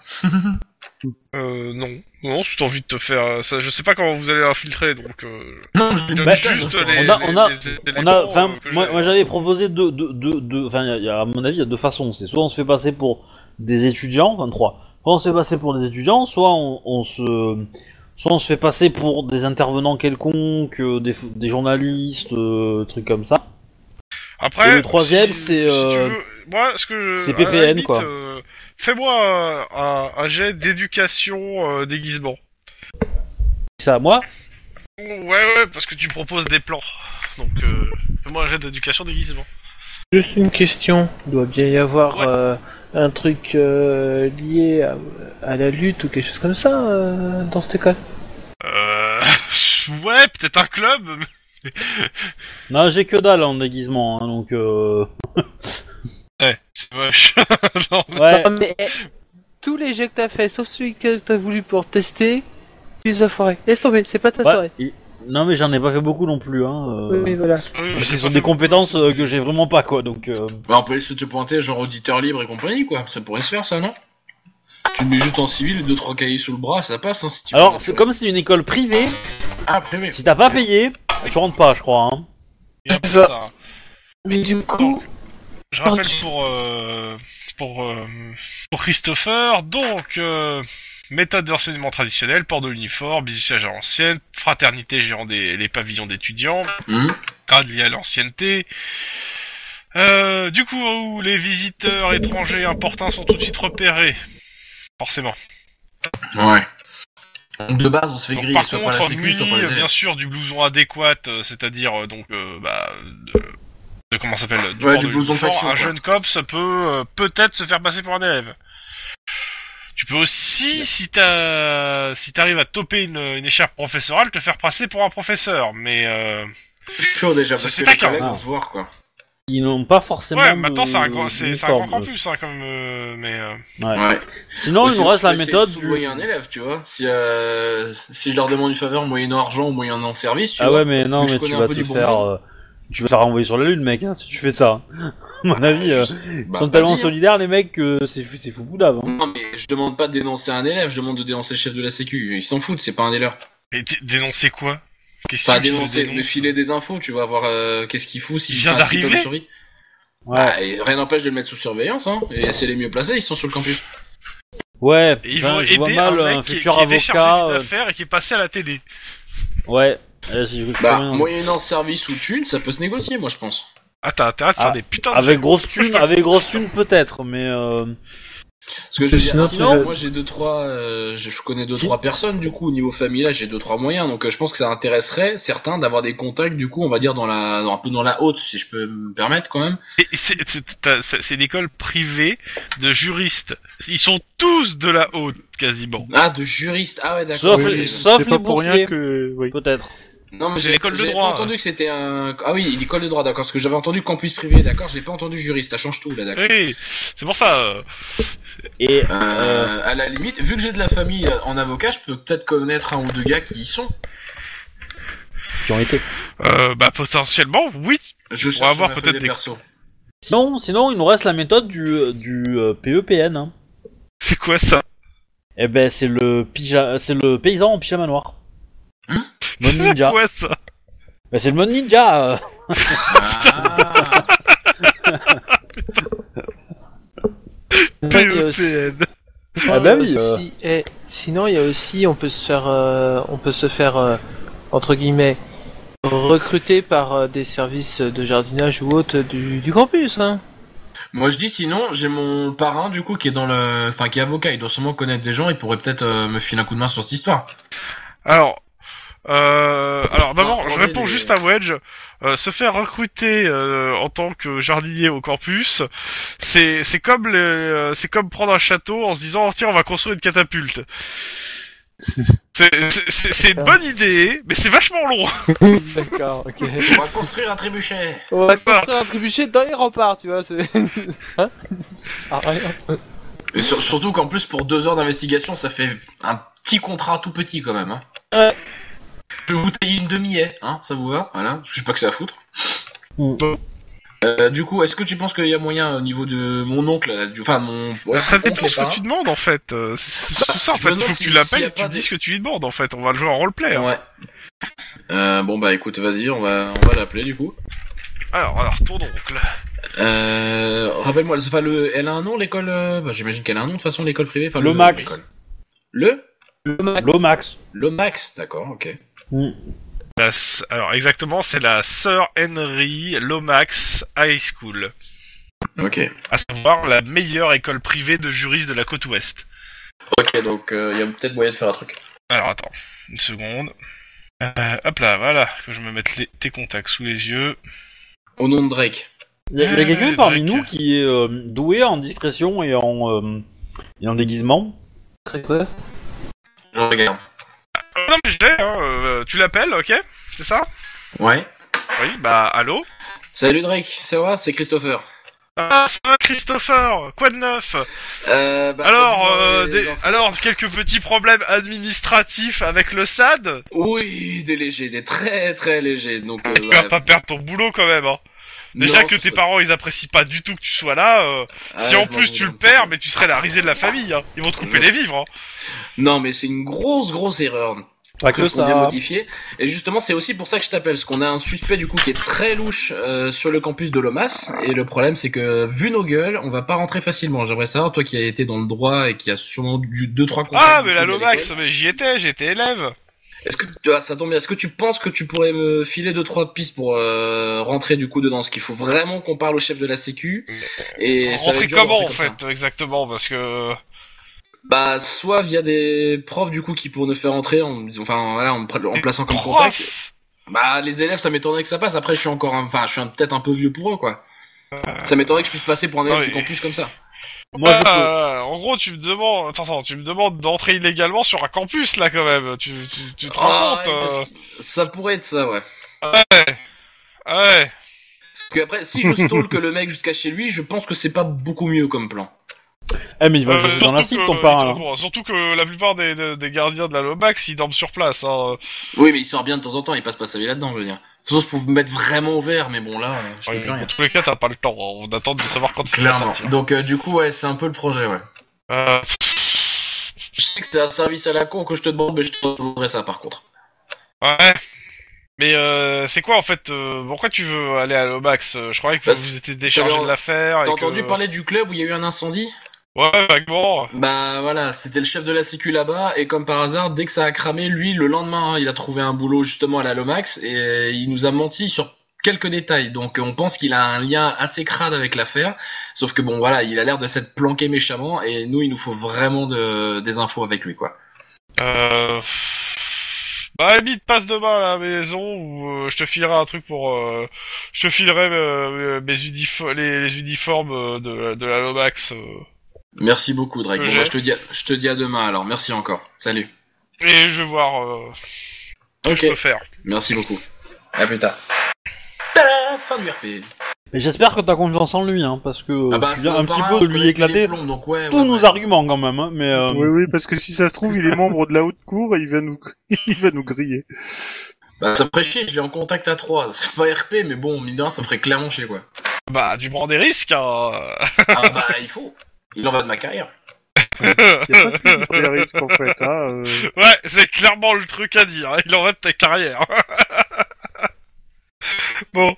Euh, non. Non, si t'as envie de te faire euh, ça, je sais pas comment vous allez infiltrer, donc euh, Non, je je donne Bah, juste on les, on a- on a- les- les On éléments, a, enfin, euh, que moi, j'ai. moi, j'avais proposé deux, deux, deux, deux- enfin, il y a- à mon avis, il y a deux façons. C'est soit on se fait passer pour des étudiants, enfin trois. Soit on se fait passer pour des étudiants, soit on, on se, soit on se fait passer pour des intervenants quelconques, euh, des, f- des journalistes, euh, trucs comme ça. Après, Et le troisième, si- c'est, si euh, tu veux, moi, ce que je- c'est à la PPN, limite, quoi. euh, Fais-moi un, un- un jet d'éducation euh, déguisement. C'est à moi. Ouais, ouais, parce que tu proposes des plans. Donc, euh, fais-moi un jet d'éducation déguisement. Juste une question. Il doit bien y avoir Ouais. euh, un truc euh, lié à, à la lutte ou quelque chose comme ça euh, dans cette école. Euh... [LAUGHS] Ouais, peut-être un club. mais- Non, j'ai que dalle en déguisement, hein, donc. Euh... [LAUGHS] Ouais, c'est moche. [LAUGHS] Non. Ouais. Ah, mais, eh, tous les jeux que t'as fait, sauf celui que t'as voulu pour tester, tu les as foirés. Laisse tomber, c'est pas ta ouais, soirée. il- Non, mais j'en ai pas fait beaucoup non plus. Hein, euh. Oui, voilà. Euh, Parce c'est qu'ils ont pas des fait- compétences euh, que j'ai vraiment pas, quoi. Donc. euh, Bah, on peut se te pointer, genre auditeur libre et compagnie, quoi. Ça pourrait se faire, ça, non Tu te mets juste en civil, deux, trois cahiers sous le bras, ça passe, hein, si tu veux. Alors, c'est comme c'est une école privée. Ah, privé. Si t'as pas payé, tu rentres pas, je crois. Hein. C'est ça. hein. Mais du coup, Je rappelle pour euh, pour euh, pour Christopher, donc euh, méthode d'enseignement traditionnel, port de l'uniforme, bizutage à l'ancienne, fraternité gérant des les pavillons d'étudiants, Hmm grade lié à l'ancienneté. Euh, du coup, où les visiteurs étrangers importuns sont tout de suite repérés. Forcément. Ouais. Donc, de base, on se fait Donc, griller, par soit par la contre, sécu, soit par muni, les euh, bien élèves. sûr, du blouson adéquat, euh, c'est-à-dire euh, donc euh, bah, de, de- comment ça s'appelle Ouais, port du de blouson l'uniforme, faction, Un quoi. jeune cops peut euh, peut-être se faire passer pour un élève. Tu peux aussi, si t'as, si t'arrives à toper une, une écharpe professorale, te faire passer pour un professeur. Mais euh, Je suis chaud déjà, parce C'est que les taquin. collègues Ah. vont se voir, quoi. Ils n'ont pas forcément. ouais, de- maintenant c'est un grand, c'est, c'est un grand d'uniforme. campus, hein, comme euh, mais. euh, Ouais. Ouais. Sinon, il nous reste la Essayer de méthode. du- soudoyer un élève, tu vois. Si, euh, si je leur demande une faveur moyennant argent ou moyennant service, tu Ah vois. ouais, mais non, Vu que mais je tu connais un vas peu te du bon faire. monde. euh, Tu vas te faire envoyer sur la lune, mec, hein, si tu fais ça. [LAUGHS] À mon avis, euh, ils Bah, sont pas tellement dire. solidaires, les mecs, que c'est fou- c'est fou boudave. hein. Non, mais je demande pas de dénoncer un élève, je demande de dénoncer le chef de la sécu. Ils s'en foutent, c'est pas un des leurs. Mais dé- dénoncer quoi Qu'est-ce Enfin, que tu veux dénoncer, le dénoncer filet des infos, tu vas voir euh, qu'est-ce qu'il fout, si Il vient d'arriver Bah, Ouais, rien n'empêche de le mettre sous surveillance, hein. Et c'est les mieux placés, ils sont sur le campus. ouais Et ils putain, vont je vois aider mal euh, un un, mec qui, futur qui est déchargé avocat. d'une euh, affaire et qui est passé à la télé. Ouais, Euh, j'ai vu Bah, quand même- moyennant service ou thune, ça peut se négocier, moi je pense. Ah, t'as intérêt de faire Ah, des putains de Avec grosse thune, avec grosse thune peut-être, mais euh, Parce que je veux dire, Sinon, sinon, t'as- moi j'ai deux trois, euh, je je connais deux Si- trois personnes du coup au niveau familial, j'ai deux trois moyens, donc euh, je pense que ça intéresserait certains d'avoir des contacts du coup, on va dire dans la, dans- un peu dans la haute, si je peux me permettre quand même. Et C'est c'est- t'as- c'est- c'est une école privée de juristes. Ils sont tous de la haute, quasiment. Ah, de juristes, ah ouais d'accord. Sauf- Oui, les- oui. sauf c'est pas les pour rien boursiers. que. oui. peut-être. Non mais C'est j'ai l'école de j'avais droit, pas entendu que c'était un, ah oui, l'école de droit, d'accord. Parce que j'avais entendu campus privé, d'accord. J'ai pas entendu juriste, ça change tout là, d'accord. Oui, c'est pour ça. euh, Et Euh, à la limite, vu que j'ai de la famille euh, en avocat, je peux peut-être connaître un ou deux gars qui y sont. qui ont été. euh, bah, potentiellement, oui. Je cherche va avoir ma peut-être feuille de des- [LAUGHS] perso. Sinon, sinon, il nous reste la méthode du, du euh, PEPN. Hein. C'est quoi ça Eh ben, c'est le, pija... c'est le paysan en pyjama noir. Hein Mode C'est [LAUGHS] ninja. quoi ça Bah, c'est le mode ninja. euh. Ah, il y a PEPN. aussi- sinon, Ah bah il y a oui, aussi- euh. eh, sinon, il y a aussi, on peut se faire, euh, on peut se faire euh, entre guillemets recruter par euh, des services de jardinage ou autres du, du campus. Hein. Moi je dis sinon, j'ai mon parrain du coup qui est dans le, enfin qui est avocat. Il doit sûrement connaître des gens. Il pourrait peut-être euh, me filer un coup de main sur cette histoire. Alors, euh, alors d'abord, Faut je enlever réponds les- juste à Wedge. Euh, se faire recruter euh, en tant que jardinier au campus, c'est c'est comme les- euh, c'est comme prendre un château en se disant tiens on va construire une catapulte. C'est- c'est- C'est c'est Ah. une bonne idée, mais c'est vachement long. D'accord, ok. On va construire un trébuchet. [LAUGHS] On va Voilà. construire un trébuchet dans les remparts, tu vois, c'est... [LAUGHS] Hein Ah, rien. Et sur- surtout qu'en plus, pour deux heures d'investigation, ça fait un petit contrat tout petit quand même. Hein. Ouais. Je vais vous tailler une demi-haie, hein, ça vous va Voilà, je sais pas que c'est à foutre. Mm. Euh, du coup, est-ce que tu penses qu'il y a moyen au niveau de mon oncle, là, du- enfin mon, ouais, ça mon oncle dépend est ce pas- que tu demandes en fait. Euh, C'est c'est tout ça en Bah, je fait. Il me demande faut que si- tu s'il y a l'appelles, tu pas lui dis des- ce que tu lui demandes en fait. On va le jouer en roleplay. hein. Ouais. Euh, bon bah écoute, vas-y, on va, on va l'appeler du coup. Alors, alors, ton oncle. Euh, rappelle-moi, enfin, le, elle a un nom l'école euh, bah, J'imagine qu'elle a un nom de toute façon l'école privée. Enfin, Le Max. l'école. Le Lomax. Le Max, d'accord, ok. La s- Alors, exactement, c'est la Sir Henry Lomax High School. Ok. À savoir la meilleure école privée de juristes de la côte ouest. Ok, donc euh, il y a peut-être moyen de faire un truc. Alors attends, une seconde. Euh, hop là, voilà, que je me mette les, tes contacts sous les yeux. Au nom de Drake. Il y a, y a Ouais, quelqu'un ouais, parmi Drake. nous qui est euh, doué en discrétion et en, euh, et en déguisement. Très quoi Je regarde. Euh, non mais je l'ai, hein, euh, tu l'appelles, ok C'est ça Ouais. Oui, bah allô Salut Drake, ça va C'est Christopher. Ah, ça va Christopher Quoi de neuf Euh, bah, Alors, dis-moi, euh, les des- enfants. alors quelques petits problèmes administratifs avec le SAD Oui, des légers, des très très légers. Donc, euh, Tu vas ouais. Ah, pas perdre ton boulot quand même, hein Déjà Non, que ce tes serait- parents ils apprécient pas du tout que tu sois là, euh, Ah, si je en m'en plus vais tu dans le perds, salon. mais tu serais la risée de la famille, hein. Ils vont te couper Je- les vivres, hein. Non, mais c'est une grosse grosse erreur. Pas que qu'on vient modifier. Et justement, c'est aussi pour ça que je t'appelle, parce qu'on a un suspect du coup qui est très louche euh, sur le campus de Lomas. Et le problème, c'est que vu nos gueules, on va pas rentrer facilement. J'aimerais savoir, toi qui as été dans le droit et qui as sûrement dû deux trois contacts. Ah, du mais coup, la à Lomax, l'école, mais j'y étais, j'étais élève Est-ce que tu- ah, ça tombe bien Est-ce que tu penses que tu pourrais me filer deux trois pistes pour euh, rentrer du coup dedans Parce qu'il faut vraiment qu'on parle au chef de la Sécu. Et ça va Rentrer être dur de comment en rentrer comme ça. fait exactement parce que Bah, soit via des profs du coup qui pour nous faire entrer, en, enfin voilà, en, me- en plaçant comme Prof, contact. Bah les élèves, ça m'étonnerait que ça passe. Après, je suis encore, un- enfin, je suis un- peut-être un peu vieux pour eux, quoi. Ça m'étonnerait que je puisse passer pour un élève ouais. du campus comme ça. Moi, je peux- euh, en gros tu me demandes attends, attends, tu me demandes d'entrer illégalement sur un campus là quand même tu tu, tu te rends Ah, compte ouais, parce euh, que Ça pourrait être ça, ouais. ouais Parce que [LAUGHS] après, si je stalk le mec jusqu'à chez lui, je pense que c'est pas beaucoup mieux comme plan. Eh, mais il va le Euh, jeter dans la surtout cible, que- ton parrain. surtout- surtout que la plupart des, des, des gardiens de la Lomax ils dorment sur place hein. Oui, mais il sort bien de temps en temps, il passe pas sa vie là-dedans, je veux dire. Sauf pour vous mettre vraiment ouvert, mais bon là, euh, je peux Ouais, plus en rien. tous les cas t'as pas le temps hein. on attend de savoir quand ils vont Clairement. sortir Donc euh, du coup, ouais, c'est un peu le projet, ouais. Euh, Je sais que c'est un service à la con que je te demande, mais je te demanderai ça par contre. ouais mais euh, c'est quoi en fait euh, pourquoi tu veux aller à Lomax Euh, je croyais que Bah, vous étiez déchargé t'avais- de l'affaire T'as Ah, et que- entendu parler du club où il y a eu un incendie ouais vaguement Bah voilà, c'était le chef de la sécu là-bas, et comme par hasard, dès que ça a cramé, lui, le lendemain, hein, il a trouvé un boulot justement à la Lomax, et il nous a menti sur quelques détails, donc on pense qu'il a un lien assez crade avec l'affaire, sauf que bon voilà, il a l'air de s'être planqué méchamment, et nous, il nous faut vraiment de- des infos avec lui, quoi. Euh... Bah, à la limite, passe demain à la maison ou euh, je te filerai un truc pour. euh, je te filerai euh, mes unifo- les, les uniformes euh, de, de la Lomax. euh. Merci beaucoup, Drake. Que Bon, j'ai. bah, je, te dis à- je te dis à demain alors, merci encore. Salut. et je vais voir euh, ce que Ok, je peux faire. merci beaucoup. À plus tard. Tada fin du RP. Mais j'espère que t'as confiance en lui, hein, parce que Ah bah, tu c'est viens un mon petit parrain, peu on de se lui connaît depuis les éclater plombs, donc ouais, tous ouais, nos ouais. arguments quand même. hein, mais euh, [LAUGHS] Oui, oui, parce que si ça se trouve, il est membre de la haute cour et il va nous, [LAUGHS] il va nous griller. Bah, ça me ferait chier, je l'ai en contact à 3. C'est pas RP, mais bon, mine de rien, ça me ferait clairement [LAUGHS] chier, quoi. Bah, tu prends des risques, hein [LAUGHS] Ah bah, il faut. Il en va de ma carrière. Il n'y a pas que des risques, en fait. Hein, euh. Ouais, c'est clairement le truc à dire. hein. Il en va de ta carrière. [LAUGHS] bon.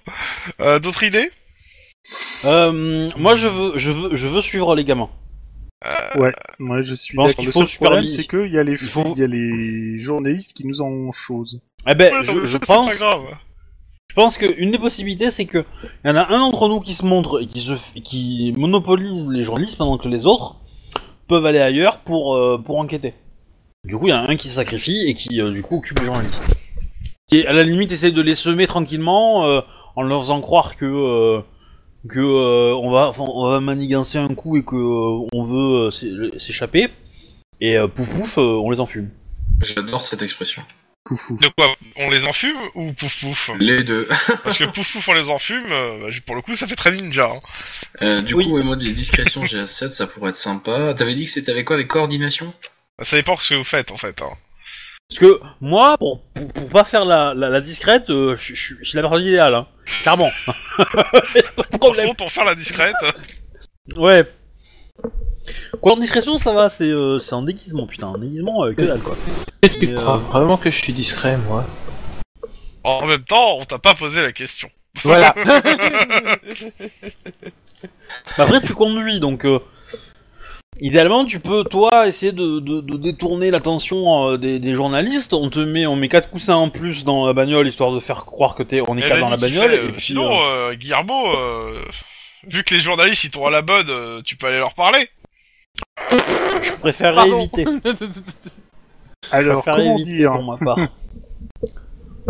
Euh, D'autres idées euh, moi, je veux, je veux, je veux suivre les gamins. Moi, je suis Je pense d'accord. qu'il Le faut seul problème, superviser. c'est qu'il y, a les... Il faut- il y a les journalistes qui nous en chose. Eh ben, Ouais, non, je, mais je ça, c'est pense, pas grave. je pense qu'une des possibilités, c'est que y en a un d'entre nous qui se montre et qui se, f- qui monopolise les journalistes pendant que les autres peuvent aller ailleurs pour, euh, pour enquêter. Du coup, il y en a un qui se sacrifie et qui, euh, du coup, occupe les journalistes. Qui, à la limite, essaie de les semer tranquillement euh, en leur faisant croire que, euh, que euh, on, va, enfin, on va manigancer un coup et que euh, on veut euh, s'é- s'échapper. Et euh, pouf pouf, euh, on les enfume. J'adore cette expression. Poufou. De quoi On les enfume ou pouf pouf Les deux. Parce que pouf pouf on les enfume, euh, bah, pour le coup ça fait très ninja. hein. Euh, du Oui. coup, ouais, moi, des discrétions GS7, ça pourrait être sympa. T'avais dit que c'était avec quoi Avec coordination Bah, Ça dépend ce que vous faites en fait. Hein. Parce que moi, pour, pour, pour pas faire la, la, la discrète, euh, je je- je suis la personne idéale, hein. [LAUGHS] clairement. Par Problème. contre, pour faire la discrète, Ouais. Quoi, en discrétion, ça va, c'est euh, c'est un déguisement, putain, un déguisement euh, que dalle, quoi. Est-ce que tu Mais, crois euh, vraiment que je suis discret, moi en même temps on t'a pas posé la question. [LAUGHS] Voilà. Bah, après, tu conduis, donc... euh, idéalement, tu peux, toi, essayer de, de, de détourner l'attention euh, des, des journalistes. On te met, on met quatre coussins en plus dans la bagnole, histoire de faire croire que t'es, on est Eh Elle quatre a ben, dans la dit qu'il bagnole, fallait- et puis... ben, Sinon, euh, euh, Guillermo, euh, vu que les journalistes ils t'ont à la bonne, euh, tu peux aller leur parler. je préfère Pardon. [LAUGHS] éviter. Alors, je préfère comment éviter, dire pour ma part.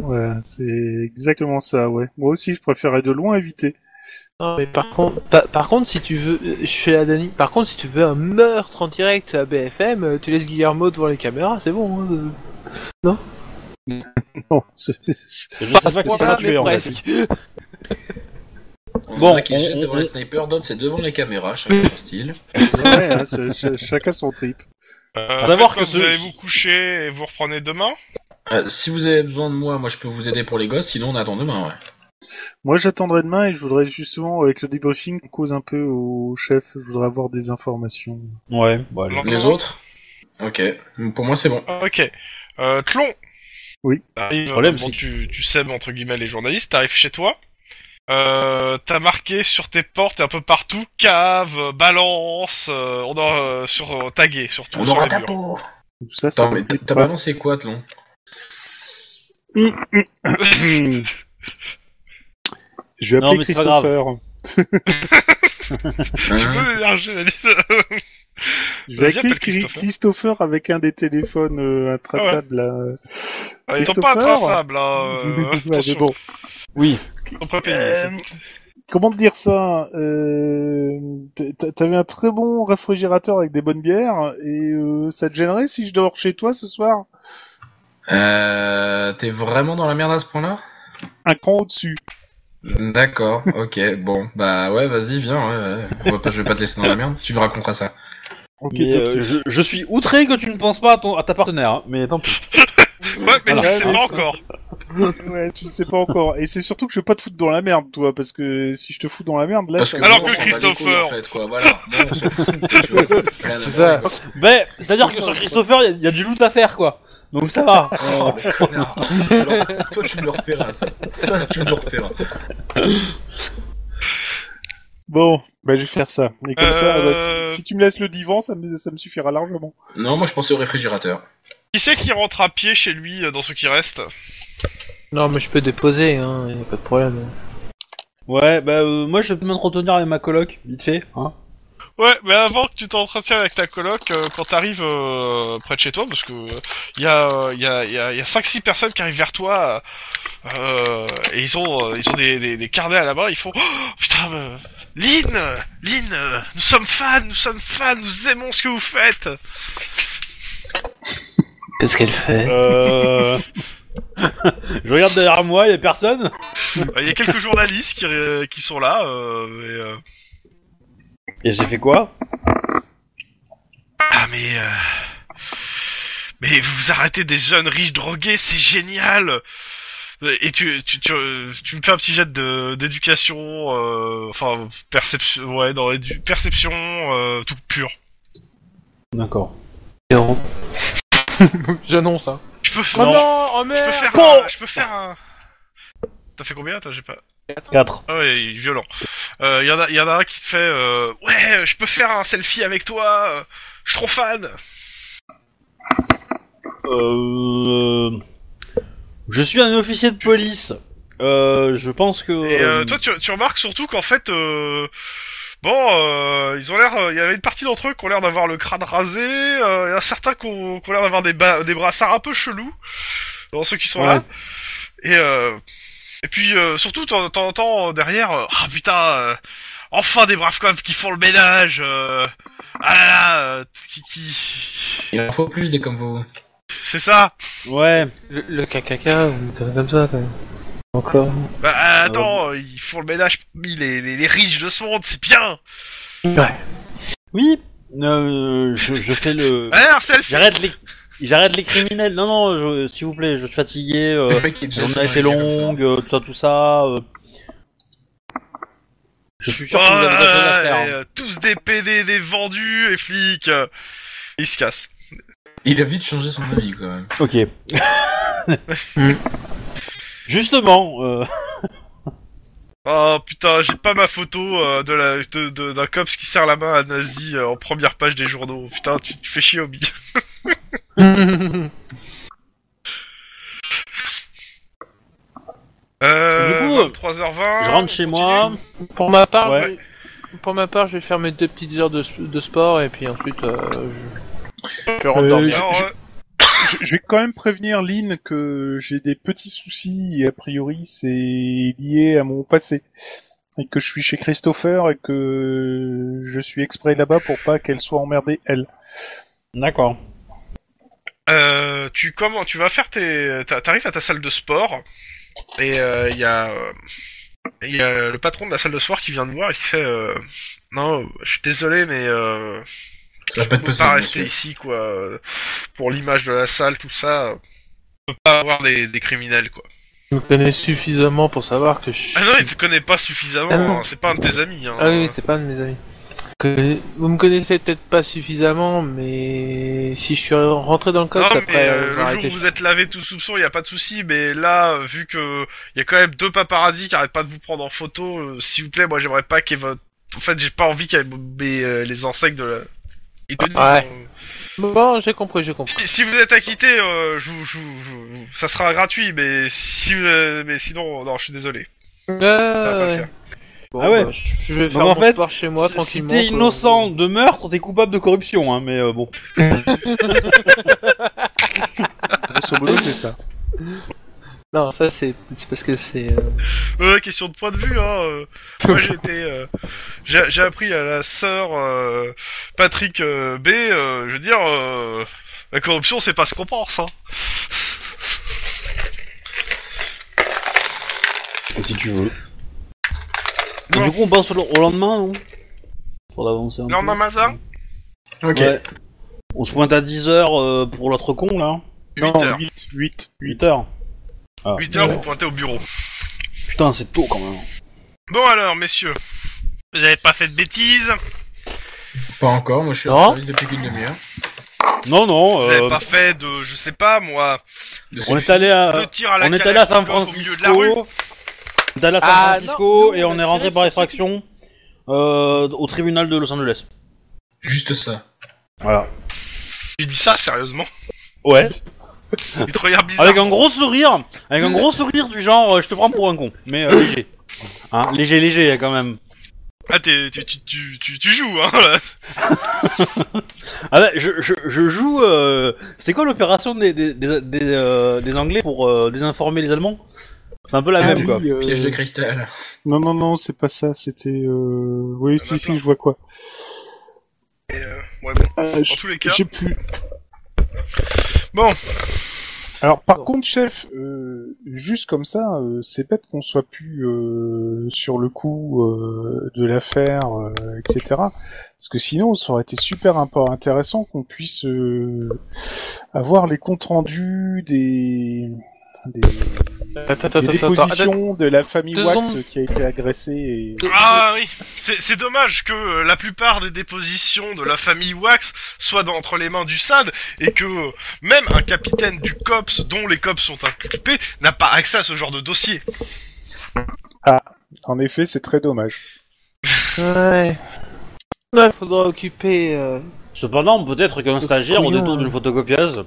Ouais, c'est exactement ça, ouais. Moi aussi, je préférais de loin éviter. [LAUGHS] Non, mais par contre, pa- par, contre, si tu veux, euh, je fais la Dani. Par contre, si tu veux un meurtre en direct à BFM, euh, tu laisses Guillermo devant les caméras, c'est bon. hein, euh. Non, c'est- c'est- Je sais pas qui Voilà, sera mais tué, en fait. presque. Bon, Bon, qui se on- jettent on- devant on- les snipers, d'autres c'est devant les caméras, chacun son style. ouais, hein, c'est- ch- chacun son trip. Euh, savoir faites comme que ce- vous allez vous coucher et vous reprenez demain. Euh, si vous avez besoin de moi, moi je peux vous aider pour les gosses, sinon on attend demain, ouais. Moi, j'attendrai demain et je voudrais justement, avec le débriefing, qu'on cause un peu au chef. Je voudrais avoir des informations. Ouais, bon, allez. Alors, Les comment- autres Ok, pour moi c'est bon. Ok. Euh, Tlon. Oui. T'arrives, Le problème, bon, c'est- tu, tu sèmes entre guillemets les journalistes, t'arrives chez toi. Euh, t'as marqué sur tes portes et un peu partout cave, balance, euh, on a euh, sur euh, tagué surtout. On sur aura les ta murs. peau Tout ça, ça Attends, me mais plaît t'as pas. balancé quoi, Tlon Je vais Non, appeler mais c'est pas grave. Christopher. tu Hein peux héberger la liste. Je vais Vas-y, appelle appeler Cri- Christopher. Christopher avec un des téléphones euh, intraçables. Ah, Ils sont pas [LAUGHS] traçables, hein. euh, attention, bon. Oui. ils sont pas payés. Euh, comment te dire ça euh, t- t- T'avais un très bon réfrigérateur avec des bonnes bières et euh, ça te gênerait si je dors chez toi ce soir Euh, T'es vraiment dans la merde à ce point-là Un cran au-dessus. D'accord, ok, bon, bah ouais, vas-y, viens, ouais, ouais. On va pas- je vais pas te laisser dans la merde, tu me raconteras ça. Ok, Mais, ok. euh, je, je suis outré que tu ne penses pas à, ton- à ta partenaire, hein, mais [LAUGHS] tant pis. Ouais, mais Alors, tu le sais ouais, pas c'est- encore. [LAUGHS] Ouais, tu le sais pas encore. Et c'est surtout que je veux pas te foutre dans la merde, toi, parce que si je te fous dans la merde, là, Parce ça- que Alors nous, que on s'en bat les couilles, Christopher- en fait, quoi, voilà. Nous, on s'en fout, tu vois. [LAUGHS] Rien à C'est voir avec- Mais, c'est-à-dire que sur Christopher, il y, a du loot à faire, quoi. Donc [LAUGHS] ça va. Oh, le connard. Alors, toi, tu me le repéreras, ça. Ça, tu me le repéreras. Bon, bah je vais faire ça. Et comme ça, Euh, bah, si, si tu me laisses le divan, ça me, ça me suffira largement. Non, moi, je pensais au réfrigérateur. Qui c'est qui rentre à pied chez lui euh, dans ce qui reste [LAUGHS] Non, mais je peux déposer, hein, y a pas de problème. Ouais, bah euh, moi je vais me retenir avec ma coloc, vite fait. Hein. Ouais, mais avant que tu t'entretiens avec ta coloc, euh, quand t'arrives euh, près de chez toi, parce que il y a, euh, y a, y a, y a 5-6 personnes qui arrivent vers toi, euh, et ils ont, euh, ils ont des, des, des carnets à la main, ils font oh, Putain, euh, Lynn euh, Lynn, euh, nous sommes fans, nous sommes fans, nous aimons ce que vous faites Qu'est-ce qu'elle fait Euh... je regarde derrière moi, il y a personne. Euh, [LAUGHS] Il y a quelques journalistes qui, euh, qui sont là, euh, et, euh, Et j'ai fait quoi Ah mais euh, mais vous arrêtez des jeunes riches drogués, c'est génial. Et tu tu, tu euh, tu me fais un petit jet de d'éducation, euh, enfin perception, ouais, dans édu- perception euh, tout pur. D'accord. Zéro. [LAUGHS] J'annonce, hein. Je peux faire, Oh non, oh je merde peux faire, un- je peux faire un. T'as fait combien Attends, j'ai pas. 4. Ah ouais, il est violent. Euh, y en a y en a un qui te fait, euh, ouais, je peux faire un selfie avec toi. euh, Je suis trop fan. Euh... Je suis un officier de police. Euh, je pense que... Et euh, toi, tu, tu remarques surtout qu'en fait, euh, bon, euh, ils ont l'air, euh, il y avait une partie d'entre eux qui ont l'air d'avoir le crâne rasé, euh, il y en a certains qui ont, qui ont l'air d'avoir des, ba- des brassards un peu chelous dans ceux qui sont là. Et euh, et puis euh, surtout, t'en t'en entends euh, derrière, euh, ah putain, euh, enfin des braves cops qui font le ménage, euh, ah là là, euh, qui, qui... Il en faut plus des comme vous. C'est ça Ouais. Le, le KKK ou comme, comme ça, quand même. Encore. Bah euh, attends, euh, ils font le ménage parmi les, les, les riches de ce monde, c'est bien Ouais. [LAUGHS] Oui. euh, je, je fais le. Allez, un selfie J'arrête les. J'arrête les criminels. Non, non, je- s'il vous plaît, je suis fatigué. euh, Le mec, il est déjà La journée a été fatigué comme ça. longue, euh, tout ça, tout ça. euh. Je suis sûr Oh, que vous avez d'autres choses à euh, faire. et, hein. euh, Tous des PD, des vendus et flics euh, Ils se cassent. Il a vite changé son avis quand même. Ok. [LAUGHS] Justement, euh, Oh putain, j'ai pas ma photo euh, de la de- de- d'un cops qui serre la main à un nazi euh, en première page des journaux. Putain, tu te fais chier, Obi. Du coup, Euh, euh, Ah, 3h20. je rentre chez moi. pour ma part, Ouais. je- pour ma part, je vais faire mes deux petites heures de, de sport et puis ensuite, euh, je, je rentre Euh, dormir. Alors, je- euh, je, je vais quand même prévenir Lynn que j'ai des petits soucis et a priori c'est lié à mon passé. Et que je suis chez Christopher et que je suis exprès là-bas pour pas qu'elle soit emmerdée, elle. D'accord. Euh, tu comment tu vas faire tes t'a- t'arrives à ta salle de sport et il y a euh, y a le patron de la salle de sport qui vient de voir et qui fait euh, non je suis désolé mais euh, Ça n'a pas de peux pas possible. rester monsieur. ici quoi euh, pour l'image de la salle tout ça je peux pas avoir des, des criminels quoi Je me connais suffisamment pour savoir que je ah non il te connaît pas suffisamment Ah non. hein, c'est pas un de tes amis hein. Ah oui, oui, c'est pas un de mes amis. Que- Vous me connaissez peut-être pas suffisamment, mais si je suis rentré dans le Non, cops mais après, euh, euh, le jour arrêté. où vous êtes lavé tout soupçon, il n'y a pas de souci, mais là, euh, vu que il y a quand même deux paparazzi qui arrêtent pas de vous prendre en photo, euh, s'il vous plaît, moi j'aimerais pas qu'il y ait votre... En fait, j'ai pas envie qu'il y ait mes, euh, les enseignes de la... et de- Ouais. euh, Bon, j'ai compris, j'ai compris. Si, si vous êtes acquitté, euh, je, vous- je vous- je vous- ça sera gratuit, mais si, euh, mais sinon, non, je suis désolé. Ça va pas le Euh, faire. bon, Ah ouais. bah, je- je vais Donc faire en mon fait, sport chez moi Si- si tranquillement. t'es quoi. innocent de meurtre, t'es coupable de corruption, hein, mais euh, bon. Ah, Grosso modo, c'est ça. Non, ça c'est c'est parce que c'est. euh, Euh, question de point de vue, hein. euh, moi j'ai été, euh, j'ai j'ai appris à la sœur euh, Patrick euh, B. euh, je veux dire, euh, la corruption c'est pas ce qu'on pense. Hein. Si tu veux. Du coup, on passe au le- au lendemain, non Pour avancer un peu. Lendemain matin Ok. Ouais. On se pointe à 10h pour l'autre con, là. 8 non, h 8, 8, 8. 8h. 8 h vous pointez au bureau. Ah. Putain, c'est tôt quand même. Bon alors, messieurs, vous avez pas fait de bêtises, Pas encore, moi je suis Non. en service depuis qu'une demi-heure. Non, non, vous euh, avez pas fait de, je sais pas moi, De on ces- est allé à. de tir à la Euh, on est canne allé à San coke au milieu Francisco. de la rue. On est allé à San Ah, Francisco non, et non, on on est a rentré tiré par sur- effraction euh, au tribunal de Los Angeles. Juste ça. Voilà. Tu dis ça [LAUGHS] sérieusement Ouais. Il te regarde bizarre. Avec un gros sourire, avec un gros sourire du genre, euh, je te prends pour un con, mais euh, léger. Hein, léger, léger quand même. Ah t'es- tu, tu, tu, tu, tu joues hein là. Ah bah, je, je, je joue. Euh... C'était quoi l'opération des, des, des, des, euh, des Anglais pour euh, désinformer les Allemands C'est un peu la Ah même oui, quoi. euh, Piège de cristal. Non, non, non, c'est pas ça, c'était... Euh... Oui, si, si, maintenant. je vois quoi. Ah, Et, euh, ouais, bon, Euh, dans je- tous les cas. J'ai plus... Bon. Alors, par contre, chef, euh, juste comme ça, euh, c'est bête qu'on soit plus euh, sur le coup euh, de l'affaire, euh, etc. Parce que sinon, ça aurait été super impo- intéressant qu'on puisse euh, avoir les comptes rendus des... des... Attends, des attends, attends, attends. dépositions de la famille Deux Wax secondes. qui a été agressée. Et... Ah oui, c'est c'est dommage que euh, la plupart des dépositions de la famille Wax soient dans- entre les mains du SAD et que euh, même un capitaine du COPS dont les COPS sont inculpés n'a pas accès à ce genre de dossier. En effet, c'est très dommage. Ouais. Ouais, faudra occuper. Eh, euh, Cependant, peut-être qu'un stagiaire au couillon, détour hein. d'une photocopieuse.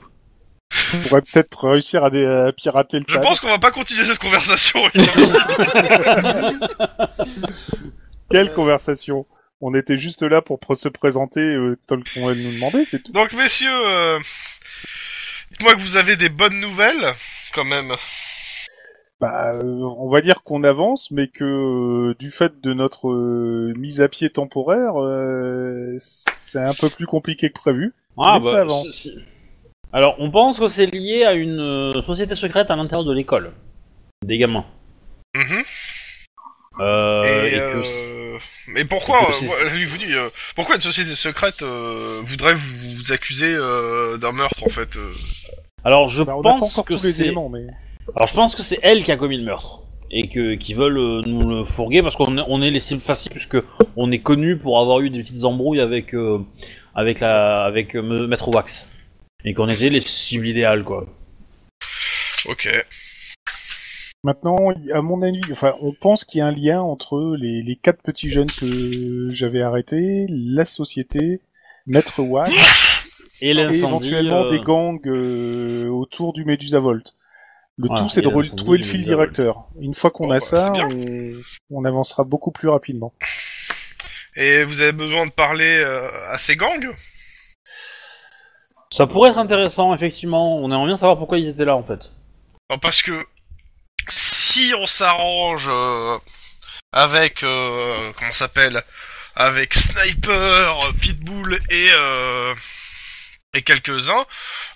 On pourrait peut-être réussir à, dé- à pirater le Je SAD. pense qu'on va pas continuer cette conversation. [LAUGHS] Euh, Quelle conversation On était juste là pour pr- se présenter euh, tel qu'on allait nous demander, c'est tout. Donc messieurs, euh, dites-moi que vous avez des bonnes nouvelles quand même. Bah, euh, on va dire qu'on avance, mais que euh, du fait de notre euh, mise à pied temporaire, euh, c'est un peu plus compliqué que prévu. Ah Mais ça avance. si- si- Alors, on pense que c'est lié à une euh, société secrète à l'intérieur de l'école. Des gamins. Mhm. Euh, et, et que euh, c'est- mais pourquoi, et que euh, c'est- voilà, je vous dis, euh, pourquoi une société secrète euh, voudrait vous, vous accuser euh, d'un meurtre en fait euh Alors, je Bah, on n'a pas pense encore que tous les c'est. éléments, mais Alors, je pense que c'est elle qui a commis le meurtre. Et que qui veulent euh, nous le fourguer parce qu'on est, on est les cibles faciles puisque on est connu pour avoir eu des petites embrouilles avec euh, avec la avec euh, me- Maître Wax et qu'on était les cibles idéales quoi. Ok. maintenant, il- à mon avis, enfin, on pense qu'il y a un lien entre les, les quatre petits jeunes que j'avais arrêtés, la société, Maître Watt Et et l'incendie. éventuellement euh, des gangs euh, autour du Medusa Volt. Le Voilà, tout, c'est de et l'incendie retrouver le du fil Medusa Volt. directeur. Une fois qu'on Bon, a bah, ça, c'est on, on avancera beaucoup plus rapidement. Et vous avez besoin de parler euh, à ces gangs Ça pourrait être intéressant effectivement. On aimerait bien savoir pourquoi ils étaient là en fait. Non, Parce que si on s'arrange euh, avec euh, comment ça s'appelle avec Sniper, euh, Pitbull et euh, et quelques uns,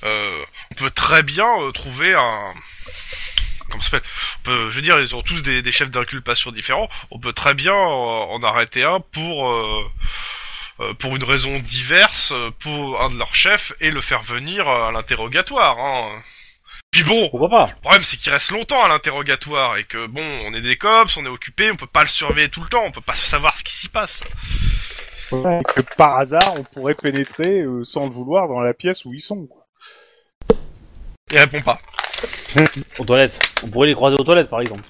on peut très bien euh, trouver un comment ça s'appelle on peut- Je veux dire, ils ont tous des, des chefs d'inculpation différents. On peut très bien euh, en arrêter un pour euh, euh, pour une raison diverse euh, pour un de leurs chefs et le faire venir euh, à l'interrogatoire. Hein. Puis bon, Pourquoi pas le problème, c'est qu'il reste longtemps à l'interrogatoire et que bon, on est des cops, on est occupé, on peut pas le surveiller tout le temps, on peut pas savoir ce qui s'y passe. Et que par hasard, on pourrait pénétrer euh, sans le vouloir dans la pièce où ils sont. quoi. Il répond pas. Aux toilettes. On pourrait les croiser aux toilettes par exemple.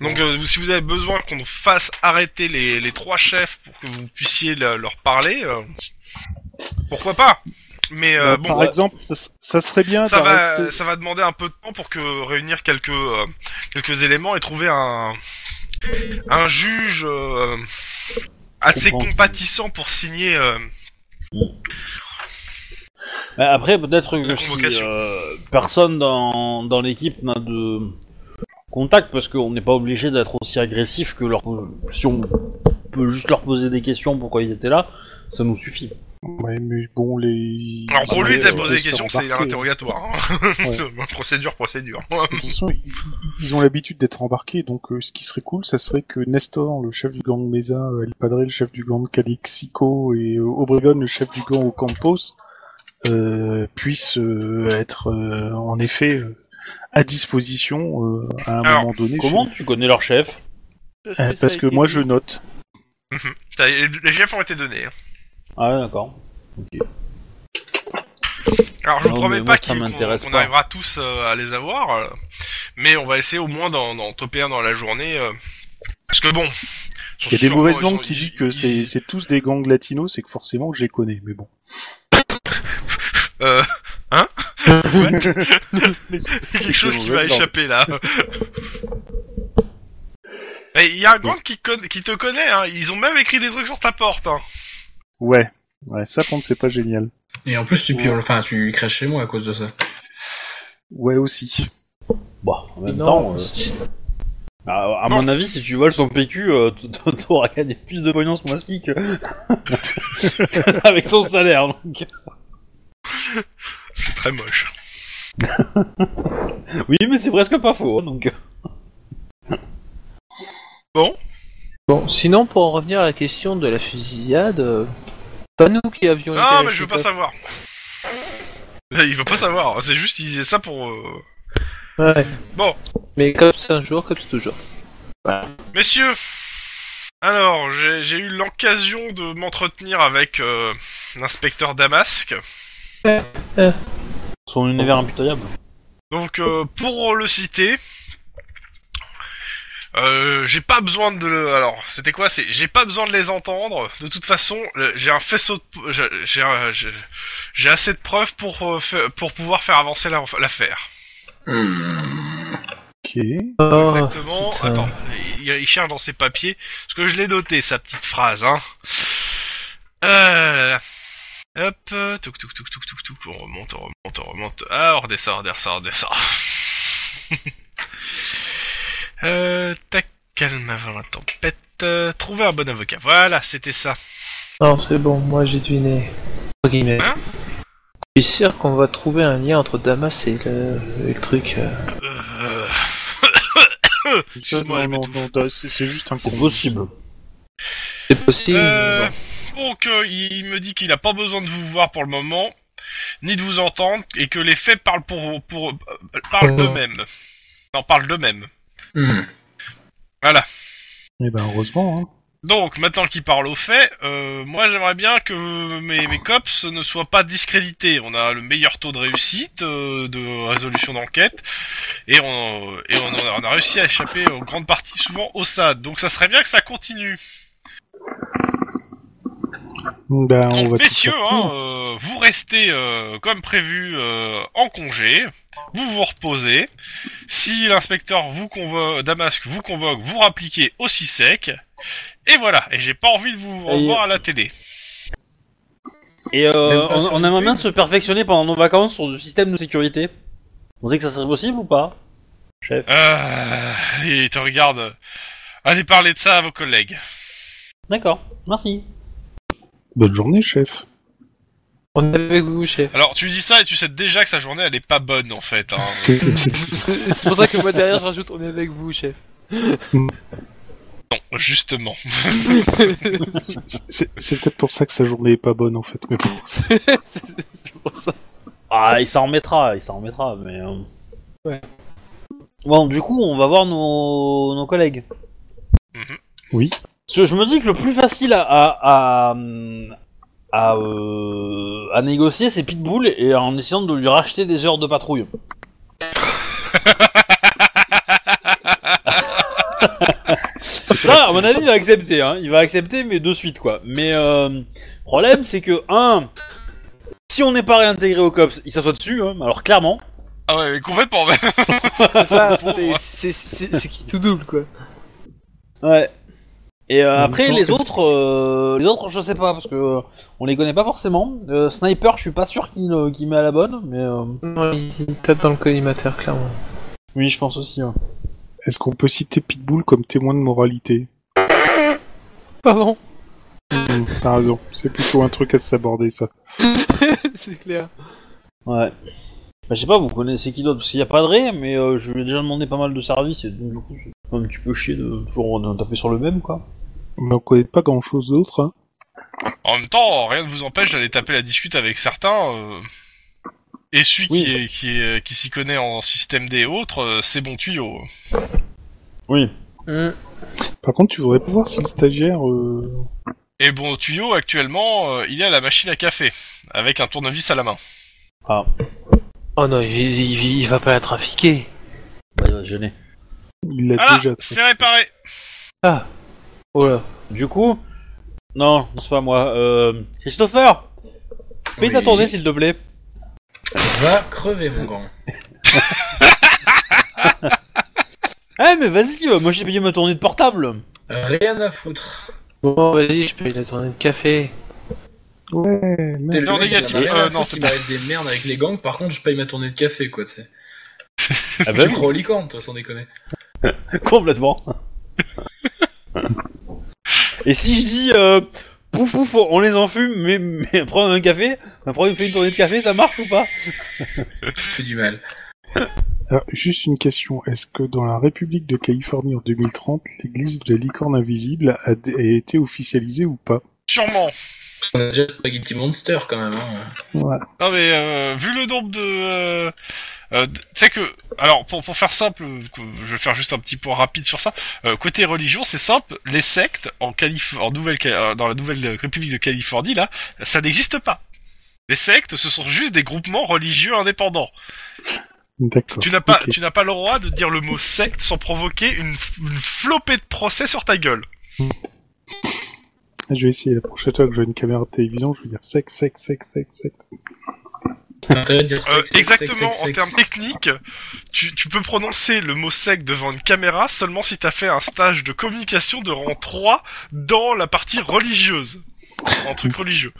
Donc, euh, si vous avez besoin qu'on fasse arrêter les, les trois chefs pour que vous puissiez le- leur parler, euh, pourquoi pas Mais euh, par bon, euh, exemple, ça, s- ça serait bien ça d'en va, rester- ça va demander un peu de temps pour que réunir quelques euh, quelques éléments et trouver un un juge euh, assez comprends. compatissant pour signer. euh, Mais après, peut-être que La si convocation. euh, personne dans, dans l'équipe n'a de contact, parce qu'on n'est pas obligé d'être aussi agressif que leur. Si on peut juste leur poser des questions pourquoi ils étaient là, ça nous suffit. Ouais, mais bon, les... Ah, Alors pour lui, ils t'as ont posé des se questions, faire c'est embarquer. l'interrogatoire. hein. Ouais. [LAUGHS] procédure, procédure. [LAUGHS] De toute façon, ils- ils ont l'habitude d'être embarqués, donc euh, ce qui serait cool, ça serait que Nestor, le chef du gang Mesa, euh, El Padre, le chef du gang Calixico et euh, Obregon, le chef du gang Ocampos, euh, puissent euh, être euh, en effet euh, à disposition euh, à un Alors, moment donné. Comment tu connais leur chef Parce Euh, ça parce a que été moi dit. je note. T'as- Les chefs ont été donnés. hein. Ah, ouais, d'accord. Alors je Non, vous promets mais moi, pas ça qu'ils- qu'on m'intéresse qu'on pas. arrivera tous euh, à les avoir, euh, mais on va essayer au moins d'en d'en toper un dans la journée. euh, parce que bon... ils sont Il y a des sûrement- mauvaises ils sont- langues qui ils- disent que ils- c'est c'est tous des gangs latinos, c'est que forcément je les connais, mais bon. Euh, hein [LAUGHS] What C'est C'est quelque chose des qui m'a mauvaises langues. échappé là. Et Il y a un gang qui, conna- qui te connaît, hein. ils ont même écrit des trucs sur ta porte. Hein. Ouais, ouais ça contre c'est pas génial. Et en plus, tu pioles, enfin, tu crèches chez moi à cause de ça. [LAUGHS] Ouais aussi. Bah, en même Non, temps. euh, À, à Non. mon avis, si tu voles son PQ, euh, t- t- [LAUGHS] t'auras gagné plus de pognon ce mois-ci que... [LAUGHS] avec ton salaire. Donc. euh. C'est très moche. Oui, mais c'est presque pas faux. hein, Donc, Bon, Bon, sinon, pour en revenir à la question de la fusillade, euh, pas nous qui avions. été non à Ah, mais je veux pas Chicago. savoir. Là, Il veut pas savoir, hein. c'est juste il disait ça pour... euh, Ouais. Bon. Mais comme c'est un jour, comme c'est toujours. Messieurs, alors j'ai j'ai eu l'occasion de m'entretenir avec euh, l'inspecteur Damasque. son univers impitoyable. Donc euh, pour le citer, euh, j'ai pas besoin de. le- Alors c'était quoi C'est j'ai pas besoin de les entendre. De toute façon, le- j'ai un faisceau de j'ai j'ai un- j'ai- j'ai assez de preuves pour euh, fa- pour pouvoir faire avancer la- l'affaire. Hmm. Ok. Oh, Exactement. putain. Attends, il, il cherche dans ses papiers. Parce que je l'ai noté, sa petite phrase, hein. Euh, hop, euh, touc, touc, touc, touc, touc, touc, on remonte, on remonte, on remonte. Ah, on redescend, on redescend, on redescend. [LAUGHS] euh, tac, calme avant la tempête. Euh, trouver un bon avocat. Voilà, c'était ça. non, c'est bon, moi j'ai deviné. Entre guillemets. Hein Je suis sûr qu'on va trouver un lien entre Damas et le, et le truc. euh. Euh... Non, Excuse-moi, non, je non, m'étouffe. non, c'est c'est juste un C'est con. possible. C'est possible. Euh, mais bon. donc, euh, il il me dit qu'il n'a pas besoin de vous voir pour le moment, ni de vous entendre, et que les faits parlent pour, pour euh, parlent Euh. d'eux-mêmes. Non, parlent d'eux-mêmes. Hmm. Voilà. Eh ben heureusement. Hein. Donc, maintenant qu'il parle aux faits, euh, moi j'aimerais bien que mes, mes cops ne soient pas discrédités. On a le meilleur taux de réussite, euh, de résolution d'enquête, et, on, et on, en a- on a réussi à échapper en grande partie souvent au SAD. Donc ça serait bien que ça continue. Ben on va Donc tout messieurs, faire. hein, euh, vous restez euh, comme prévu euh, en congé, vous vous reposez. Si l'inspecteur vous convoque, Damasque vous convoque, vous rappliquez aussi sec. Et voilà, et j'ai pas envie de vous Et- revoir à la télé. Et euh, Même pas on, sur on le aimerait cul. bien se perfectionner pendant nos vacances sur le système de sécurité. Vous savez que ça serait possible ou pas Chef Euh, il te regarde. Allez parler de ça à vos collègues. D'accord, merci. Bonne journée, [LAUGHS] chef. On est avec vous, chef. Alors tu dis ça et tu sais déjà que sa journée elle est pas bonne en fait. Hein. [LAUGHS] C'est c'est pour ça que moi derrière je rajoute on est avec vous, chef. non, justement. C'est- c'est c'est peut-être pour ça que sa journée est pas bonne en fait. Mais bon, c'est- Ah, il s'en remettra, il s'en remettra, mais. euh, Ouais. Bon, du coup, on va voir nos, nos collègues. Mhm. Oui. Parce que je me dis que le plus facile à. à, à, hum, à, euh, à négocier, c'est Pitbull et en essayant de lui racheter des heures de patrouille. Ça, à mon avis, il va accepter. Hein. Il va accepter, mais de suite, quoi. Mais euh, problème, c'est que un, si on n'est pas réintégré au cops, il s'assoit dessus. hein, alors clairement. Ah ouais, mais complètement. même. C'est ça, c'est- c'est- c'est c'est qui tout double quoi. Ouais. Et euh, En même après, temps, les qu'est-ce autres, euh, les autres, je sais pas parce que euh, on les connaît pas forcément. Euh, Sniper, je suis pas sûr qu'il euh, qu'il met à la bonne, mais euh, Non, il, il tape dans le collimateur clairement. oui, je pense aussi. ouais. Est-ce qu'on peut citer Pitbull comme témoin de moralité Pardon, [LAUGHS] Hmm, T'as raison. C'est plutôt un truc à s'aborder ça. c'est clair. Ouais. Bah, je sais pas, vous connaissez qui d'autre Parce qu'il y a pas de Ray, mais euh, je lui ai déjà demandé pas mal de services et donc du coup, c'est un petit peu chier de toujours euh, taper sur le même, quoi. Mais on connaît pas grand-chose d'autre. Hein. En même temps, rien ne vous empêche d'aller taper la discute avec certains. euh, Et celui Oui. qui est, qui est, qui s'y connaît en système des autres, euh, c'est bon tuyau. Oui. Hum. Par contre, tu voudrais pas voir si le stagiaire. euh, Et bon tuyau, actuellement, euh, il est à la machine à café, avec un tournevis à la main. Ah, Oh non, il, il- il va pas la trafiquer. bah, il va se gêner. Il l'a Ah déjà. c'est réparé. Oh là. Du coup, non, non, c'est pas moi. Euh, Christopher, paye ta Oui. tournée s'il te plaît. Va crever, mon grand. Eh mais vas-y, euh, moi j'ai payé ma tournée de portable. Rien à foutre. Bon, vas-y, je paye la tournée de café. Ouais. T'es merde. le Non, mec, négatif. j'en ai rien Euh, non, à foutre, c'est il pas- m'arrête des merdes avec les gangs. Par contre, je paye ma tournée de café, quoi, tu sais. Ah bah Je crois aux licornes, toi, sans déconner. [LAUGHS] complètement. Et si je dis euh, pouf pouf, on les enfume, mais, mais prends un café, prends une, une tournée de café, ça marche ou pas Tu te fais du mal. Alors, juste une question. Est-ce que dans la République de Californie en 2030, l'église de la licorne invisible a, dé- a été officialisée ou pas Sûrement. On a déjà Spaghetti Monster, quand même. Hein. Ouais. Non mais euh, vu le nombre de, euh, euh, d- tu sais que, alors pour, pour faire simple, euh, que- je vais faire juste un petit point rapide sur ça. Euh, côté religion, c'est simple, les sectes en Calif, en nouvelle, euh, dans la nouvelle euh, République de Californie là, ça n'existe pas. Les sectes, ce sont juste des groupements religieux indépendants. D'accord. Tu n'as pas, Ok. tu n'as pas le droit de dire le mot secte sans provoquer une, f- une flopée de procès sur ta gueule. Ah, Je vais essayer la prochaine fois que j'aurai une caméra de télévision, je vais dire sec, sec, sec, sec, sec. T'as intérêt de dire Euh, sexe, sexe, exactement, sexe, en sexe, termes sexe. techniques, tu, tu peux prononcer le mot sec devant une caméra seulement si t'as fait un stage de communication de rang 3 dans la partie religieuse. En truc religieux.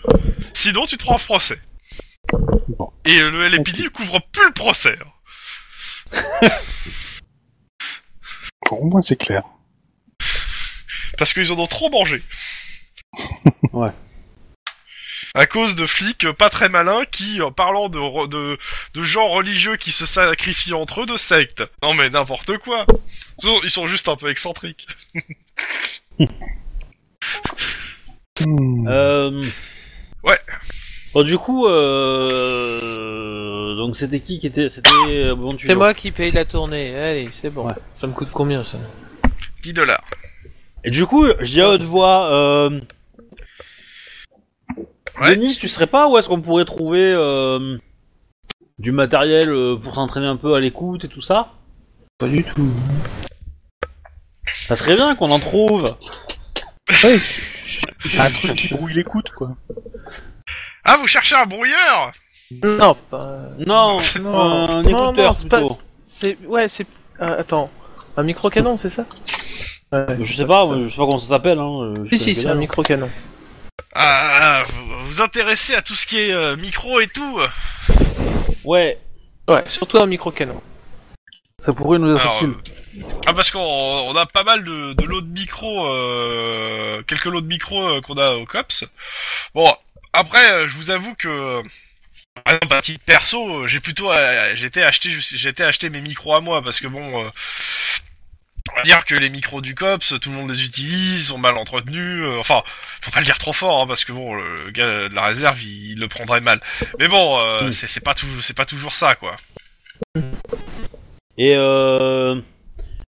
Sinon, tu te prends en procès. Bon. Et le LAPD couvre plus le procès. hein. Bon, au moins c'est clair. Parce qu'ils en ont trop mangé. à cause de flics euh, pas très malins qui, en parlant de, re- de, de gens religieux qui se sacrifient entre eux, de sectes. Non mais n'importe quoi. Ils sont, ils sont juste un peu excentriques. Hmm. Euh... Ouais. Bon, du coup, euh... donc c'était qui qui était, c'était euh, bon tu. C'est moi qui paye la tournée, allez, c'est bon. Ouais. Ça me coûte combien ça 10 dollars. Et du coup, je dis à haute voix, euh... Ouais. Denis, tu serais pas où est-ce qu'on pourrait trouver euh, du matériel euh, pour s'entraîner un peu à l'écoute et tout ça Pas du tout. Ça serait bien qu'on en trouve. Un truc qui brouille l'écoute, quoi. Ah, vous cherchez un brouilleur Non, pas... Non, un écouteur c'est pas- plutôt. c'est ouais, c'est euh, attends, un micro canon, c'est ça Je sais pas, je sais pas comment ça s'appelle. Hein. je Si connais si, que c'est dalle. un micro canon. Ah, ah, vous vous intéressez à tout ce qui est euh, micro et tout euh. Ouais, Ouais, surtout un micro canon. ça pourrait nous Alors, euh, ah parce qu'on on a pas mal de, de lots de micros, euh, quelques lots de micros euh, qu'on a au COPS. Bon, après, euh, je vous avoue que, euh, par exemple, à titre perso, euh, j'ai plutôt, euh, j'étais acheté, jus- j'étais acheté mes micros à moi parce que bon, euh, on va dire que les micros du COPS, tout le monde les utilise, sont mal entretenus. euh, enfin, faut pas le dire trop fort hein, parce que bon, le gars de la réserve, il, il le prendrait mal. Mais bon, euh, Mm. c'est c'est pas tout, c'est pas toujours ça quoi. Et euh...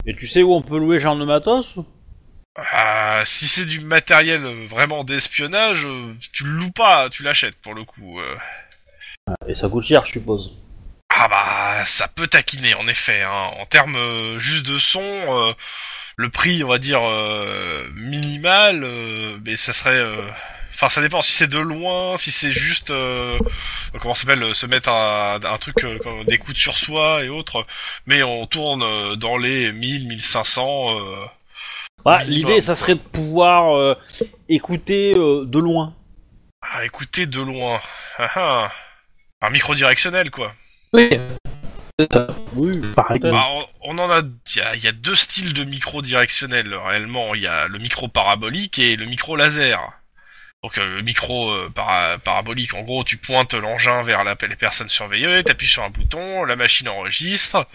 Et tu sais où on peut louer genre de matos Ah, si c'est du matériel euh, vraiment d'espionnage, euh, tu le loues pas, tu l'achètes pour le coup. euh. Et ça coûte cher, je suppose. Ah bah, ça peut taquiner en effet. hein. En termes euh, juste de son, euh, le prix, on va dire euh, minimal, euh, mais ça serait. euh, Enfin, ça dépend si c'est de loin, si c'est juste euh, comment ça s'appelle, euh, se mettre un, un truc euh, comme des coudes sur soi et autres. Mais on tourne euh, dans les 1000, 1500. euh, Bah, Oui, l'idée, bah, ça serait de pouvoir euh, écouter euh, de loin. Ah, écoutez de loin. Ah, ah. Un micro directionnel quoi. Oui. c'est ça. Oui. Par exemple. Bah, on, on en a. Il y, a- il y a deux styles de micro directionnel réellement. Il y a le micro parabolique et le micro laser. Donc euh, le micro euh, para- parabolique, en gros, tu pointes l'engin vers la, les personnes surveillées, t'appuies sur un bouton, la machine enregistre.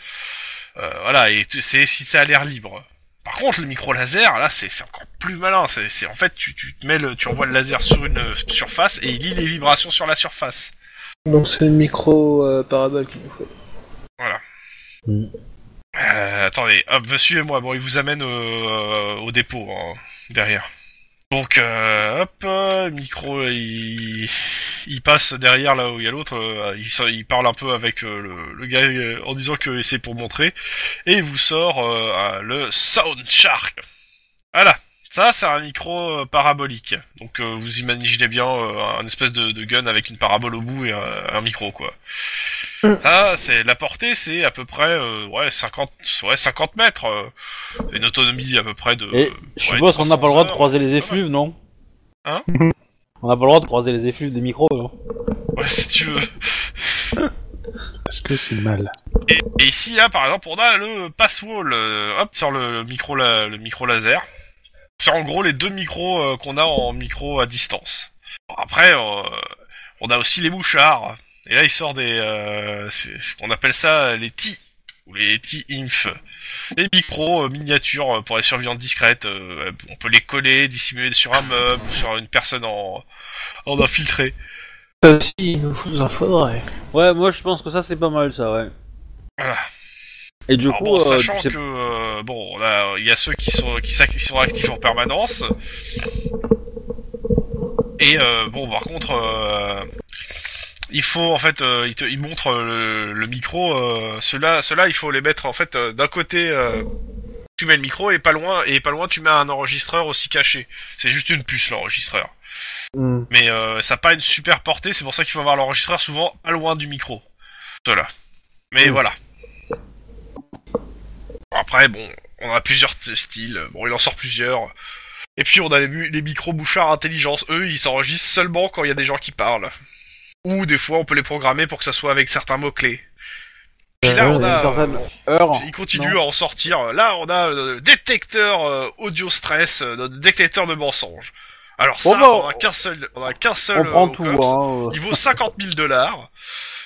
Euh, voilà, et tu- c'est si c'est à l'air libre. Par contre, le micro laser, là, c'est c'est encore plus malin. C'est c'est- en fait, tu, tu te mets le, tu envoies le laser sur une euh, surface et il lit les vibrations sur la surface. Donc c'est le micro euh, parabole qu'il nous faut. Euh, attendez, hop, suivez-moi. Bon, il vous amène euh, au dépôt hein, derrière. Donc, euh, hop, euh, micro, il, il passe derrière là où il y a l'autre. euh, il, sort- il parle un peu avec euh, le, le gars euh, en disant que c'est pour montrer, et il vous sort euh, un- le Sound Shark. Voilà, ça, c'est un micro euh, parabolique. Donc, euh, vous imaginez bien euh, un espèce de, de gun avec une parabole au bout et un- un micro, quoi. Ah, c'est la portée, c'est à peu près euh, ouais 50 ouais 50 mètres, euh, une autonomie à peu près de. Et je suppose qu'on n'a pas le droit de croiser les ouais. effluves, non Hein [LAUGHS] On n'a pas le droit de croiser les effluves des micros, hein. non Ouais, si tu veux. Parce que c'est mal. Et, et ici là, par exemple, on a le passwall, euh, hop sur le micro la- le micro laser. C'est en gros les deux micros euh, qu'on a en micro à distance. Bon, après, euh, on a aussi les mouchards. Et là, il sort des, euh, c'est ce qu'on appelle ça les T ou les T inf. Des micros euh, miniatures euh, pour les surveillantes discrètes. euh, on peut les coller, dissimuler sur un meuble, ou sur une personne en, en infiltré. Ça aussi, Euh, il nous faut- en [LAUGHS] faudrait. Ouais, moi je pense que ça c'est pas mal, ça, ouais. Voilà. Et du Alors coup, Ah bon, euh, sachant tu sais- que euh, bon, on a- il y a ceux qui sont qui, sac- qui sont actifs en permanence. Et euh, bon, par contre, euh, il faut en fait, euh, il, te, il montre le, le micro. Euh, ceux-là, ceux-là, il faut les mettre en fait euh, d'un côté. euh, tu mets le micro et pas loin et pas loin tu mets un enregistreur aussi caché. C'est juste une puce l'enregistreur. Hmm. Mais euh, ça n'a pas une super portée, c'est pour ça qu'il faut avoir l'enregistreur souvent pas loin du micro. Cela. Mais Mm. voilà. Après, bon, on a plusieurs t- styles. Bon, il en sort plusieurs. Et puis, on a les, mu- les micros bouchards intelligence. Eux, ils s'enregistrent seulement quand il y a des gens qui parlent. Ou des fois, on peut les programmer pour que ça soit avec certains mots-clés. Puis là, Euh, on a. une certaine bon, heure. il continue non à en sortir. Là, on a euh, le détecteur euh, audio stress, euh, notre détecteur de mensonges. Alors Bon, ça, bah, on a qu'un seul, on a qu'un seul. On euh, prend au tout, COPS. hein. euh. Il vaut 50 000 dollars.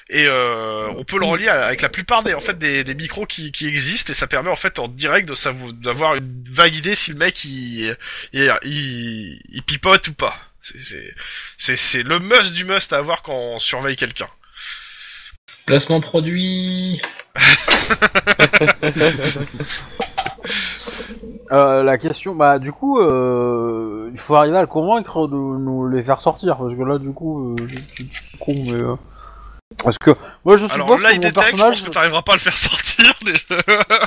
Et euh, on peut le relier à- avec la plupart des en fait des, des micros qui, qui existent et ça permet en fait en direct de savou- d'avoir une vague idée si le mec il il, il- il pipote ou pas. C'est- c'est- C'est c'est le must du must à avoir quand on surveille quelqu'un. Placement produit. Euh, la question, bah du coup, euh, il faut arriver à le convaincre de nous les faire sortir, parce que là, du coup, euh, je suis con, mais... euh, Parce que moi, je Alors suppose là que il mon détecte, je pense personnage... que t'arriveras pas à le faire [LAUGHS] sortir déjà.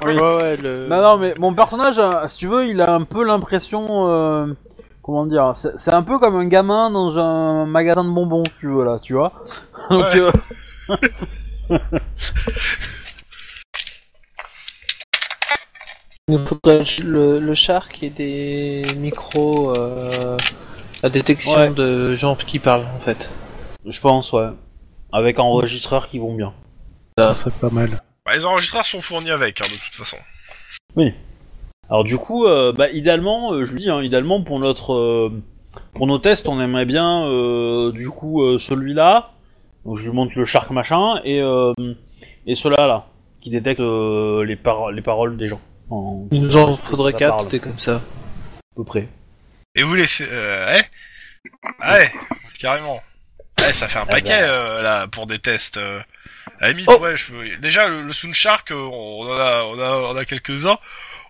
Oui. Ouais, ouais, le... Non, non, mais mon personnage, euh, si tu veux, il a un peu l'impression. euh, comment dire C'est c'est un peu comme un gamin dans un magasin de bonbons, si tu veux, là, tu vois. [LAUGHS] Donc, Ouais. euh, Il nous faudrait le, le char qui est des micros euh, à détection Ouais. de gens qui parlent en fait. je pense, ouais. Avec enregistreurs qui vont bien. Ça serait pas mal. Bah, les enregistreurs sont fournis avec hein, de toute façon. Alors, du coup, euh, bah, idéalement, euh, je lui dis, hein, idéalement, pour notre. euh, pour nos tests, on aimerait bien, euh, du coup, euh, celui-là. Donc, je lui montre le shark machin, et, euh, et cela là, qui détecte euh, les, par- les paroles des gens. En- Il nous en faudrait Ça quatre, parle. c'était comme ça. à peu près. Et vous les fait- euh, ouais Ah ouais carrément. Ouais, ça fait un paquet ben. euh, là pour des tests. euh. À la limite, Oh. ouais, je veux- déjà le, le Sound Shark, euh, on en a, on a, on a quelques-uns.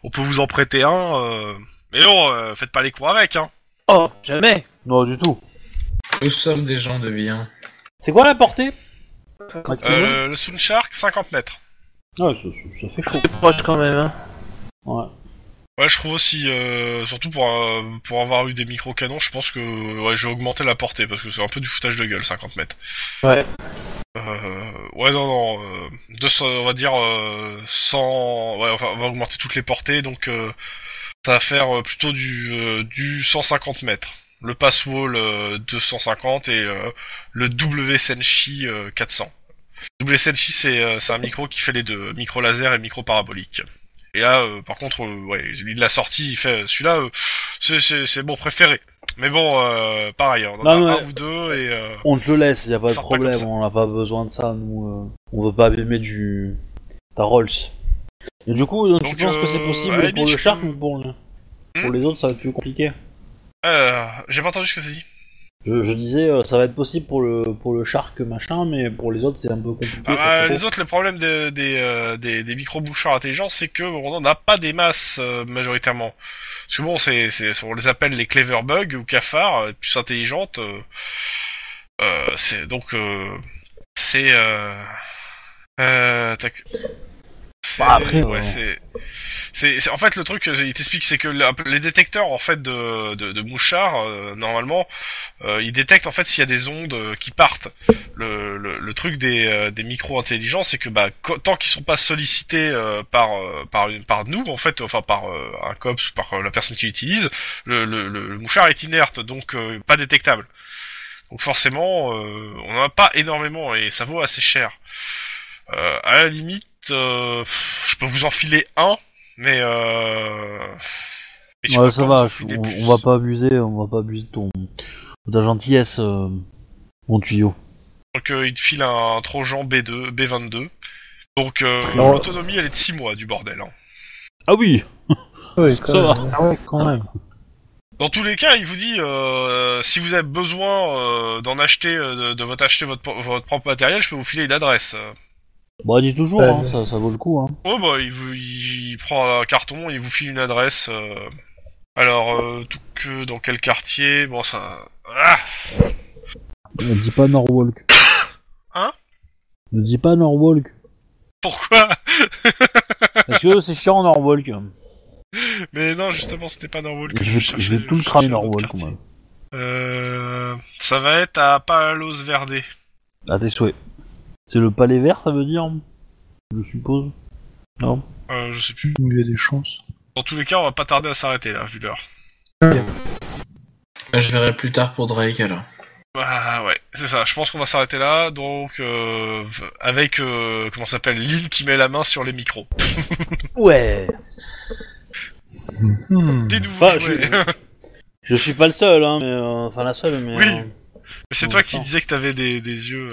On peut vous en prêter un. euh. Mais non, euh, faites pas les cours avec. Hein. Oh, jamais Non, du tout. Nous sommes des gens de bien. C'est quoi la portée Maximum Euh, le Sound Shark, 50 mètres. Ouais, ça, ça- ça fait chaud. C'est proche quand même, hein. Ouais. Ouais, je trouve aussi, euh, surtout pour euh, pour avoir eu des micro canons, je pense que ouais, j'ai augmenté la portée parce que c'est un peu du foutage de gueule, 50 mètres. Ouais. Euh, ouais, non, non. Euh, 200, on va dire euh, 100. Ouais, enfin, on va augmenter toutes les portées, donc euh, ça va faire euh, plutôt du, euh, du 150 mètres. Le Passwall euh, 250 et euh, le WSenshi euh, 400. WSenshi, c'est euh, c'est un micro qui fait les deux, micro laser et micro parabolique. Et là, euh, par contre, euh, ouais, lui, il l'a sorti, il fait euh, celui-là, euh, c'est- c'est c'est mon préféré. Mais bon, euh, pareil, on en a Non, mais- un ou deux et. euh, On te le laisse, y a pas de Sors pas comme problème, ça. on n'a pas besoin de ça, nous. euh, on veut pas abîmer du. ta Rolls. Et du coup, donc, tu Donc, penses que c'est euh, possible à la pour limite, le je Shark peux- ou pour le- Hmm Pour les autres, ça va être plus compliqué. Euh, j'ai pas entendu ce que c'est dit. Je, je disais, euh, ça va être possible pour le, pour le Shark machin, mais pour les autres, c'est un peu compliqué. Ah, ça bah, fait les autres, le problème des, des, euh, des, des micro-bouchards intelligents, c'est que on n'en a pas des masses euh, majoritairement. Parce que bon, c'est, c'est, on les appelle les clever bugs ou cafards, euh, puces intelligentes. euh, euh, c'est donc euh, c'est. Euh, euh, tac. C'est- Bah, après, ouais, on- c'est, c'est, c'est- en fait le truc, euh, il t'explique, c'est que la- les détecteurs en fait de de, de mouchards, euh, normalement, euh, ils détectent en fait s'il y a des ondes euh, qui partent. Le, le, le truc des, euh, des micros intelligents, c'est que bah co- tant qu'ils sont pas sollicités euh, par euh, par une- par nous en fait, enfin par euh, un cops ou par euh, la personne qui l'utilise, le, le, le, le mouchard est inerte, donc euh, pas détectable. Donc forcément, euh, on n'en a pas énormément et ça vaut assez cher. Euh, à la limite, euh, pff, je peux vous enfiler un, mais euh, et je Ouais, peux ça pas va, vous je- enfiler on, plus. on va pas abuser, on va pas abuser de ton. de ta gentillesse, euh, mon tuyau. Donc euh, il te file un Trojan B2, B22. Donc euh, bien. l'autonomie elle est de 6 mois du bordel. hein. Ah oui Ouais, quand Ça même. Ah ouais, quand même. Dans tous les cas, il vous dit euh, si vous avez besoin euh, d'en acheter, euh, de, de votre acheter votre, pro- votre propre matériel, je peux vous filer une adresse. euh. Bah, dis toujours, Ouais, hein, mais- ça, ça vaut le coup, hein. Oh bah il, vous, il, prend un carton, il vous file une adresse. euh. Alors euh, tout que dans quel quartier Bon ça. Ah Ne dis pas Norwalk. [COUGHS] Hein Ne dis pas Norwalk. pourquoi Parce que c'est chiant Norwalk. Mais non justement c'était pas Norwalk. que Je vais, cherchais, je vais tout le je cramer cherchais un autre Norwalk. quartier. moi. Euh, ça va être à Palos Verde. À tes souhaits. C'est le palais vert, ça veut dire Je suppose. Euh, je sais plus. Il y a des chances. Dans tous les cas, on va pas tarder à s'arrêter là, vu l'heure. Je verrai plus tard pour Drake alors. Bah ouais, c'est ça. Je pense qu'on va s'arrêter là. Donc euh, avec euh, comment ça s'appelle Lynn qui met la main sur les micros. Ouais Hmm. Des nouveaux [LAUGHS] Enfin, jouets. Bah, je- Je suis pas le seul, hein, mais, euh, enfin la seule, mais. Oui. euh, Mais c'est Oh, toi qui d'accord. disais que t'avais des, des yeux.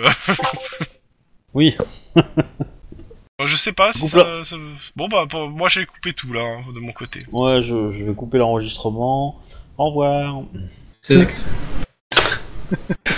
[LAUGHS] oui. euh, je sais pas si Coupe ça, ça- Bon bah pour... moi j'ai coupé tout là hein, de mon côté. Ouais, je, Mmh. je vais couper l'enregistrement. Au revoir. Select.